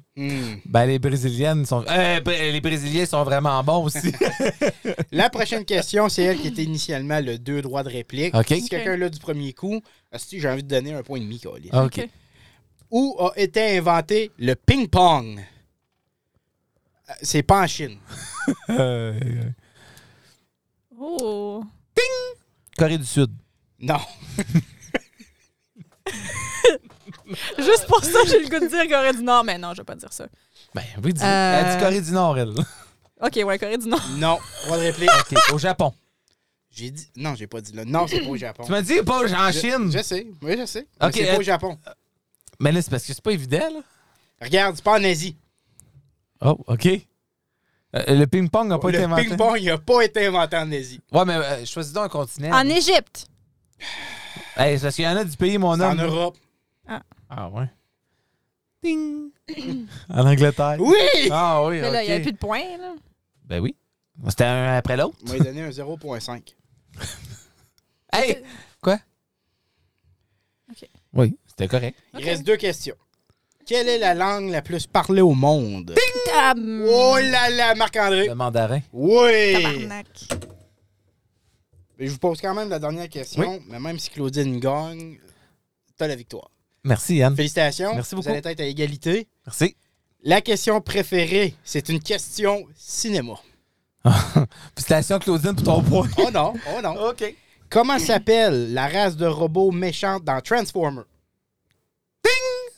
Ben, les Brésiliennes sont. Euh, br- les Brésiliens sont vraiment bons aussi.
La prochaine question, c'est elle qui était initialement le deux droits de réplique.
OK.
Si quelqu'un l'a du premier coup, si j'ai envie de donner un point et demi, Colin.
OK.
Où a été inventé le ping-pong? Euh, C'est pas en Chine.
Euh,
Oh.
Corée du Sud.
Non.
Juste pour ça, j'ai le goût de dire Corée du Nord, mais non, je vais pas dire ça.
Ben oui, dis.
Euh,
Elle dit Corée du Nord, elle.
OK, ouais, Corée du Nord.
Non. Droit de réplique.
OK, au Japon.
J'ai dit. Non, j'ai pas dit là. Non, c'est pas au Japon.
Tu m'as dit pas en Chine.
Je sais. Oui, je sais. Mais
OK,
c'est pas
euh,
au Japon.
Mais là, c'est parce que c'est pas évident, là.
Regarde, c'est pas en Asie.
Oh, OK. Euh, le ping-pong n'a pas été
Le
inventé.
ping-pong, il a pas été inventé en Asie.
Ouais, mais euh, choisis donc un continent.
En Égypte.
Hey, c'est parce qu'il y en a du pays, mon
C'est en
homme.
Europe.
Ah ouais. Ding! en Angleterre.
Oui!
Ah oui,
Mais là, il n'y avait
OK.
plus de points, là.
Ben oui. C'était un après l'autre.
Moi, il donné un 0.5.
Hey! Quoi?
OK.
Oui, c'était correct.
Il reste deux questions. Quelle est la langue la plus parlée au monde?
Ah,
Oh là là, Marc-André!
Le mandarin.
Oui!
tabarnak.
Mais je vous pose quand même la dernière question, mais même si Claudine gagne, t'as la victoire.
Merci, Yann.
Félicitations.
Merci beaucoup.
Vous allez être à égalité.
Merci.
La question préférée, c'est une question cinéma.
Félicitations, Claudine, pour ton point.
Oh non, oh non.
OK.
Comment s'appelle la race de robots méchante dans Transformers? Ding!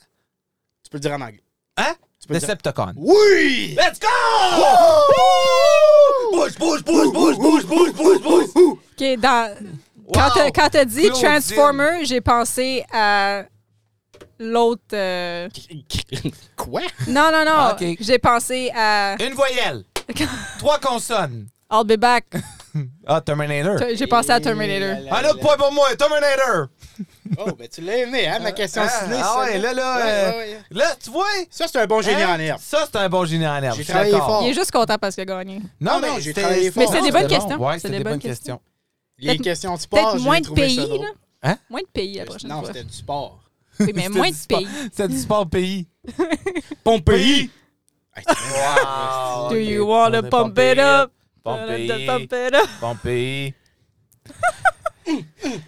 Tu peux le dire en anglais.
Hein?
Tu peux le dire-
Decepticon.
Oui!
Let's go! Bouge, bouge, bouge, bouge, bouge, bouge, bouge, bouge, bouge.
OK, dans... Quand t'as- quand t'as dit
Claudine.
Transformer, j'ai pensé à l'autre... euh,
Quoi?
Non, non, non.
Ah, OK.
J'ai pensé à
Une voyelle. Trois consonnes.
I'll Be Back.
Ah, Terminator.
J'ai pensé à
Et
Terminator.
la- la-
Un autre point pour moi, Terminator.
Oh, ben tu l'as aimé, hein, ma question
Ah,
ciné.
ah ouais,
celle-là.
là, là,
Ouais,
euh,
ouais, ouais.
Là, tu vois...
Ça, c'est un bon génie
Hein?
en herbe.
Ça, c'est un bon génie en herbe.
J'ai
Je suis
travaillé
d'accord.
fort.
Il est juste content parce qu'il a gagné.
Non,
Non,
mais
mais j'ai
c'était-
travaillé fort. Mais
c'est des
non,
bonnes
c'était bon.
questions.
Ouais,
C'est
c'était des, bonnes questions.
Les
Peut-être-
questions de sport,
Peut-être
j'ai
moins de
trouvé
pays,
ça drôle.
là.
Hein?
Moins de pays la prochaine
Non,
fois.
c'était du sport.
Oui, mais
C'était
moins
du
de
sport.
pays.
C'était du sport pays.
Pompéi!
Do you wanna pump it up? Wanna
Pompéi.
pump it up?
Pompéi.
Fait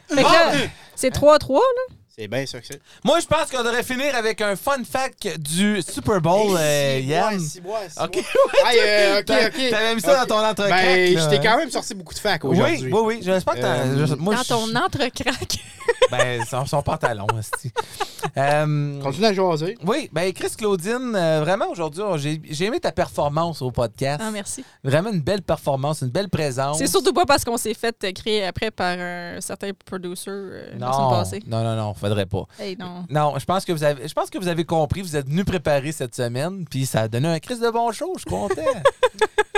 que là,
euh,
c'est 3-3, là.
C'est bien ça que c'est.
Moi, je pense qu'on devrait finir avec un fun fact du Super Bowl, euh, Yann.
Six mois, six mois,
OK.
six mois. Hey, euh, OK,
T'as-
OK.
T'avais mis ça
OK.
dans ton entrecraque.
Ben,
là,
je t'ai
hein.
quand même sorti beaucoup de fac
Oui,
aujourd'hui.
oui, oui. J'espère que t'as.
Euh,
je- moi,
Dans
je-
ton entrecraque.
Ben, son, son pantalon, hostie. Euh,
Continue à jaser.
oui, ben Chris Claudine, euh, vraiment aujourd'hui, on- j'ai j'ai aimé ta performance au podcast.
Ah, merci.
Vraiment une belle performance, une belle présence.
C'est surtout pas parce qu'on s'est fait euh, créer après par un certain producer euh, la semaine
Non,
passée.
non, non, non, faudrait pas.
Hey, non.
Non, je pense que vous avez, je pense que vous avez compris. Vous êtes venu préparer cette semaine, puis ça a donné un Chris de bon show. Je suis content.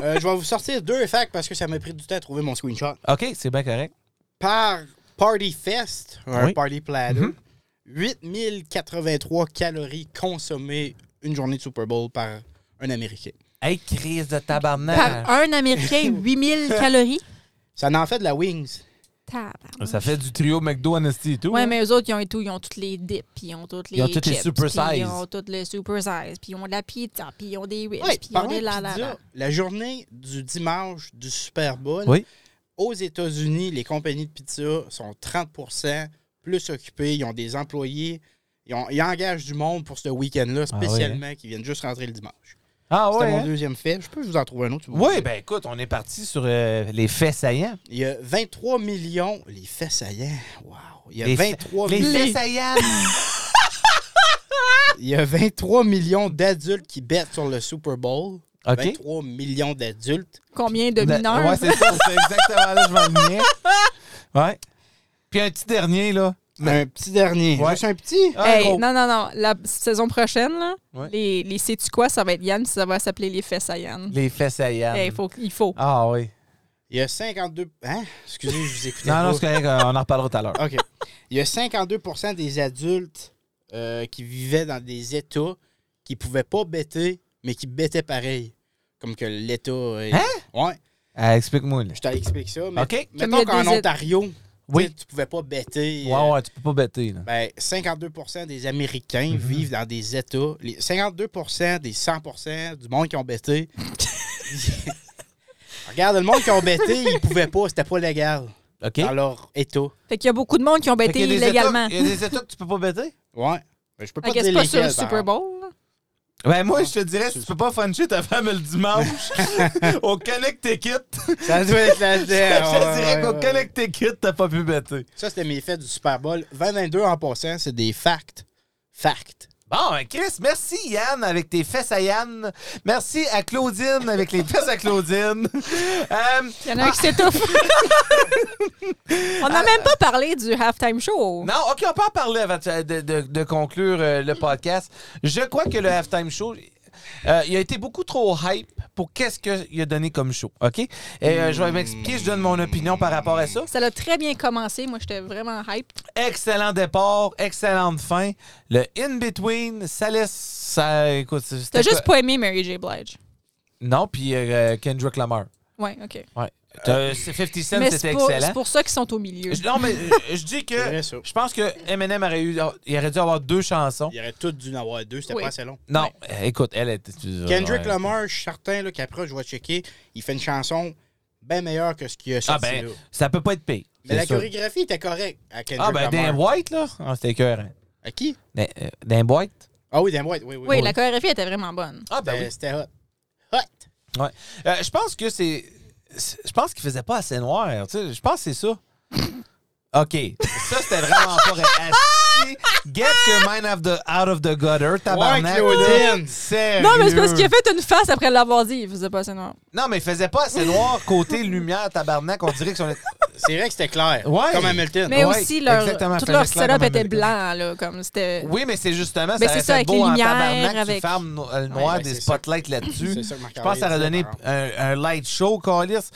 Euh, je vais vous sortir deux facts parce que ça m'a pris du temps à trouver mon screenshot.
ok, c'est bien correct.
Par Party Fest, un
Oui. Mhm.
party platter, 8083 calories consommées une journée de Super Bowl par un Américain.
Hey, Chris de tabarnak.
Par un Américain, 8000 calories.
Ça en fait de la Wings.
Tabarnak.
Ça fait du trio McDo, Anasty et tout.
Ouais,
hein?
mais eux autres, ils ont et tout. Ils ont toutes les dips, puis ils ont toutes les
Ils ont toutes les
chips,
super
puis
size.
Ils ont toutes les super size, puis ils ont de la pizza, puis ils ont des whips,
Ouais,
puis ils ont
parlant
des
de
la la
pizza,
la.
la journée du dimanche du Super Bowl,
Oui.
aux États-Unis, les compagnies de pizza sont 30 plus occupées. Ils ont des employés. Ils, ont- ils engagent du monde pour ce week-end-là,
Ah ouais,
spécialement, qui viennent juste rentrer le dimanche.
Ah
C'était
ouais.
mon
hein?
deuxième fait. Je peux vous en trouver un autre. si vous
Oui,
voulez.
ben écoute, on est parti sur euh, les faits saillants.
Il y a 23 millions. Les faits saillants. Wow. Il y a
Les faits-
23
Les
millions.
faits saillants.
Il y a 23 millions d'adultes qui bêtent sur le Super Bowl.
OK.
23 millions d'adultes.
Combien de mineurs?
Ben, Ouais, c'est ça, c'est exactement là que je m'en venais. Ouais. Puis un petit dernier, là.
Un petit dernier.
Ouais.
Juste un petit.
Ah,
Hey,
gros.
non, non, non. La saison prochaine, là,
Ouais.
les, les sais-tu quoi, ça va être Yann, puis ça va s'appeler les fesses à Yann.
Les faits saillants.
Hey, faut, il faut.
Ah oui.
Il y a 52... Hein? Excusez, je vous écoutais
Non, non,
pas.
c'est correct, euh, on en reparlera tout à l'heure.
OK. Il y a 52 des adultes euh, qui vivaient dans des États qui pouvaient pas bêter, mais qui bêtaient pareil. Comme que l'État. est-
Hein?
Ouais.
Euh, Explique-moi, là.
Je t'explique ça. Mais
OK.
Comme
Mettons
il y a
qu'en
des États-
Ontario,
Oui.
tu sais, tu pouvais pas bêter. euh,
Ouais, ouais, tu peux pas bêter, là.
Ben, 52 des
Mhm.
Américains vivent dans des États. Les 52 des 100 du monde qui ont bêté. Regarde, le monde qui ont bêté, ils pouvaient pas, c'était pas légal
OK.
dans leur État.
Fait qu'il y a beaucoup de monde qui ont
Fait qu'il
bêté
y a des
illégalement.
États- Il y a des États que tu peux pas bêter?
Ouais. Ben, je peux pas
Fait
te
que c'est
dire
pas sur
lesquels,
le
par
Super Bowl. là.
Ben moi, je te dirais, si tu peux pas funcher ta femme le dimanche au Connecticut,
Ça doit être la
je te dirais
Ouais,
qu'au
ouais, ouais.
Connecticut, t'as pas pu bêter.
Ça, c'était mes faits du Super Bowl. 2022 en passant, c'est des facts. Facts.
Bon, ben, Chris, merci Yann avec tes fesses à Yann. Merci à Claudine avec les fesses à Claudine. Euh,
Il y en a un qui s'étouffe. On n'a même pas parlé du halftime show.
non, OK, on peut en parler avant de, de- de- de conclure euh, le podcast. Je crois que le halftime show, euh, il a été beaucoup trop hype pour qu'est-ce qu'il a donné comme show, OK? Et euh, je vais m'expliquer, je donne mon opinion par rapport à ça.
Ça l'a très bien commencé. Moi, j'étais vraiment hype.
Excellent départ, excellente fin. Le in-between, ça laisse. Ça, écoute, c'était
T'as juste
quoi-
pas aimé Mary J. Blige.
Non, puis euh, Kendrick Lamar.
Ouais, OK.
Ouais. T'as- c'est 50 Cent,
Mais
c'était
c'est pour, c'est
excellent.
pour ça qu'ils sont au milieu.
Je- Non, mais euh, je dis que.
C'est vrai, ça.
Je pense que Eminem aurait, eu, il aurait dû avoir deux chansons.
Il y aurait tout dû en avoir deux, c'était
Oui.
pas assez long.
Non, euh, écoute, elle était.
Kendrick
ouais.
Lamar, je suis certain là, qu'après, je vais checker, il fait une chanson bien meilleure que ce qu'il a
Ah,
sorti
ben,
là.
ça peut pas être pire.
Mais la
c'est sûr.
chorégraphie était correcte à Kendrick
Ah, ben, Dan
Lamar.
White, là. Ah, c'était écœurant.
À qui?
Dan, euh, Dan White.
Ah oui, Dan White, oui, oui.
oui, la chorégraphie était vraiment bonne.
Ah,
C'était- C'était hot. Hot!
Ouais. Euh, je pense que c'est. c'est- Je pense qu'il faisait pas assez noir. tu sais. Je pense que c'est ça. OK. Ça, c'était vraiment pas ré- Asti, Get your mind of the- out of the gutter, tabarnak.
Claudine.
là. Sérieux.
Non, mais c'est parce qu'il a fait une face après l'avoir dit. Il faisait pas assez noir.
Non, mais il faisait pas assez noir côté lumière, tabarnak. On dirait que son.
C'est vrai que c'était clair.
Ouais.
Comme Hamilton.
Mais
Ouais,
aussi, leur,
exactement,
tout
fallait
leur
se faire
setup
comme
était
American.
blanc. Là, comme c'était...
Oui, mais c'est justement.
Mais
ça
c'est
aurait
ça,
fait
avec
beau
les
en
lumières,
tabarnak, que
avec-
Tu fermes no- le noir
ouais,
des
c'est ça.
spotlights là-dessus.
C'est ça que Marc
Je pense que ça aurait
André
donné
dit,
un, un light show, Callis.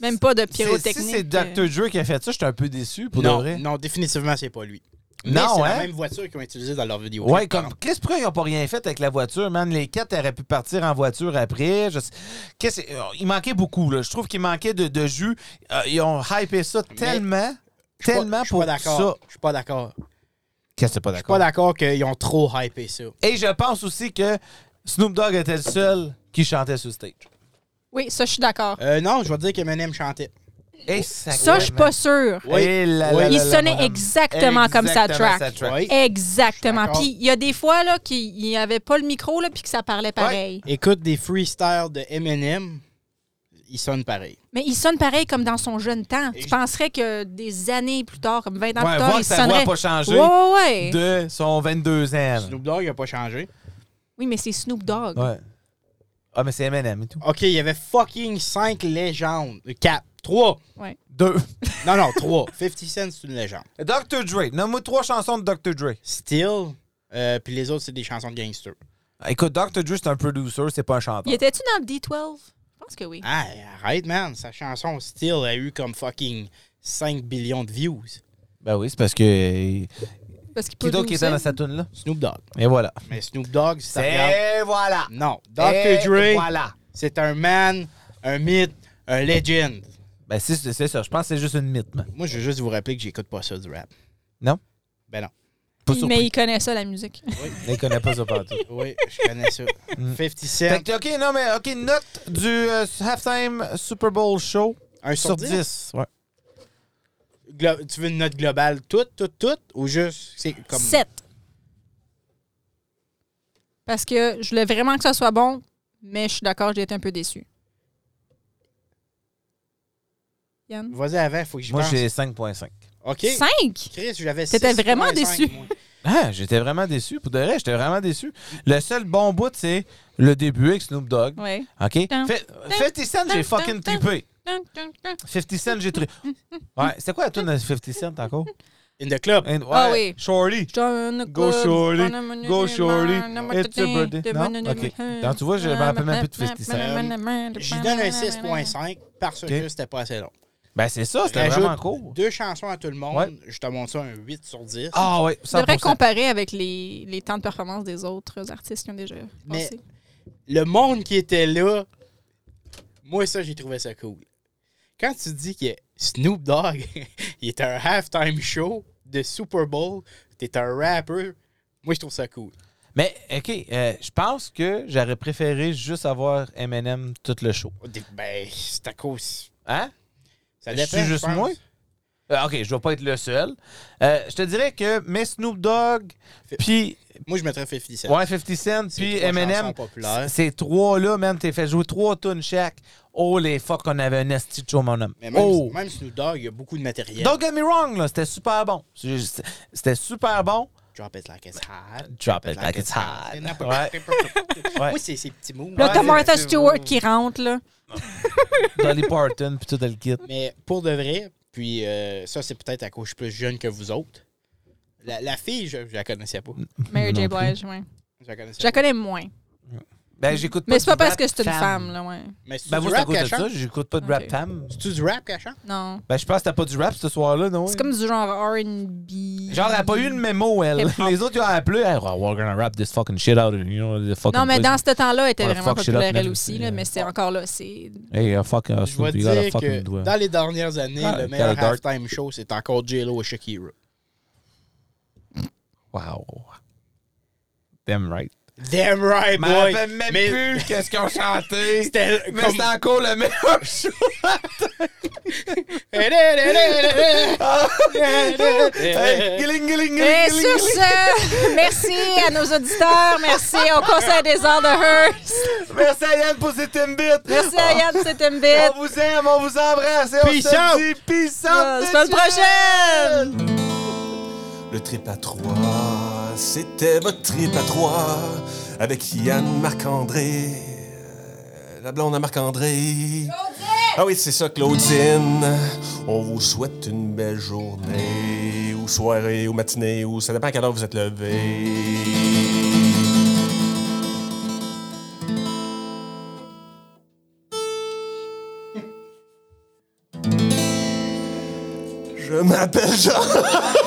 Même pas de
Si
pyrotechnique. euh,
c'est Dr. Drew qui a fait ça, j'étais un peu déçu, pour de
non,
vrai.
non, définitivement, c'est pas lui. Mais
Non,
c'est
hein?
la même voiture qu'ils ont utilisée dans leur vidéo.
Ouais, comme qu'est-ce pourquoi ils n'ont pas rien fait avec la voiture, man? Les quatre auraient pu partir en voiture après. Je sais- qu'est-ce- euh, il manquait beaucoup, là. Je trouve qu'il manquait de, de jus. Euh, ils ont hypé ça tellement,
Je suis pas-
tellement
je suis
pour
pas
ça.
d'accord. Je suis pas d'accord. Je suis
Qu'est-ce que c'est pas
pas
d'accord?
d'accord qu'ils ont trop hypé ça.
Et je pense aussi que Snoop Dogg était le seul qui chantait sur stage.
Oui, ça, je suis d'accord.
Euh, non, je vais dire qu'Eminem chantait.
Et
Ça, je suis pas sûre.
Oui.
Il sonnait exactement comme ça, track.
Oui.
Exactement.
D'accord.
Puis il y a des fois là qu'il n'y avait pas le micro là puis que ça parlait pareil.
Écoute des freestyles de Eminem. il sonne pareil.
Mais il sonne pareil comme dans son jeune temps. Tu penserais que des années plus tard, comme 20 ans
Ouais,
plus tard,
voir
il
que sa voix
sonnerait.
n'a pas changé
Ouais, ouais, ouais.
de son 22 ans.
Snoop Dogg, il a pas changé.
Oui, mais c'est Snoop Dogg.
Ouais. Ah, mais c'est M&M et tout.
OK, il y avait fucking 5 légendes. 4. 3.
Deux.
Non, non, 3. 50 Cent, c'est une légende.
Dr. Dre. Nomme-moi trois chansons de Dr. Dre.
Still. euh, puis les autres, c'est des chansons de gangsters.
Ah, Écoute, Dr. Dre, c'est un producer, c'est pas un chanteur.
Il était-tu dans le D12? Je pense que oui.
Ah, arrête, man. Sa chanson Still a eu comme fucking 5 billions de views.
Ben oui, c'est parce que. euh,
Parce qu'il
Qui
peut
d'autre qui était
douzer.
dans cette tune-là?
Snoop Dogg.
Et voilà.
Mais Snoop Dogg, c'est
Et voilà.
Non.
Et
Dr. Dre,
Voilà.
c'est un man, un mythe, un legend.
Ben c'est c'est ça, je pense que c'est juste une mythe, man.
Moi, je veux juste vous rappeler que j'écoute pas ça du rap.
Non?
Ben non.
Pas
Mais
surpris.
il connaît ça, la musique.
Il connaît pas ça partout.
Oui, je connais ça. 50
Mm. Fait
Cent,
que, OK, non, mais OK, note du euh, halftime Super Bowl show
un
sur
sur 10.
10. Ouais.
Glo- tu veux une note globale toute, toute, toute, ou juste c'est comme
7. Parce que je voulais vraiment que ça soit bon, mais je suis d'accord, j'ai été un peu déçu. Yann?
Vas-y avant, faut que j'y
Moi,
pense.
j'ai 5.5.
OK.
5?
Chris, j'avais
T'étais
6,5,
vraiment déçu.
moi.
Ah, j'étais vraiment déçu. Pour de vrai, j'étais vraiment déçu. Le seul bon bout, c'est le début avec Snoop Dogg.
Oui.
OK? Fait- 50 Cent, j'ai fucking trippé. 50 Cent, j'ai trippé. Ouais, c'est quoi la tune de 50 Cent encore?
In the club.
And- ouais,
Ah oui.
Shorty. Go Shorty, go Shorty, it's your birthday. Non? OK. Non, tu vois, je me rappelle même plus de 50 Cent.
Je lui donne un 6.5 parce
OK.
que c'était pas assez long.
Ben, c'est ça, c'était
Rajoute
vraiment cool.
Deux chansons à tout le monde.
Ouais.
Je te montre ça un 8 sur 10.
Ah ouais,
Tu devrais
100%.
comparer avec les, les temps de performance des autres artistes qui ont déjà
Mais-
passé.
Le monde qui était là, moi, ça, j'ai trouvé ça cool. Quand tu dis que Snoop Dogg, il est un halftime show de Super Bowl, t'es un rapper, moi, je trouve ça cool.
Mais, OK, euh, je pense que j'aurais préféré juste avoir Eminem tout le show.
Ben, c'est à cause.
Hein?
Ça
Je
dépend.
suis juste
pense.
moi? Euh, OK, je dois pas être le seul. Euh, je te dirais que mes Snoop Dogg, puis
Moi, je mettrais 50 Cent.
ouais, 50 Cent,
C'est
puis M&M,
trois
Eminem,
chansons populaires.
ces trois-là, man, t'es fait jouer trois tonnes chaque. Oh les fuck, on avait un esti de show, mon homme.
Mais même,
oh!
même Snoop Dogg, il y a beaucoup de matériel.
Don't get me wrong, là, c'était super bon. C'est juste- C'était super bon.
Drop it like it's ben, hot.
Drop it like it's hot. Ouais. Ouais.
Moi, c'est ces petits mots.
Là, t'as
Ouais,
Martha
c'est-
Stewart qui rentre, là.
Dolly Parton, puis tout le kit.
Mais pour de vrai, puis euh, ça, c'est peut-être à cause que je suis plus jeune que vous autres. La, la fille, je, je la connaissais pas.
Mary
Non
J.
plus.
Blige, ouais.
Je la connaissais
Je la
pas.
connais moins.
Ben, j'écoute
Mais
du
c'est pas parce
rap
que c'est une femme,
femme.
là, ouais.
Mais c'est
Ben,
du
moi, c'est à
rap
cause de
qu'elle
ça,
chante.
j'écoute pas de
Ok.
rap femme.
C'est du rap qu'elle chante.
Non.
Ben, je pense que t'as pas du rap ce soir-là, non?
C'est comme du genre R&B.
Genre, elle a pas eu une mémo, elle.
Hip-hop.
Les autres, ils ont appelé. Hey, we're gonna rap this fucking shit out of you know, the fucking
Non, mais
place.
dans ce temps-là, elle était
What the
vraiment
fuck, she love
populaire, elle
me
aussi,
aussi,
là,
euh.
mais c'est encore là. C'est
Hey, uh, fuck, uh,
Je vais
Snoop, you gotta
dire
fucking
que
do it.
dans les dernières années,
Ah,
le meilleur
Tyler Durden.
halftime show, c'est encore J-Lo et Shakira.
Wow. Damn right.
Damn right,
Je
boy!
me rappelle même
Mais
plus qu'est-ce qu'ils ont chanté.
C'était
mais
comme-
c'était encore le meilleur show.
Eh,
Ah.
eh,
hey, giling, giling, giling,
Et
giling,
sur
giling.
ce, merci à nos auditeurs, merci au Conseil des Arts de Hearst,
Merci à Yann pour ses timbits.
merci à Yann de cet embête.
Ah. On vous aime, on vous embrasse et on
Peace
se
out.
dit peace
À
out.
la Euh, semaine prochaine!
Le trip à trois, c'était votre trip à trois avec Yann Marc-André. euh, La blonde à Marc-André. Ah oui, c'est ça, Claudine. On vous souhaite une belle journée, ou soirée, ou matinée, ou ça dépend à quelle heure vous êtes levé. Je m'appelle Jean.